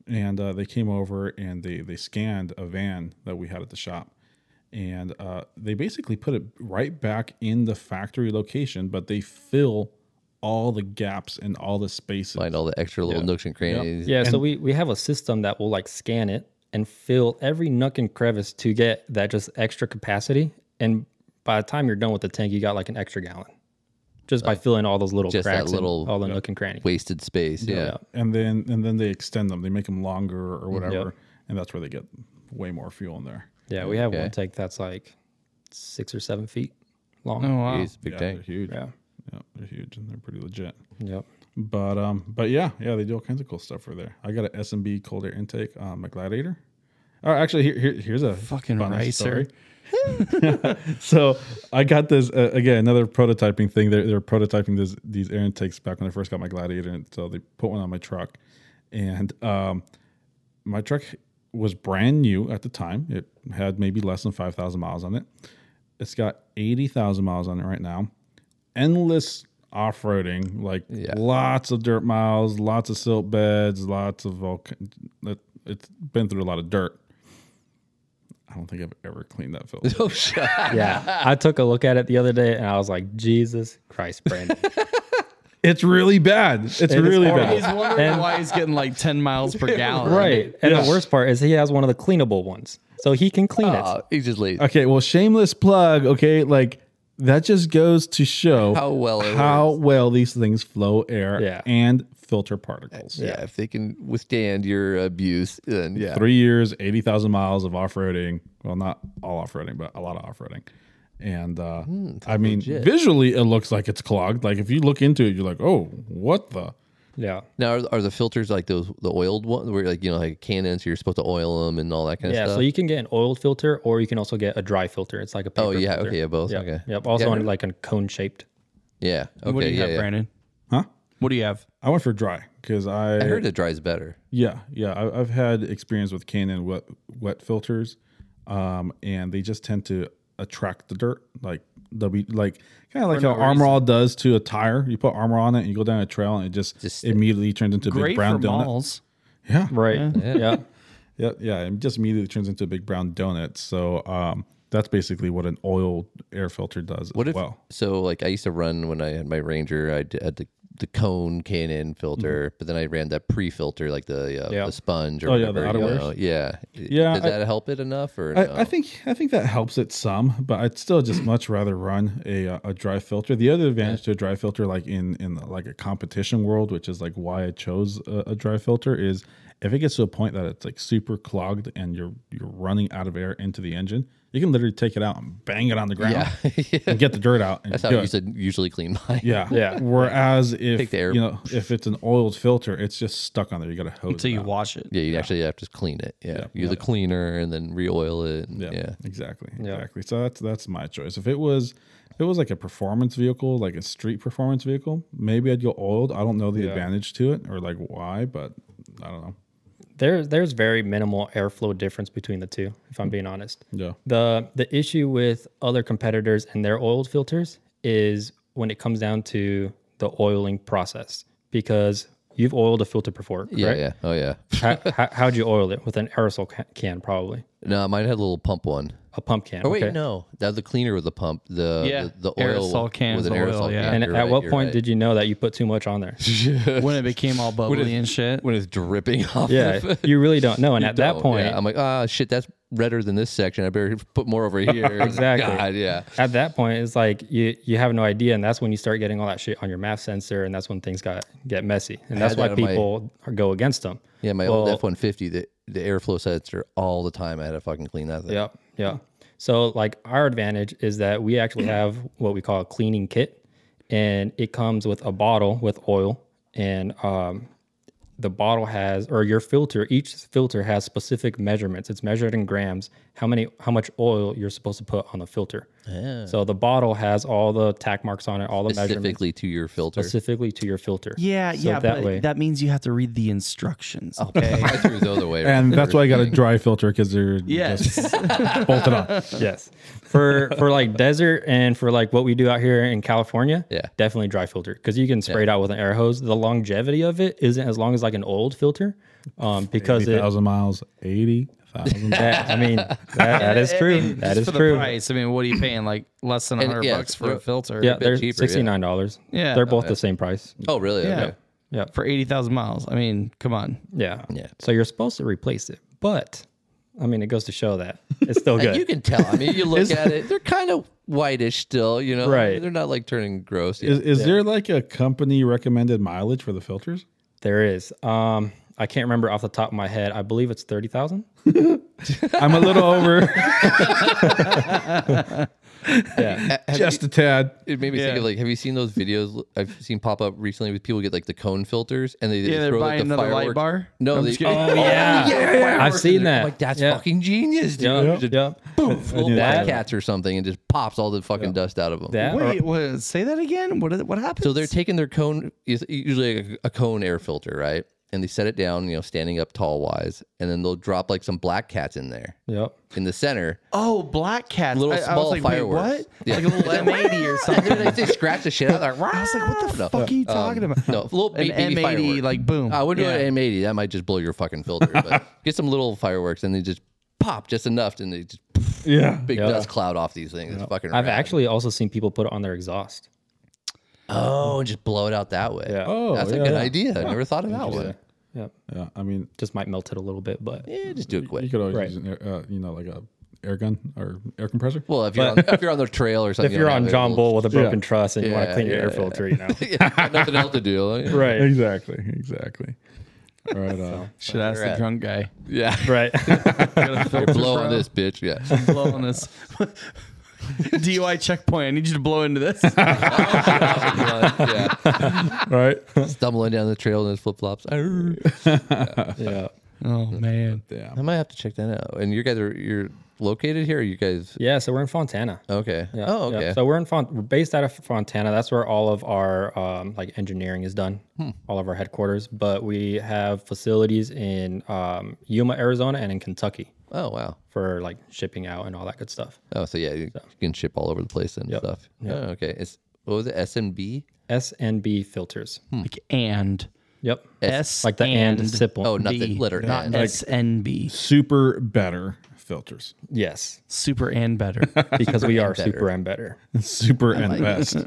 and uh, they came over and they they scanned a van that we had at the shop, and uh, they basically put it right back in the factory location, but they fill all the gaps and all the spaces.
find all the extra little nooks and crannies.
yeah, so we we have a system that will like scan it and fill every nook and crevice to get that just extra capacity. And by the time you're done with the tank, you got like an extra gallon, just by filling all those little
just that
cracks, and
little-
all the nook and cranny.
wasted space. Yeah.
and then and then they extend them. They make them longer
Mm-hmm.
or whatever, and that's where they get way more fuel in there.
Yeah, we have one tank that's like six or seven feet long.
Oh wow.
Jeez, big
Yeah, they're
tank.
huge.
Yeah.
yeah, they're huge and they're pretty legit.
*laughs*
Yep.
But um, but yeah, yeah, they do all kinds of cool stuff over there. I got an B cold air intake on my Gladiator. Oh, actually, here, here here's a
Fucking
funny
racer.
story. *laughs* So I got this uh, again, another prototyping thing. They're, they're prototyping this, these air intakes back when I first got my Gladiator, and so they put one on my truck, and um, my truck was brand new at the time. It had maybe less than five thousand miles on it. It's got eighty thousand miles on it right now. Endless off roading, like lots of dirt miles, lots of silt beds, lots of all. kin- it- It's been through a lot of dirt. I don't think I've ever cleaned
*laughs*
that filter.
Oh shit.
*laughs* Yeah. I took a look at it the other day and I was like, Jesus Christ, Brandon.
It's really bad. It's really
horrible.
bad.
He's wondering why he's getting like ten miles per gallon.
right. And the worst part is he has one of the cleanable ones. So he can clean it.
Ah.
*laughs*
Uh, he's just lazy.
Okay, well, shameless plug. Okay, like that just goes to show
How well it
how well these things flow air
Yeah.
and filter particles.
Yeah. if they can withstand your abuse, then yeah.
Three years, eighty thousand miles of off roading. Well, not all off roading, but a lot of off roading. And uh,
Hmm,
I mean, visually, it looks like it's clogged. Like if you look into it, you're like, oh, what the.
Yeah.
Now, are, are the filters like those the oiled ones where like you know like cannons, you're supposed to oil them and all that kind
Yeah.
of stuff?
So you can get an oiled filter or you can also get a dry filter. It's like a paper
oh yeah,
filter.
okay, yeah, both.
Yep.
Okay,
Yep. Also
Yeah.
on like a cone shaped.
yeah, okay,
what do you
yeah,
have,
yeah.
Brandon?
Huh?
What do you have?
I went for dry because I,
I heard it dries better.
yeah yeah I, I've had experience with Canon wet wet filters, um, and they just tend to attract the dirt like w like kind of like how Armor All does to a tire. You put Armor on it and you go down a trail and it just,
Just-
immediately turns into a big
Great for
brown donut.
malls.
Yeah,
Right. Yeah.
yeah, yeah. It just immediately turns into a big brown donut. So um, that's basically what an oil air filter does
What
as
if
well.
so? Like I used to run when I had my Ranger, I d- had the the cone cannon filter, but then I ran that pre filter like the uh,
Yeah.
the sponge or
Oh, yeah, the
whatever. you
outerwear.
know? Yeah,
Yeah,
Does
I-
that help it enough or no?
I, I think I think that helps it some, but I'd still
*clears throat*
just much rather run a uh, a dry filter. The other advantage to a dry filter, like in in like a competition world, which is like why I chose a, a dry filter, is if it gets to a point that it's like super clogged and you're you're running out of air into the engine, you can literally take it out and bang it on the ground
yeah, yeah. *laughs*
and get the dirt out. And
That's how
do
I
it.
used to usually clean *laughs* mine.
Yeah,
Yeah.
Whereas if
Take the air.
you know if it's an oiled filter, it's just stuck on there. You got to hose
Until
it
you
out.
wash it.
Yeah, you actually have to clean it. Yeah,
Yeah.
use a cleaner and then re-oil it. and-
Yeah,
Yeah,
exactly, exactly. So that's that's my choice. If it was if it was like a performance vehicle, like a street performance vehicle, maybe I'd go oiled. I don't know the advantage to it or like why, but I don't know.
There, there's very minimal airflow difference between the two, if I'm being honest.
Yeah,
The the issue with other competitors and their oiled filters is when it comes down to the oiling process because you've oiled a filter before,
yeah,
correct?
yeah. Oh yeah.
how, how, how'd you oil it? With an aerosol ca- can, probably.
No, mine had a little pump one.
A pump can.
Oh wait,
okay.
no, that the cleaner with the pump. The
Yeah,
the, the oil
aerosol can
with an
with oil,
aerosol
yeah.
can.
And
You're
at
right,
what
you're
point
right.
did you know that you put too much
*laughs*
on there?
When it became all bubbly and shit.
when it's dripping *laughs* off? of
yeah, you really don't know. And at *laughs* that
Oh,
point,
yeah. I'm like, ah, shit, that's redder than this section. I better put more over here.
Exactly.
God, yeah.
at that point, it's like you you have no idea, and that's when you start getting all that shit on your math sensor, and that's when things got get messy, and that's
had
why
that on my-
people are go against them.
Yeah, my old
Well-
F one fifty, the the airflow sensor all the time. I had to fucking clean that thing.
Yep. Yeah. So like our advantage is that we actually have what we call a cleaning kit, and it comes with a bottle with oil, and um, the bottle has or your filter. Each filter has specific measurements. It's measured in grams. How many? How much oil you're supposed to put on the filter? So the bottle has all the tack marks on it, all the measurements
Specifically to your filter.
specifically to your filter.
Yeah,
So
yeah,
that
but
way-
that means you have to read the instructions.
Oh,
*laughs* Okay.
*laughs* I threw those away.
and that's why I got a dry filter because they're
yes. *laughs*
just
*laughs*
bolted on.
yes for for like desert and for like what we do out here in california
Yeah.
definitely dry filter because you can spray it out with an air hose the longevity of it isn't as long as like an old filter um because
Eighty
it
thousand miles, eighty thousand.
that, i mean that, that is
I
true
mean,
that
just
is
for
true
The price. I mean, what are you paying? Like less than
And,
hundred
yeah,
bucks for a
they're-
filter.
yeah
bit
they're
cheaper, yeah.
$69
Yeah.
they're both the same price
oh, really?
yeah.
Okay.
yeah
For eighty thousand miles. I mean, come on.
yeah
Yeah.
so you're supposed to replace it but i mean it goes to show that it's still
And
good
you can tell. I mean, you look at it; they're kind of whitish still. You know,
Right.
They're not like turning gross.
Is, is there like a company recommended mileage for the filters?
there is um i can't remember off the top of my head i believe it's 30000
I'm a
*laughs*
little over, *laughs*
yeah
Ha- have
just a tad.
you- it made me think
Yeah.
of like, have you seen those videos I've seen pop up recently with people get like the cone filters and they
Yeah, they're
throw like
buying
the
another light
fireworks-
bar.
No,
I'm
they,
just kidding.
yeah. I've seen that.
like that's
yeah.
fucking genius, dude.
Yeah.
Just
yeah.
boom, full
knew
that.
cats or something, and just pops all the fucking dust out of them. *laughs*
That or-
Oh, Wait, what, say that again. What? What happened?
So they're taking their cone, is usually a, a cone air filter, right? And they set it down, you know, standing up tall wise, and then they'll drop like some black cats in there
Yep.
in the center.
oh, black cats.
Little
I, I
small
was like,
fireworks.
Wait, what?
Yeah.
Like a little M eighty or
*laughs*
something.
They they scratch the shit out. Like,
I was like, what the
No. Um,
fuck are you talking
*laughs*
about?
No, little
An
baby
M eighty,
firework.
like boom.
I wouldn't
Yeah.
do an M80. That might just blow your fucking filter.
*laughs*
But get some little fireworks, and they just pop just enough, and they just
Yeah.
big
Yeah.
dust cloud off these things. It's fucking.
I've
rad.
actually also seen people put it on their exhaust.
Oh, and just blow it out that way.
Yeah.
Oh,
that's a
yeah.
good idea. I never thought of that one.
Yep.
Yeah, I mean,
Just might melt it a little bit, but
Yeah, just do it
you
quick.
could always
Right.
use an air, uh, you know like a air gun or air compressor.
Well, if you're on, if you're on the trail or something,
*laughs* If you're on John Bull with a broken
Yeah.
truss and you
Yeah,
want to clean your
yeah,
air filter, you know.
*laughs*
*laughs*
yeah, nothing else to do.
right.
*laughs* Exactly. Exactly. All right.
*laughs*
Uh,
Should ask the
Right.
drunk guy.
Yeah,
Right.
*laughs*
*laughs*
You're blowing this bitch.
*laughs*
Yeah,
Blow on this *laughs* DUI checkpoint. I need you to blow
*laughs*
into this.
yeah.
all right. *laughs*
Stumbling down the trail in his flip flops. I
yeah.
Oh man.
Yeah.
might have to check that out. And you guys are you're located here. Or you guys
Yeah. So we're in Fontana.
okay?
Yeah,
oh,
yeah.
okay.
So we're in Font- we're based out of Fontana. That's where all of our um, like engineering is done,
Hmm.
all of our headquarters. But we have facilities in um, Yuma, Arizona, and in Kentucky
oh wow.
for like shipping out and all that good stuff.
Oh, so yeah, you can ship all over the place and stuff. Oh, okay. It's what was it? SMB.
SNB filters.
Hmm.
Like and
Yep.
Hmm. S
Like the and, sip one.
Oh, nothing. Letter
not
and.
SNB. Super
Super better filters.
Yes,
super and *laughs* better.
because we are super *laughs* and better.
Super and best.
*laughs*
*laughs*
All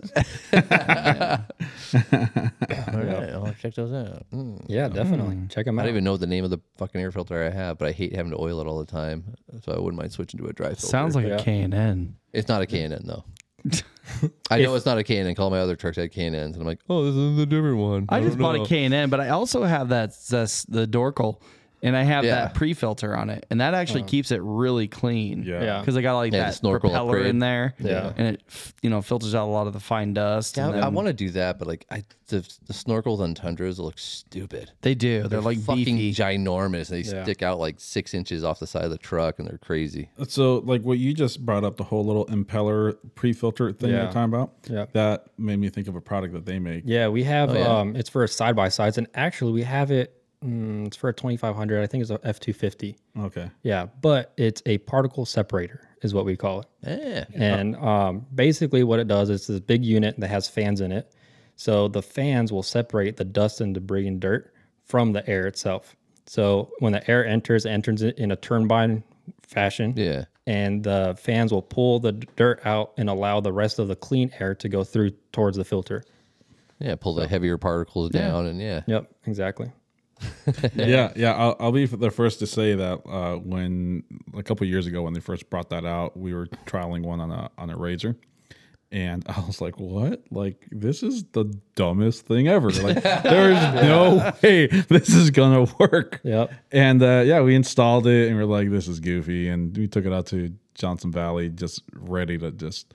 right, I'll check those out. Mm.
Yeah, definitely. Check them
I
out.
don't even know the name of the fucking air filter I have, but I hate having to oil it all the time, so I wouldn't mind switching to a dry filter.
Sounds like a K and N.
It's not a Canon
*laughs*
though. I know it's not a Canon. All my other trucks had Canons, and I'm like, oh, this is a different one.
I just
don't
bought
know."
a K and N, but I also have that that's the Dorkle, and I have
Yeah.
that pre-filter on it, and that actually keeps it really clean.
Yeah.
Yeah.
because I got like
Yeah, the
that
snorkel
propeller
upgrade.
in there.
Yeah.
and it f- you know filters out a lot of the fine dust.
Yeah,
and
I,
then-
want to do that, but like, I the, the snorkels on tundras look stupid.
they do. They're, like
fucking
beefy.
ginormous. They stick out like six inches off the side of the truck, and they're crazy.
So, like what you just brought up, the whole little impeller pre-filter thing
Yeah.
you're talking about,
Yeah.
that made me think of a product that they make.
Yeah, we have. um It's for side by sides, and actually, we have it. Mm, it's for a 2500. I think it's a F 250.
Okay.
Yeah, but it's a particle separator, is what we call it.
Yeah,
And um, basically, what it does is this big unit that has fans in it. So the fans will separate the dust and debris and dirt from the air itself. So when the air enters, it enters it in a turbine fashion.
yeah.
And the fans will pull the d- dirt out and allow the rest of the clean air to go through towards the filter.
Yeah, pull the heavier particles down, and yeah,
Yep, exactly.
yeah yeah I'll, I'll be the first to say that uh, when a couple years ago when they first brought that out we were trialing one on a on a razor and *laughs* i was like what like this is the dumbest thing ever like there's no way this is gonna work
Yep.
and uh, yeah we installed it and we are like this is goofy and we took it out to johnson valley just ready to just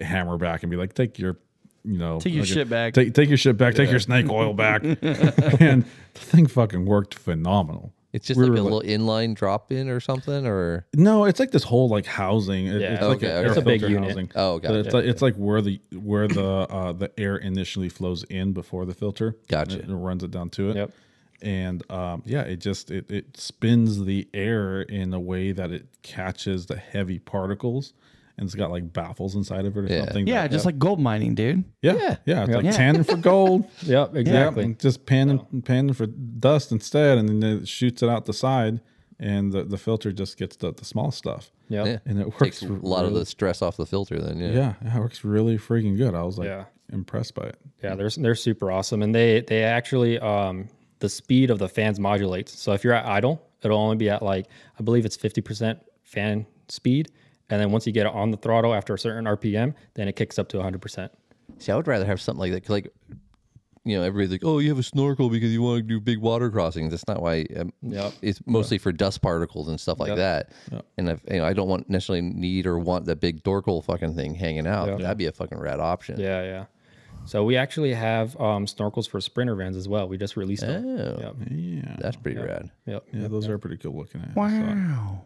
hammer back and be like take your you know
Take your
like,
shit back.
take, take your shit back take your snake oil back and the thing fucking worked phenomenal
it's just
We
like a
were
little inline drop in or something, or
no, it's like this whole like housing. It-
Yeah.
it's like
Okay,
a
okay.
It's a big unit.
Housing.
Oh,
But it's
gotcha.
like it's like where the where the uh, the air initially flows in before the filter.
Gotcha.
And It, runs it down to it.
Yep.
And um, yeah, it just it, it spins the air in a way that it catches the heavy particles, and it's got like baffles inside of it or
Yeah.
something.
Yeah,
that-
just like gold mining, dude.
yeah, yeah, It's like
Yeah.
tanning for
*laughs*
gold.
Yep, exactly.
Yeah, and just panning panning for dust instead, and then it shoots it out the side, and the, the filter just gets the, the small stuff.
Yep.
yeah,
And it works
takes a lot of
really-
the stress off the filter. Then yeah,
Yeah, yeah, it works really freaking good. I was like
Yeah.
impressed by it.
Yeah, they're they're super awesome, and they they actually um, the speed of the fans modulates. So if you're at idle, it'll only be at like I believe it's fifty percent fan speed, and then once you get it on the throttle after a certain RPM, then it kicks up to hundred percent.
See, I would rather have something like that. 'cause, like, you know, everybody's like, "Oh, you have a snorkel because you want to do big water crossings." That's not why. Um,
Yep.
It's mostly for dust particles and stuff like that. And if, you know, I don't want necessarily need or want that big dorkle fucking thing hanging out. That'd be a fucking rad option.
Yeah, yeah. So we actually have um, snorkels for sprinter vans as well. We just released them.
Oh,
Yep,
Yeah,
that's pretty rad.
yep.
yeah, those are pretty cool looking. At,
Wow.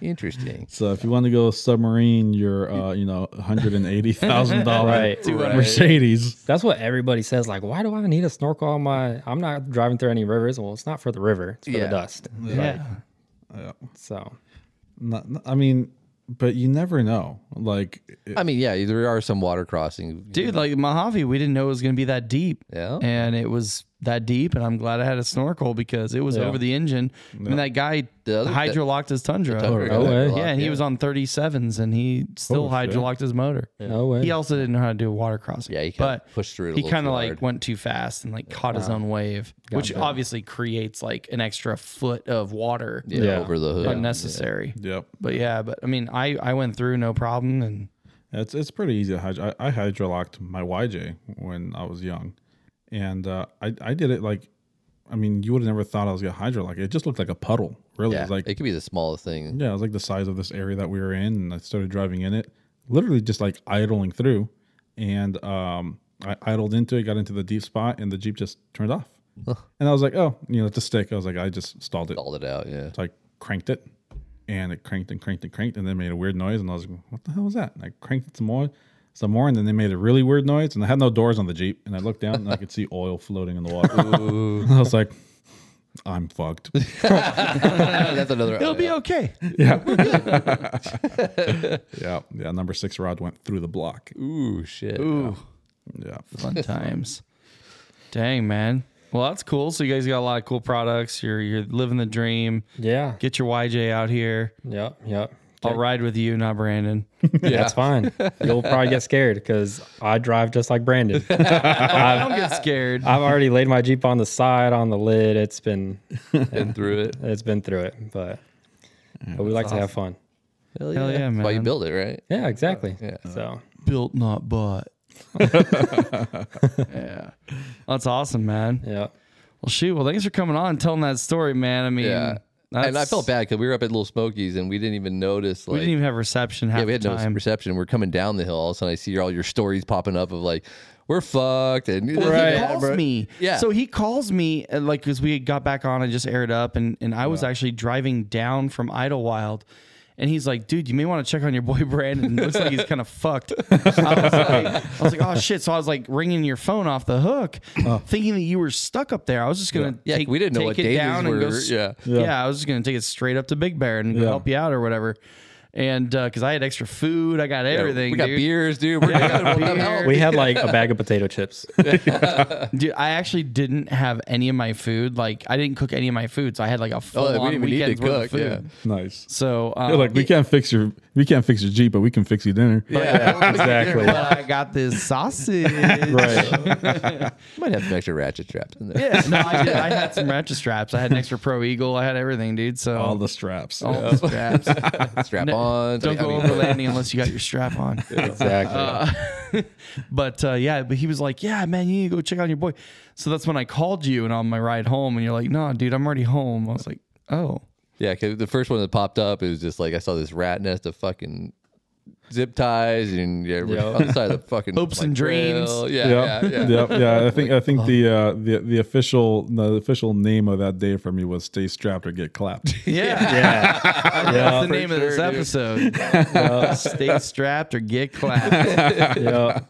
Interesting.
So if you want to go submarine
*laughs*
your, uh, you know, hundred and eighty thousand dollar
Right.
Mercedes,
*laughs* That's what everybody says. Like, why do I need a snorkel on my? I'm not driving through any rivers. Well, it's not for the river. It's for
Yeah.
the dust.
Yeah.
So
Not- not- I mean, but you never know. Like, it-
I mean, yeah, there are some water crossings.
Dude, like Mojave, we didn't know it was going to be that deep.
Yeah.
And it was that deep, and I'm glad I had a snorkel because it was
Yeah.
over the engine. I mean, that guy
The other-
hydrolocked his Tundra.
Tundra got
Oh, yeah.
that
yeah,
block,
and he was on 37s, and he still
Oh, shit.
hydrolocked his motor.
No way.
He also didn't know how to do a water crossing.
Yeah, he kinda
but
pushed through it a
he
little
kind
too
of like
hard.
went too fast and like caught his own wave, which obviously creates like an extra foot of water,
yeah,
Yeah.
over the hood.
unnecessary.
Yep.
But yeah, but I mean, I I went through no problem, and
It's it's pretty easy. To hydro- I, I hydrolocked my YJ when I was young, and uh, I I did it like, I mean, you would have never thought I was gonna hydrolock. it. It just looked like a puddle. Really,
Yeah,
It was like
it could be the smallest thing.
yeah, it was like the size of this area that we were in, and I started driving in it, literally just like idling through, and um, I idled into it, got into the deep spot, and the jeep just turned off, and I was like, oh, you know, it's a stick. I was like, I just stalled it.
All it out,
*laughs*
yeah.
So I cranked it and it cranked and cranked and cranked and then made a weird noise. And I was like, what the hell was that? And I cranked it some more, some more. And then they made a really weird noise. And I had no doors on the Jeep. And I looked down and I could see oil floating in the water. And *laughs* I was like, I'm fucked.
That's another.
it'll be okay.
*laughs* yeah. Yeah. Number six rod went through the block.
Ooh, shit.
*laughs* Ooh,
Yeah.
*laughs*
fun times. Dang man. Well, that's cool. So you guys got a lot of cool products. You're you're living the dream.
Yeah.
Get your YJ out here.
Yep. Yep.
I'll ride with you,
*laughs*
not Brandon.
That's fine. You'll probably get scared because I drive just like Brandon. *laughs*
I don't get scared.
I've already laid my Jeep on the side, on the lid. It's been
Been through it.
it's been through it, but, but we like to have fun.
Hell yeah,
Hell yeah,
That's why you
man.
build it, right?
Yeah, exactly.
Yeah.
So
Built not bought. *laughs* yeah, that's awesome, man.
yeah.
Well, shoot. Well, thanks for coming on, and telling that story, man. I mean,
Yeah. And I
that's-
felt bad because we were up at Little Smokies and we didn't even notice. Like,
We didn't even have reception half
yeah, we had
the
no
time.
reception. We're coming down the hill. All of a sudden, I see all your stories popping up of like, we're fucked. And *laughs* this is
He
bad,
calls
bro.
me.
Yeah.
So he calls me, and like, because we got back on and just aired up, and, and I was actually driving down from Idlewild. And he's like, dude, you may want to check on your boy *laughs* Brandon. It looks like he's kind of
*laughs*
fucked. I was, like, I was like, oh shit. So I was like ringing your phone off the hook, thinking that you were stuck up there. I was just gonna
Oh. Yeah,
take,
we didn't know what
take it
dangers
down and go.
were.
s-
Yeah.
yeah, I was just gonna take it straight up to Big Bear and go
Yeah.
help you out or whatever. And because I had extra food, I got everything.
We got
dude.
beers, dude. We're good. *laughs* Well, come
beer.
help.
We had like a bag of potato chips.
Dude, I actually didn't have any of my food. Like, I didn't cook any of my food, so I had like a
Oh,
full
we didn't
on
even need to
weekend's worth
cook,
of food.
yeah.
Nice.
So,
Uh,
um, *laughs*
They're like, we can't fix your, we can't fix your Jeep, but we can fix your dinner.
Yeah. *laughs*
Exactly.
but I got this sausage.
Right.
Might have some extra ratchet straps in there.
Yeah, no, I, did. I had some ratchet straps. I had an extra Pro Eagle. I had everything, dude. So
*laughs* All the straps.
Oh.
all the *laughs* straps.
Strap on.
Don't go over landing unless you got your strap on.
Exactly.
*laughs* But uh, yeah, but he was like, "Yeah, man, you need to go check on your boy." So that's when I called you, and on my ride home, and you're like, "No, dude, I'm already home." I was like, "Oh."
Yeah, because the first one that popped up, it was just like I saw this rat nest of fucking zip ties and yeah, we're
Yeah.
on the side of the fucking
Hopes and dreams.
trail. Yeah, *laughs*
Yep.
yeah, Oh. yeah.
yep. Yeah. I think I think the uh, the the official the official name of that day for me was "Stay strapped or get clapped."
Yeah.
yeah.
That's
Yeah.
the name of this
sure, dude.
episode. *laughs* Stay strapped or get clapped.
Yeah.
*laughs*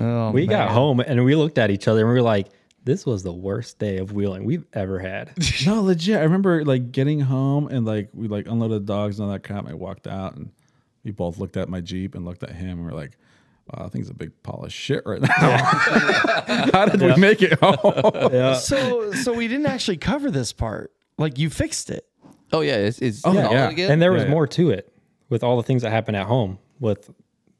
Oh,
We
man.
got home and we looked at each other and we were like, this was the worst day of wheeling we've
*laughs*
ever had.
No, legit. I remember like getting home and like we like unloaded the dogs and all that crap. I walked out and we both looked at my Jeep and looked at him and we're like, wow, that thing's a big pile of shit right now. *laughs* How did we make
*laughs*
it home? Oh,
Yeah.
So so we didn't actually cover this part. Like you fixed it.
Oh yeah, it's, it's oh, solid
yeah.
again.
And
*laughs*
there was
Yeah, yeah.
more to it with all the things that happened at home with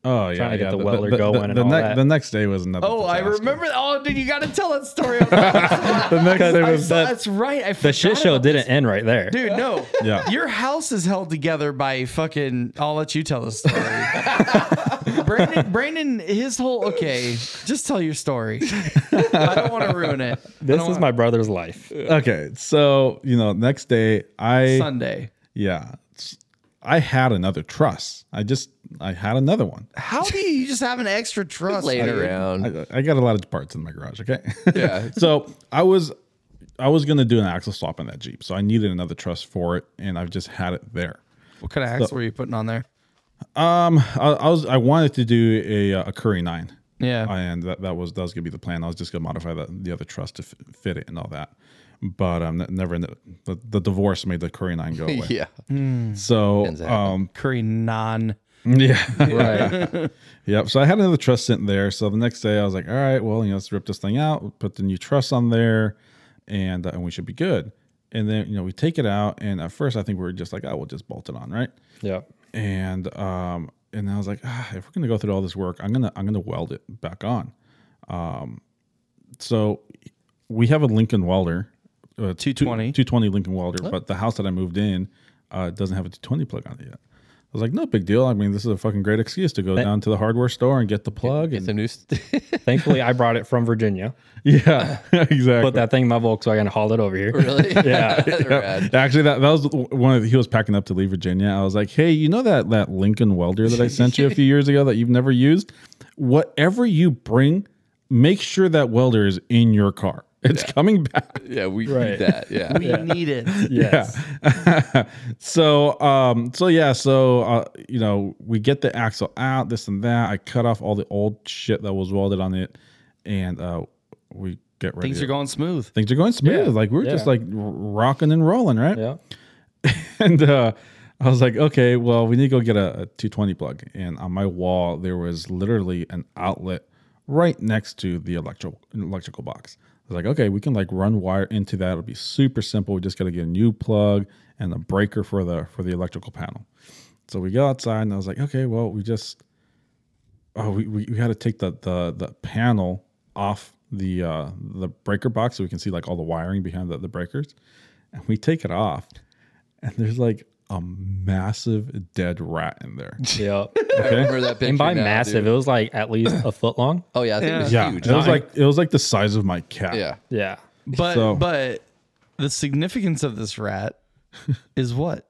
Oh, yeah.
Trying to get
yeah.
the welder going
The,
and
the,
all
nec-
that.
the next day was another.
Oh, I
disaster.
remember. Oh, dude, you got to tell that *laughs* story. I'm sorry.
The next day was
the-
That's right. I
the shit
forgot
show
about
didn't end right there.
Dude, *laughs* no.
Yeah.
Your house is held together by fucking. I'll let you tell the story. *laughs* Brandon, Brandon, his whole. Okay, just tell your *laughs* story. I don't want to ruin it.
This is my brother's life.
*laughs* okay. So you know, next day I
Sunday.
yeah, it's- I had another truss. I just I had another one.
How do you just have an extra trust?
laying
dude?
around.
I, I got a lot of parts in my garage. Okay.
Yeah.
*laughs* so I was, I was gonna do an axle swap on that Jeep, so I needed another truss for it, and I've just had it there.
What kind of axle were you putting on there?
I, I was, I wanted to do a, uh, a Curry Nine.
Yeah.
And that, that was that was gonna be the plan. I was just gonna modify the, the other truss to f- fit it and all that. But um, that never the,
*laughs*
the divorce made the Curry Nine go away.
yeah,
So
happen.
um,
Curry non
Yeah.
Right.
*laughs* Yep. So I had another truss sitting there. So the next day I was like, all right, well, you know, let's rip this thing out, we'll put the new truss on there, and, uh, and we should be good. And then, you know, we take it out. And at first I think we were just like, oh, we'll just bolt it on, right?
yeah.
And um, and I was like, ah, if we're gonna go through all this work, I'm gonna I'm gonna weld it back on. Um, so we have a Lincoln welder. Uh,
220.
220 Lincoln welder, but the house that I moved in uh, doesn't have a 220 plug on it yet. I was like, no big deal. I mean, this is a fucking great excuse to go down to the hardware store and get the plug.
Get
and-
some new. St- *laughs*
Thankfully, I brought it from Virginia.
*laughs* Yeah, exactly.
Put that thing in my Volkswagen and hauled it over here.
really? *laughs*
Yeah.
*laughs*
Rad.
Actually, that, that was one of the, he was packing up to leave Virginia. I was like, hey, you know that that Lincoln welder that I sent you a
*laughs*
few years ago that you've never used? Whatever you bring, make sure that welder is in your car. *laughs* It's coming back.
Yeah, we
Right.
need that. Yeah.
We need
*laughs*
it.
*laughs* Yes.
so um so yeah so uh you know we get the axle out this and that i cut off all the old shit that was welded on it and uh we get ready
Things are going smooth.
things are going smooth like we were just
yeah.
like r- rocking and rolling right
Yeah.
*laughs* and uh, I was like, okay, well, we need to go get a, a 220 plug. And on my wall, there was literally an outlet right next to the electro- electrical box. I was like, okay, we can like run wire into that. It'll be super simple. We just got to get a new plug and a breaker for the for the electrical panel. So we go outside, and I was like, okay, well, we just oh, we, we, we had to take the the the panel off the uh the breaker box so we can see like all the wiring behind the, the breakers, and we take it off, and there's like a massive dead rat in there.
*laughs* Yeah.
I remember that picture.
And by
now,
massive,
dude.
it was like at least a foot long.
Oh yeah, I think it was
Yeah,
huge.
it was like it was like the size of my cat.
yeah.
Yeah.
But
So-
but the significance of this
*laughs*
rat is what?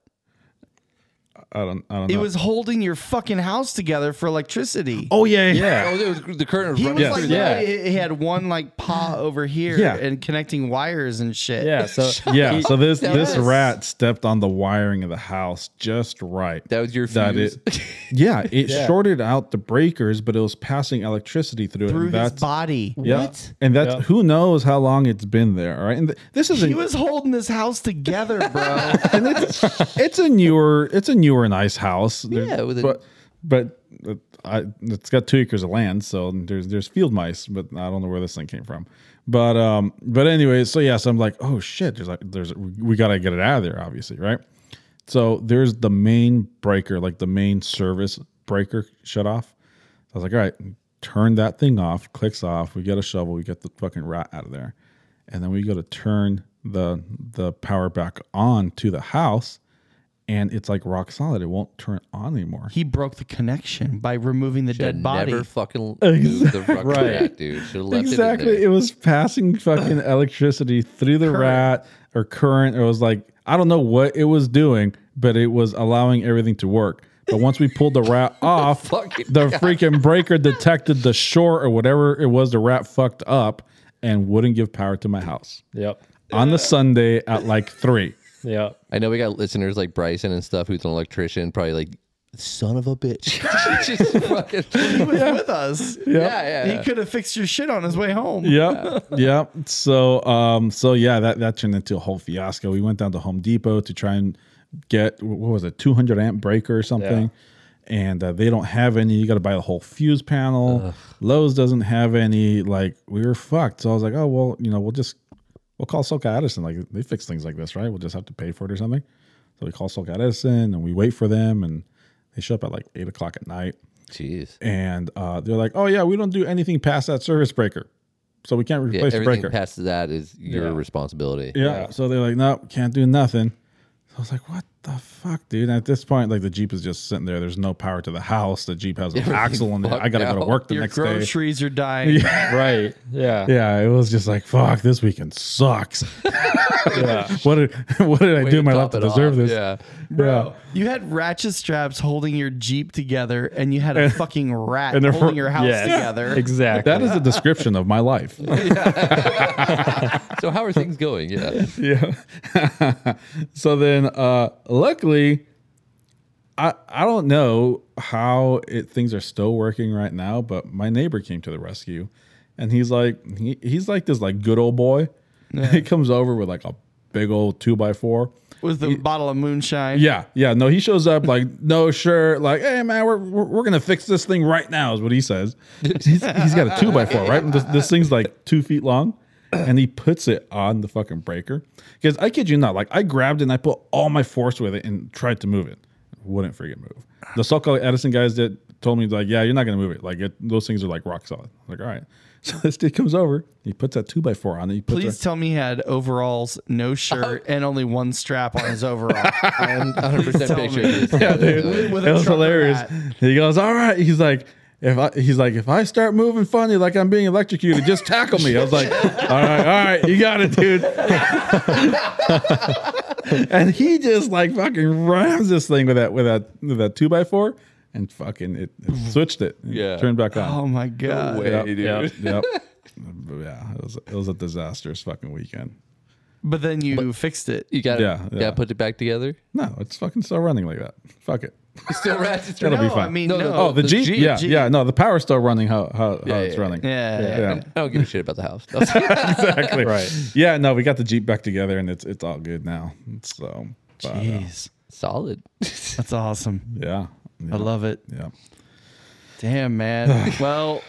I don't I don't know.
It was holding your fucking house together for electricity.
oh yeah yeah.
Oh, it was the curtain was
he
running
was
through
like
that.
yeah.
he he had one like paw over here
Yeah.
and connecting wires and shit.
Oh,
*laughs*
Yeah. So
Yeah, so this this
Yes.
rat stepped on the wiring of the house just right.
*laughs* That was your fuse.
That it- yeah, it
Yeah.
shorted out the breakers, but it was passing electricity through, it.
Through
and
his
that's
body.
Yeah. And that's
Yeah.
who knows how long it's been there. All right. And th- this is
He
a,
was holding this house together, *laughs* bro.
and it's, it's a newer, it's a newer, nice house. There-
Yeah, with a-
but, but uh, I, it's got two acres of land. So there's, there's field mice, but I don't know where this thing came from. But, um, but anyway, so yeah, so I'm like, oh shit, there's like, there's, we got to get it out of there, obviously. Right. So there's the main breaker, like the main service breaker shut off. I was like, all right, turn that thing off, clicks off, we get a shovel, we get the fucking rat out of there. And then we go to turn the the power back on to the house and it's like rock solid. It won't turn on anymore.
he broke the connection by removing the dead body.
Never fucking moved the fucking
Right.
rat, dude. Should have left
exactly. It,
it in there.
was passing
*laughs*
fucking electricity through the rat or current. It was like I don't know what it was doing, but it was allowing everything to work. But once we pulled
*laughs*
the rat off,
Fucking
the freaking breaker detected the shore or whatever it was the rat fucked up and wouldn't give power to my house
yep.
on the Sunday at like three.
Yep.
I know we got listeners like Bryson and stuff who's an electrician, probably like son of a bitch. *laughs* Just fucking-
he
*laughs*
was with us.
yeah, yeah.
He could have fixed your shit on his way home.
*laughs* Yep, yep. So, um, so yeah, that that turned into a whole fiasco. We went down to Home Depot to try and get what was it, 200 amp breaker or something, and uh, they don't have any. You got to buy the whole fuse panel. Lowe's doesn't have any. Like we were fucked. So I was like, oh well, you know, we'll just we'll call Soka Edison. Like they fix things like this, right? We'll just have to pay for it or something. So we call Soka Edison and we wait for them, and they show up at like eight o'clock at night
Jeez.
and uh, they're like, "Oh yeah, we don't do anything past that service breaker, so we can't
Yeah,
replace the
everything
breaker."
past that is your responsibility.
yeah. so they're like, "Nope, can't do nothing." So I was like, "What the fuck, dude?" And at this point, like the Jeep is just sitting there. There's no power to the house. The
*laughs*
Jeep has an axle in it. I gotta go to
fucked
work the
Your
next day.
groceries are dying.
Right. Yeah.
Yeah, it was just like, "Fuck, this weekend sucks."
*laughs*
*laughs*
Yeah.
what did *laughs* what did I
Way
do in my
top
life to
it
deserve
off.
this?
Yeah.
yeah.
You had ratchet straps holding your Jeep together, and you had a fucking rat
and *laughs* they're-
holding your house
Yes.
together.
Exactly.
That is a description of
*laughs*
my life.
So how are things going? Yeah.
*laughs* yeah. so then, uh, luckily, I I don't know how it, things are still working right now, but my neighbor came to the *laughs* rescue, and he's like he, he's like this like good old boy. He comes over with like a big old two by four.
with the bottle of moonshine.
Yeah, yeah. No, he shows up like no shirt, like, hey man, we're we're, we're gonna fix this thing right now, is what he says. he's, he's got a two by four, right? And This, this thing's like two feet long, and he puts it on the fucking breaker. Because I kid you not, like I grabbed it and I put all my force with it and tried to move it, wouldn't freaking move. The so-called Edison guys that told me like, yeah, you're not gonna move it. Like it, those things are like rock solid. I'm like all right. *laughs* So this dude comes over, he puts that two by four on it. He puts
Please
a-
tell me he had overalls, no shirt, and only one strap on his overall.
Oh. *laughs* I'm 100 percent
tell me.
picturing this.
*laughs*
dude.
With a
it was
trucker
hilarious.
hat.
He goes, "All right." He's like, "If I," he's like, "If I start moving funny, like I'm being electrocuted, just tackle me." I was like, "All right, all right, you got it, dude." *laughs* and he just like fucking rams this thing with that with that with that two by four, and fucking it, it switched it. and
Yeah.
turned back
oh
on.
my god!
way.
yep,
dude.
yep, yep. yeah, it was it was a disastrous fucking weekend.
But then you fixed it.
You got
Yeah,
to
yeah.
yeah. put it back together.
No, it's fucking still running like that. Fuck it.
*laughs* It's still ratchet.
It'll be
No,
fine.
I mean
No,
no.
no.
Oh, the,
The
Jeep?
Jeep.
Yeah,
Jeep.
yeah. No, the power's still running how how, how it's
yeah,
running.
yeah.
yeah.
I don't give a shit about the house. That's- *laughs*
exactly.
Right.
*laughs* Yeah, no, we got the Jeep back together and it's it's all good now. So but, uh,
Jeez,
Solid.
that's awesome.
yeah. Yeah.
I love it.
yeah.
Damn, man.
*sighs*
well,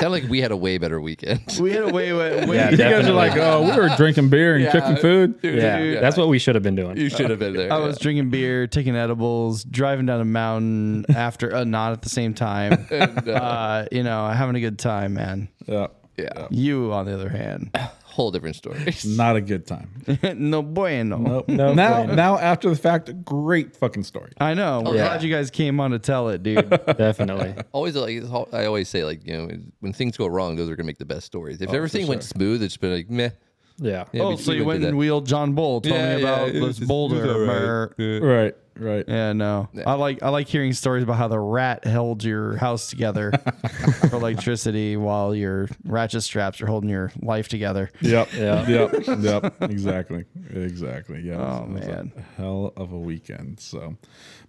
Sound like we had a way better
*laughs*
weekend.
we had a way, way, way
Yeah,
You guys are
Definitely.
like, oh, we were drinking beer and
Yeah.
cooking food.
Dude, *laughs*
Yeah,
dude,
that's *laughs* what we should have been doing.
you should have been there.
I was drinking beer, taking edibles, driving down a mountain after, uh, not at the same time. uh, you know, having a good time, man.
Yeah.
yeah. Yeah.
You, on the other hand, *laughs*
Whole different story.
*laughs* Not a good time.
no bueno.
Nope.
No
now,
bueno.
now after the fact, great fucking story.
I know. We're
yeah.
glad you guys came on to tell it,
*laughs*
dude.
Definitely.
always like it's all- I always say like you know when things go wrong, those are gonna make the best stories. If everything went smooth, it's been like meh.
Yeah.
Yeah,
oh,
we-
so
we
you
went
went
through
and
that.
wheeled John Bull, told
Yeah,
me
yeah,
about
it was-
this
it was
boulder.
all right.
mer-
Right, right.
Yeah, no. I like I like hearing stories about how the rat held your house together for electricity while your ratchet straps are holding your life together.
Yep.
Yeah.
Yep. Yep. exactly. Exactly. Yeah.
Oh,
It was a
man.
hell of a weekend. So,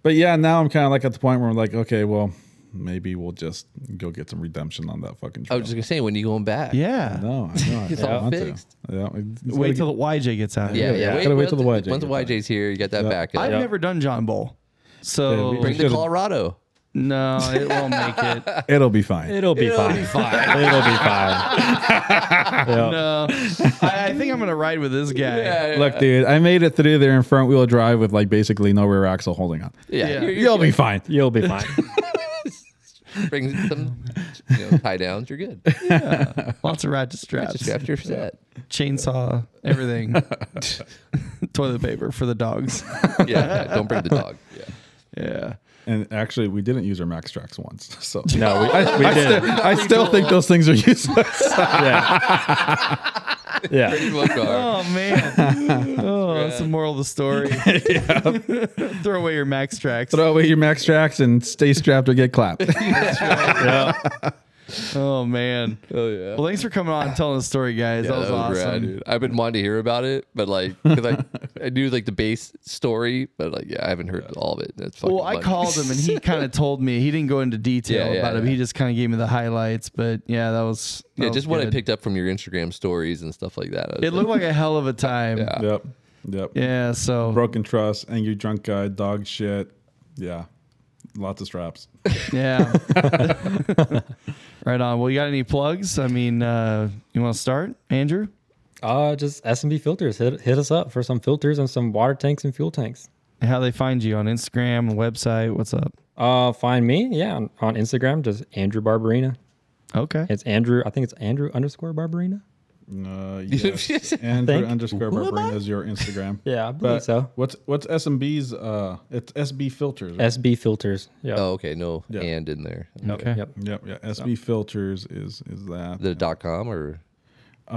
but yeah, now I'm kind of like at the point where I'm like, okay, well, maybe we'll just go get some redemption on that fucking.
I
Trail.
was just gonna say when are you going back?
Yeah.
No, I *laughs* know.
It's
I
all
want to.
fixed.
Yeah, it's
Wait
gotta
till YJ gets out.
yeah, yeah.
yeah.
Wait,
Gotta wait till
once-
the YJ
Once the
gets back.
YJ's here, you got that back.
I've
up.
never done John Bull.
Yeah,
So
we-
Bring the
Should've-
Colorado.
no, it won't make it.
get- *laughs* it'll be fine.
It'll be fine. *laughs* It'll be fine. Yeah.
No, I, I think I'm gonna ride with this guy.
Look, dude, I made it through there in front wheel drive with like basically no rear axle holding on.
Yeah,
Yeah.
You're, you're
You'll be fine.
You'll be
*laughs*
fine.
bring some you know, tie downs. You're good.
Lots of ratchet straps,
Just after you're set.
chainsaw, everything, toilet paper for the dogs.
Yeah, yeah, don't bring the dog. Yeah.
Yeah.
And actually, we didn't use our Max Trax once, *laughs* so
No, we, we
I,
did.
still, I still think those things are *laughs* useless.
Yeah. Yeah.
Bring one dog.
Oh man. *laughs* Oh, that's the moral of the story. *laughs* Throw away your max tracks.
Throw away your Max Trax and stay strapped or get clapped.
Yeah.
Oh man.
Oh yeah.
Well, thanks for coming on and telling the story, guys. that was awesome.
rad, dude. I've been wanting to hear about it, but like, cause I, I knew like the base story, but like, yeah, I haven't heard all of it. That's fucking
Well, I
fun.
called him and
*laughs*
he kind of told me. He didn't go into detail
Yeah, yeah,
about it.
yeah.
But he just kind of gave me the highlights. But yeah, that was that
yeah,
was
just what I
good.
picked up from your Instagram stories and stuff like that. I was like,
It looked like a hell of a time. Yeah.
Yeah.
*laughs* yep, yep.
so
Broken trust, angry drunk guy, dog shit. Yeah, lots of straps.
yeah. *laughs* right on. Well, you got any plugs? I mean, uh, you want to start, Andrew?
Uh, just S&B filters. Hit, hit us up for some filters and some water tanks and fuel tanks.
How they find you on Instagram, website? What's up?
Uh, find me, yeah, on, on Instagram, just Andrew Barbarina.
Okay.
It's Andrew. I think it's Andrew underscore Barbarina.
*laughs* Uh, yes. Andrew
Think-
underscore Barbarina is your Instagram.
Yeah, I believe
but
so.
what's what's SMB's? Uh, it's SB filters. right?
SB filters. Yeah.
Oh, okay. No
Yeah.
and in there.
Okay.
Yep.
Yep, yeah. SB filters is is that.
The dot com or
Um,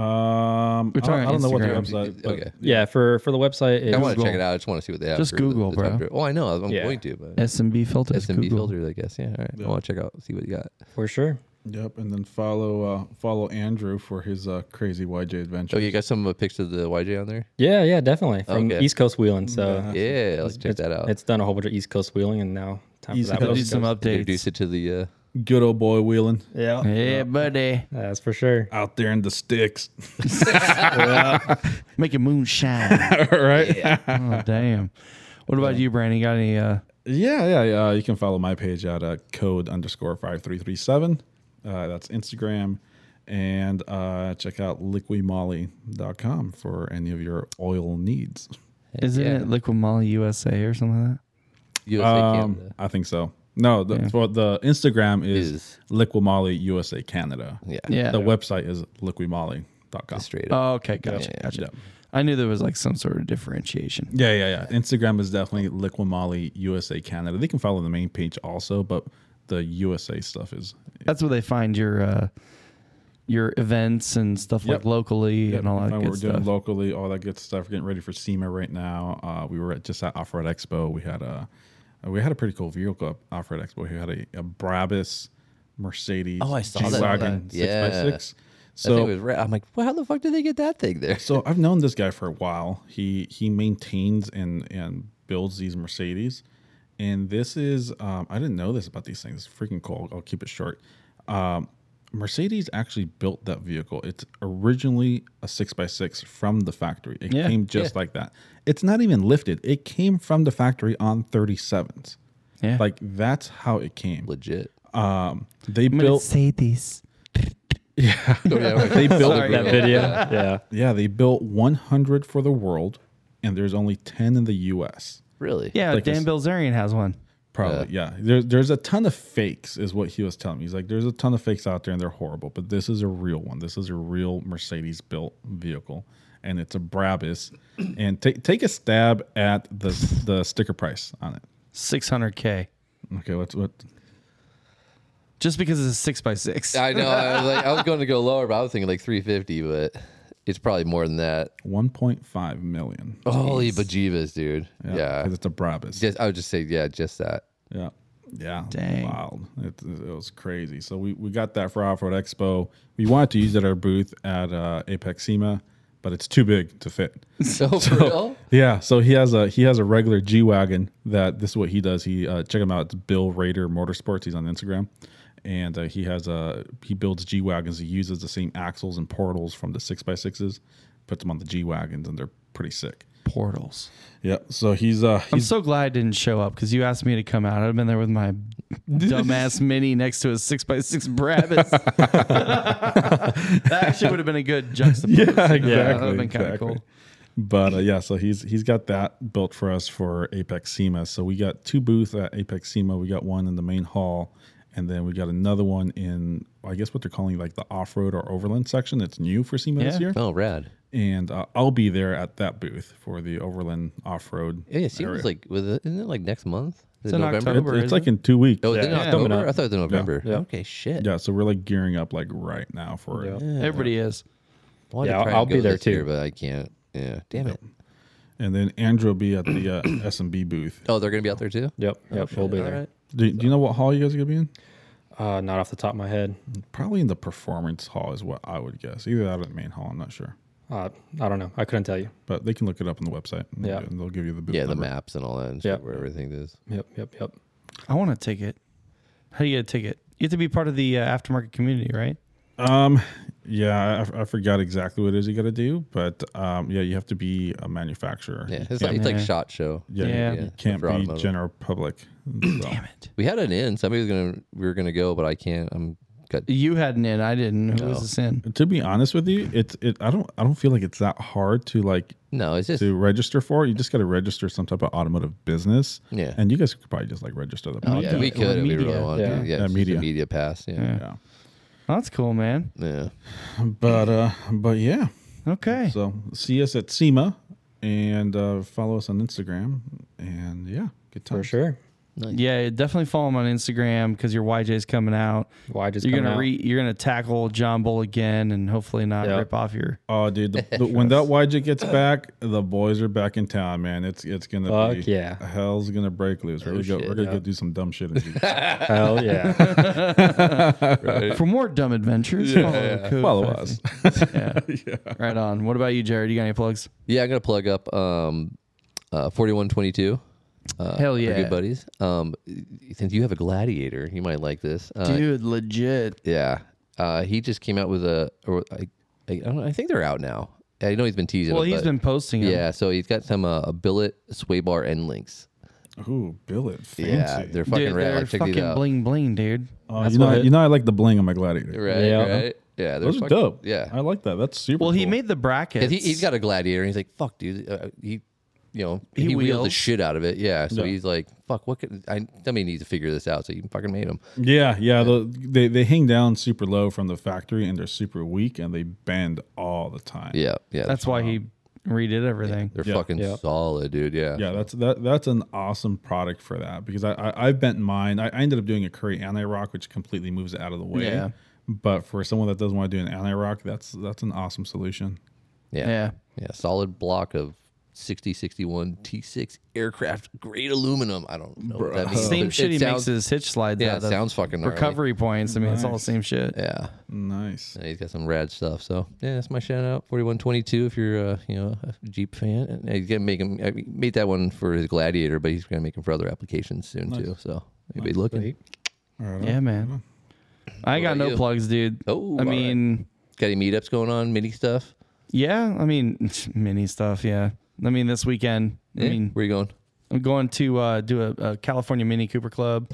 We're
I don't,
talking
I don't know what the
Instagram.
website. but-
okay.
Yeah, for for the website,
I
it's,
want to check
Google.
it out. I just want to see what they have.
Just
for the-
Google,
the
bro.
time period. Oh, I know. I'm
Yeah.
going to, but
SMB filters.
SMB
Google.
filters, I guess. Yeah. All right. I want to check out, see what you got.
for sure.
Yep, and then follow uh, follow Andrew for his uh, crazy YJ adventure.
Oh, you got some uh, pics of the YJ on there?
Yeah, yeah, definitely. From
Okay.
East Coast wheeling. So
Yeah. Let's check
it's,
that out.
it's done a whole bunch of East Coast wheeling and now time
East
for that
Coast.
We'll
West
do some
Coast.
updates.
Introduce it to the uh,
Good old boy wheeling
Yeah.
Yeah, buddy.
That's for sure.
out there in the sticks. *laughs*
Making moonshine.
All right. Yeah.
oh, damn. What about you, Brandon? You got any? Uh,
yeah, yeah. Uh, you can follow my page at uh, code underscore 5337. Uh, that's Instagram. And uh, check out liquimolly.com for any of your oil needs.
isn't
yeah.
it Liquid Molly USA or something like that?
USA
Um,
Canada.
I think so. No, the, for the Instagram is,
Is-
Liquimolly USA Canada.
Yeah.
Yeah.
The website is liquimolly.com.
Straight up.
Oh, okay, gotcha, gotcha.
Yeah.
I knew there was like some sort of differentiation.
Yeah, yeah, yeah. Instagram is definitely Liquimolly USA Canada. They can follow the main page also, but the USA stuff is
That's where they find your uh, your events and stuff
Yep.
like locally and all that
Find what
good
we're
stuff.
doing locally, all that good stuff. We're getting ready for SEMA right now. Uh, we were at, just at Off Road Expo. We had a we had a pretty cool vehicle at Off Road Expo. We had a, a Brabus Mercedes.
Oh, I saw that.
G-Wagon
Yeah.
six by six.
I
So
think it was right. I'm like, well, how the fuck did they get that thing there? *laughs*
So I've known this guy for a while. He he maintains and and builds these Mercedes, and this is um, I didn't know this about these things. It's freaking cool. I'll keep it short. Um, Mercedes actually built that vehicle. It's originally a six by six from the factory. It
Yeah,
came just like that. It's not even lifted. It came from the factory on thirty sevens.
Yeah.
Like that's how it came.
*laughs* Legit.
Um, they
I'm gonna
built
say this.
Oh, yeah.
they built
That video. Yeah.
Yeah, they built 100 for the world, and there's only 10 in the U.S.
*laughs* Really?
Yeah,
Like
Dan
this-
Bilzerian has one.
Probably, yeah. There's there's a ton of fakes, is what he was telling me. He's like, there's a ton of fakes out there, and they're horrible. But this is a real one. This is a real Mercedes built vehicle, and it's a Brabus. and take take a stab at the the sticker price on it.
Six hundred K.
Okay, what's what?
Just because it's a six by six.
I know. I was like, I was going to go lower, but I was thinking like 350, but it's probably more than that.
1.5 million.
Holy bejeebas, dude. Yeah.
'cause it's a Brabus.
Just, I would just say, yeah, just that.
Yeah. Yeah.
Dang.
Wild. It, it was crazy. So we, we got that for Off Road Expo. We wanted to use it at our booth at uh, Apex SEMA, but it's too big to fit.
*laughs* So, *laughs* for real?
Yeah. So he has a he has a regular G wagon that this is what he does. He uh, check him out. It's Bill Raider Motorsports. He's on Instagram, and uh, he has a he builds G wagons. He uses the same axles and portals from the six x sixes, puts them on the G wagons, and they're pretty sick.
Portals.
Yeah. So he's uh
I'm
he's
so glad I didn't show up because you asked me to come out. I'd have been there with
*laughs*
my dumbass mini next to a six by six *laughs*
*laughs*
Brabus. that actually would have been a good juxtaposition.
*laughs* yeah, exactly.
that would've been kinda
exactly.
cool.
But uh, yeah, so he's he's got that built for us for Apex SEMA. So we got two booths at Apex SEMA. We got one in the main hall, and then we got another one in I guess what they're calling like the off road or overland section. That's new for SEMA this
Yeah.
year,
Oh, rad.
and uh, I'll be there at that booth for the overland off road.
Yeah, it seems like, with it, isn't it like next month? Is
It's in October.
it's
is
like
it?
in two weeks.
Oh, is it in
Yeah, it's coming
October?
up.
I thought it was in November.
Yeah.
Okay, shit.
Yeah, so we're like gearing up like right now for it.
Everybody is.
Wanted to
Yeah,
try
I'll
and go
be there
this year,
too.
but I can't. Yeah, damn it.
And then Andrew will be at the uh, *coughs* SMB booth.
Oh, they're gonna be out there too.
Yep. Yep. We'll be
All
there.
right.
Do, do you know what hall you guys are gonna be in?
Uh, not off the top of my head.
Probably in the performance hall is what I would guess. Either that or the main hall. I'm not sure,
Uh, I don't know. I couldn't tell you.
but they can look it up on the website. And
Yeah.
and they'll give you the booth
Yeah, the
number.
maps and all that, and shit,
Yeah.
where everything is.
Yep. Yep. Yep.
I want a ticket. How do you get a ticket? You have to be part of the uh, aftermarket community, right?
Um, yeah, I, I forgot exactly what it is you got to do, but um, yeah, you have to be a manufacturer.
Yeah,
You
it's like,
can't-
it's like
Yeah.
shot show.
yeah,
Yeah.
you
Yeah,
can't
for
be
automotive.
general public.
*clears throat*
Damn
it.
We had an in. Somebody was gonna. We were gonna go, but I can't. I'm got.
You had an in. I didn't. Who was
No.
this in?
To be honest with you, it's it. I don't. I don't feel like it's that hard to like
No, it's just.
to register for. You just got to register some type of automotive business.
Yeah.
and you guys could probably just like register the.
Oh, yeah, we could if we really
media.
wanted.
Yeah.
to. Yeah,
Yeah,
it's just a
media.
media pass. Yeah,
Yeah.
yeah.
Oh, That's cool, man.
yeah.
But uh, but yeah.
Okay.
So see us at SEMA and uh, follow us on Instagram. And yeah, good time.
For sure.
Yeah, definitely follow him on Instagram because your YJ's coming out.
Why just
You're
coming
gonna
out.
re, you're gonna tackle John Bull again, and hopefully not
Yeah.
rip off your.
Oh, dude, the, the, when that YJ gets back, the boys are back in town, man. It's it's gonna
Fuck
be
yeah.
hell's gonna break loose. We're gonna, go,
shit,
we're gonna
yeah.
go do some dumb shit. and
*laughs*
Hell yeah.
For more dumb adventures, follow, the Code
follow
Five.
us.
*laughs* Right on. What about you, Jared? You got any plugs?
Yeah, I'm gonna plug up um, uh, 4122 Uh,
Hell
our
yeah.
good buddies. Um, since you have a gladiator, you might like this. Uh,
Dude, legit.
Yeah. Uh, he just came out with a. Or, I, I, don't know, I think they're out now. I know he's been teasing.
Well,
it,
he's
but-
been posting them.
Yeah, so he's got some uh, a billet sway bar end links.
*laughs* Ooh, billet. Fancy.
Yeah, they're fucking
Dude,
rad.
they're
Like, check
fucking
these out.
bling bling, dude.
Oh,
That's
you know,
what
I,
it-
you know, I like the bling on my gladiator.
Right,
Yeah.
right. Yeah, they're
Those are
fucking-
dope.
Yeah,
I like that. That's super.
Well, he
cool.
made the brackets.
'Cause he, he's got a gladiator. and He's like, fuck, dude. Uh, he, you know,
He
he, wheeled the
wheels.
shit out of it. Yeah. So
Yeah.
he's like, fuck, what could I? Somebody needs to figure this out. So you fucking made him.
Yeah, yeah. The, they they hang down super low from the factory, and they're super weak, and they bend all the time.
Yeah, yeah.
That's why he redid everything.
they're
Yeah.
fucking
Yeah.
solid, dude. Yeah.
Yeah, that's that. That's an awesome product for that because I, I I've bent mine. I, I ended up doing a curry anti rock, which completely moves it out of the way.
Yeah.
But for someone that doesn't want to do an anti rock, that's that's an awesome solution.
yeah,
Yeah.
yeah. Solid block of. 6061 T6 aircraft grade aluminum. I don't know. What that means,
Same
but
shit
it
he
sounds-
makes his hitch slides.
Yeah,
out
it
of.
sounds fucking gnarly.
recovery points. I mean, it's all the same shit.
Yeah.
Nice.
Yeah, Uh, he's got some rad stuff. So yeah, that's my shout out. Forty one twenty two. If you're uh, you know a Jeep fan, and he's gonna make him I mean, made that one for his Gladiator, but he's gonna make him for other applications soon too. So maybe looking.
All right.
Yeah, man. I ain't
What about
got no
you?
plugs, dude.
Oh,
I
all right.
mean,
Got any meetups going on? Mini stuff.
yeah. I mean, *laughs* mini stuff. Yeah. I mean, this weekend. I
Yeah?
mean,
where you going?
I'm going to uh, do a, a California Mini Cooper Club.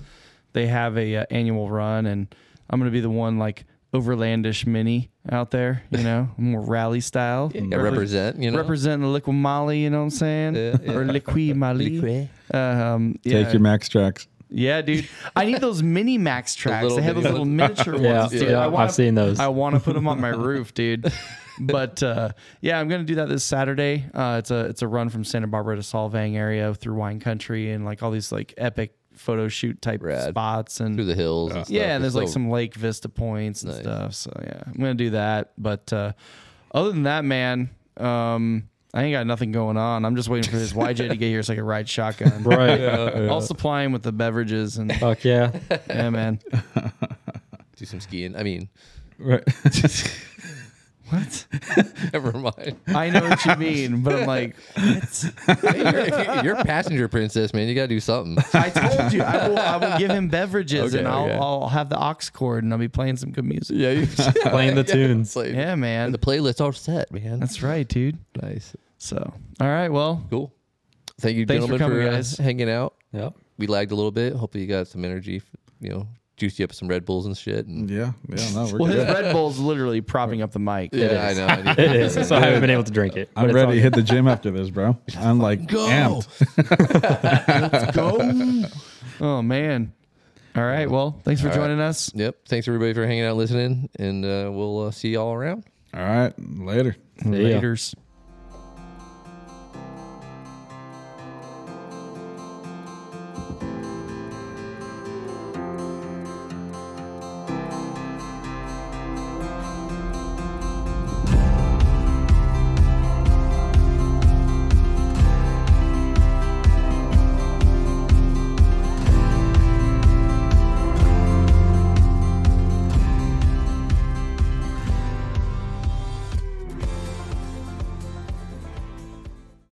They have a uh, annual run, and I'm gonna be the one like overlandish mini out there.
*laughs*
You know, more rally style.
Yeah, represent. You know.
Representing the liquid Molly, you know what I'm saying?
Yeah, yeah.
Or liqui Molly.
Liquid.
Um, yeah.
Take your max tracks.
Yeah, dude. I need those mini Max tracks.
little
They have those
mini
little
ones. *laughs*
miniature ones.
Yeah,
dude.
yeah,
I wanna,
I've seen those.
I want to put them on my roof,
*laughs*
dude. But uh, yeah, I'm gonna do that this Saturday. Uh, it's a it's a run from Santa Barbara to Solvang area through wine country and like all these like epic photo shoot type
Rad.
spots
Through
and
the hills. and stuff.
yeah, and
It's
there's like
so-
some lake vista points and
Nice.
stuff. So yeah, I'm gonna do that. But uh, other than that, man, um, I ain't got nothing going on. I'm just waiting for this YJ to get here so I can ride shotgun.
*laughs*
Right.
I'll supply him with the
*laughs*
beverages and *laughs*
Fuck yeah.
yeah, man.
do some skiing. I mean, *laughs*
Right.
What?
never mind. *laughs*
I know what you mean, but I'm like, what?
Hey, you're, if you- you're a passenger princess, man. You gotta do
*laughs*
something.
I told you, I will, I will give him beverages
Okay,
and I'll,
okay.
I'll have the ox cord and I'll be playing some good music.
yeah. *laughs* You,
Playing the tunes.
play,
Yeah, man.
The playlist all set, man.
That's right, dude.
nice.
So, all right, well,
Cool. Thank you,
Thanks for
gentlemen,
coming,
for uh,
guys.
hanging out.
*laughs*
Yep.
we lagged a little bit. Hopefully, you got some energy. You know, juiced you up with some Red Bulls and shit. And
Yeah. Yeah. No, we're
well, his
good.
Red Bull's literally propping up the mic.
yeah, I know.
*laughs*
I need-
It is. So I haven't been able to drink it. but
I'm
it's
ready
*laughs*
all-
to hit the gym after this, bro. I'm like
go.
amped.
Go. Oh, man. All right, well, thanks for
All right.
joining us.
Yep. Thanks everybody for hanging out, listening, and uh, we'll uh, see y'all around.
All right. Later.
Yeah.
Laters.